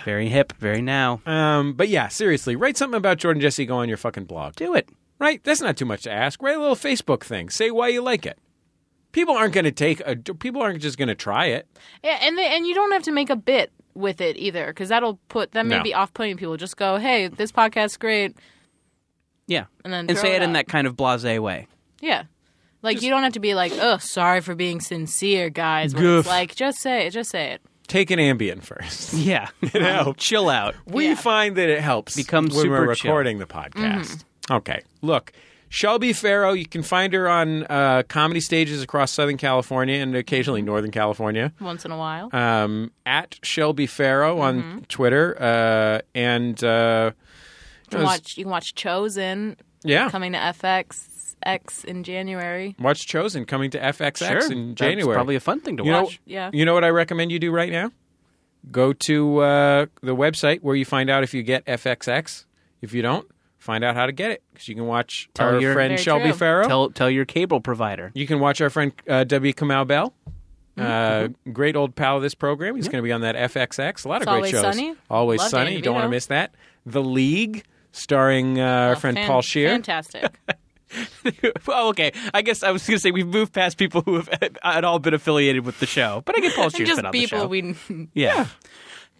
S3: Very hip, very now.
S2: Um, but yeah, seriously, write something about Jordan Jesse Go on your fucking blog.
S3: Do it.
S2: Right? That's not too much to ask. Write a little Facebook thing. Say why you like it. People aren't going to take a, people aren't just going to try it.
S4: Yeah, and they, and you don't have to make a bit with it either because that'll put that may
S2: No.
S4: be off-putting to people. Just go, hey, this podcast's great.
S3: Yeah,
S4: And then
S3: and
S4: throw
S3: say
S4: it
S3: it in
S4: out.
S3: that kind of blasé way.
S4: Yeah. Like you don't have to be like, oh, sorry for being sincere, guys. Where
S2: Goof.
S4: It's like just say it, just say it.
S2: Take an Ambien first.
S3: Yeah, chill out.
S2: We
S4: Yeah.
S2: find that it helps
S3: Become
S2: when
S3: super
S2: we're
S3: chill.
S2: recording the podcast.
S4: Mm-hmm.
S2: Okay, look, Shelby Farrow. You can find her on uh, comedy stages across Southern California and occasionally
S4: Mm-hmm.
S2: Northern California.
S4: Once in a while,
S2: Um, at Shelby Farrow on
S4: Mm-hmm.
S2: Twitter, uh, and uh,
S4: you can watch you can watch Chosen
S2: yeah,
S4: coming to FX X in January.
S2: watch Chosen coming to FXX in
S3: That's
S2: January.
S3: probably a fun thing to
S2: you know,
S3: watch.
S4: Yeah.
S2: you know what I recommend you do right now? Go to uh, the website where you find out if you get FXX. If you don't, find out how to get it because you can watch
S3: Tell
S2: our
S3: your-
S2: friend
S4: Very
S2: Shelby
S4: true.
S2: Farrow.
S3: Tell tell your cable provider.
S2: you can watch our friend uh, W. Kamau Bell. Uh, great old pal of this program. He's going to be on that FXX. A lot of great
S4: Mm-hmm. It's Always
S2: shows.
S4: Sunny.
S2: Always
S4: Love
S2: sunny.
S4: Dan
S2: You don't want to
S4: DeVito.
S2: miss that. The League, starring uh, our friend
S4: Oh, Fan-
S2: Paul Shear.
S4: Fantastic.
S3: oh, okay. I guess I was going to say we've moved past people who have at all been affiliated with the show, but I get Paul Shear's
S4: just
S3: been on the
S4: people
S3: show.
S4: we
S3: Yeah.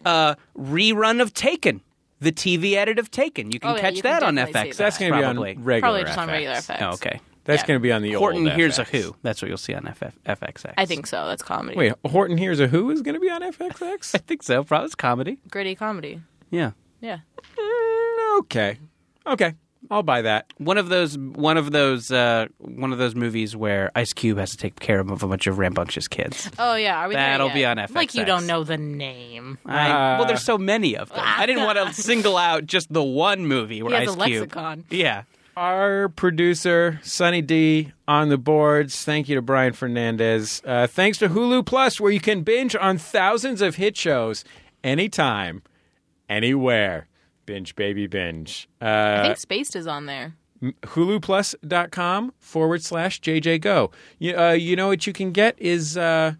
S3: Uh, rerun of Taken, the TV edit of Taken. You can
S4: Oh, yeah,
S3: catch
S4: you can
S3: that on
S4: definitely see
S3: FX.
S4: that.
S2: That's going to be on
S3: probably.
S2: regular
S4: probably just on regular
S2: FX.
S4: FX.
S3: Oh, okay.
S2: That's
S4: Yeah.
S2: going to be on the
S3: Horton
S2: old
S3: Hears a
S2: FX.
S3: Who. That's what you'll see on FF, FXX.
S4: I think so. That's comedy.
S2: Wait, Horton Hears a Who is going to be on FXX?
S3: I think so. Probably it's comedy.
S4: Gritty comedy.
S3: Yeah.
S4: Yeah.
S2: Mm, okay. Okay. I'll buy that.
S3: One of those, one of those, uh, one of those movies where Ice Cube has to take care of a bunch of rambunctious kids.
S4: Oh yeah. Are we there
S3: That'll
S4: yet?
S3: be on
S4: Like you
S3: FXX.
S4: don't know the name.
S2: Uh,
S3: I, well, there's so many of them. I didn't want to single out just the one movie where
S4: He has
S3: Ice
S4: a lexicon.
S3: Cube. Yeah.
S2: Our producer, Sunny D, on the boards. Thank you to Brian Fernandez. Uh, thanks to Hulu Plus, where you can binge on thousands of hit shows anytime, anywhere. Binge, baby, binge. Uh,
S4: I think Spaced is on there.
S2: huluplus.com forward slash jjgo. You, uh, you know what you can get is, uh,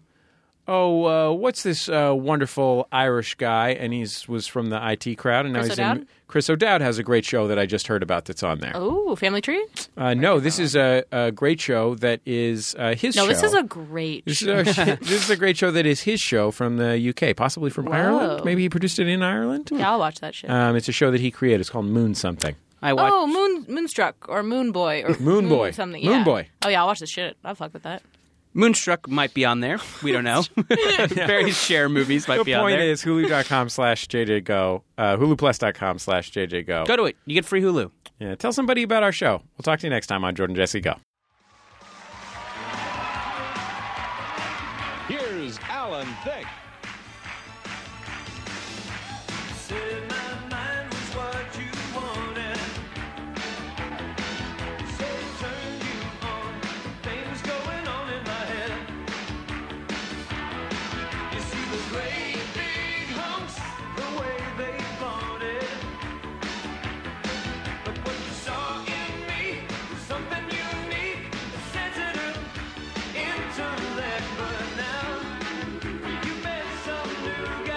S2: oh, uh, what's this uh, wonderful Irish guy? And he's was from the IT crowd, and now
S4: Chris
S2: he's in.
S4: O'Dowd?
S2: Chris O'Dowd has a great show that I just heard about that's on there.
S4: Oh, Family Tree.
S2: Uh, no, this is a, a great show that is uh, his
S4: No,
S2: show.
S4: this is a great.
S2: This is, a, this is a great show that is his show from the UK, possibly from Ireland. Maybe he produced it in Ireland.
S4: Yeah, I'll watch that shit.
S2: Um, it's a show that he created. It's called Moon Something.
S3: I watched.
S4: oh, Moon Moonstruck or Moon Boy or
S2: Moon Boy.
S4: something.
S2: Moon
S4: yeah.
S2: Boy.
S4: Oh yeah, I'll watch the shit. I fuck with that.
S3: Moonstruck might be on there. We don't know. Various share movies might
S2: the
S3: be on
S2: point
S3: there.
S2: is hulu.com slash jjgo uh, huluplus.com slash jjgo
S3: Go to it. You get free Hulu.
S2: yeah, tell somebody about our show we'll talk to you next time on jordan jesse go
S7: Here's Alan Thick.
S8: Something unique, sensitive, intellect, but now you may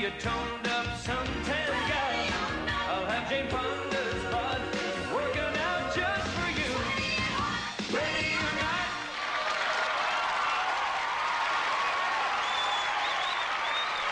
S8: your toned up suntan guy. I'll have Jane Fonda's pod working out just for you. Ready or not,
S7: MaximumFun.org.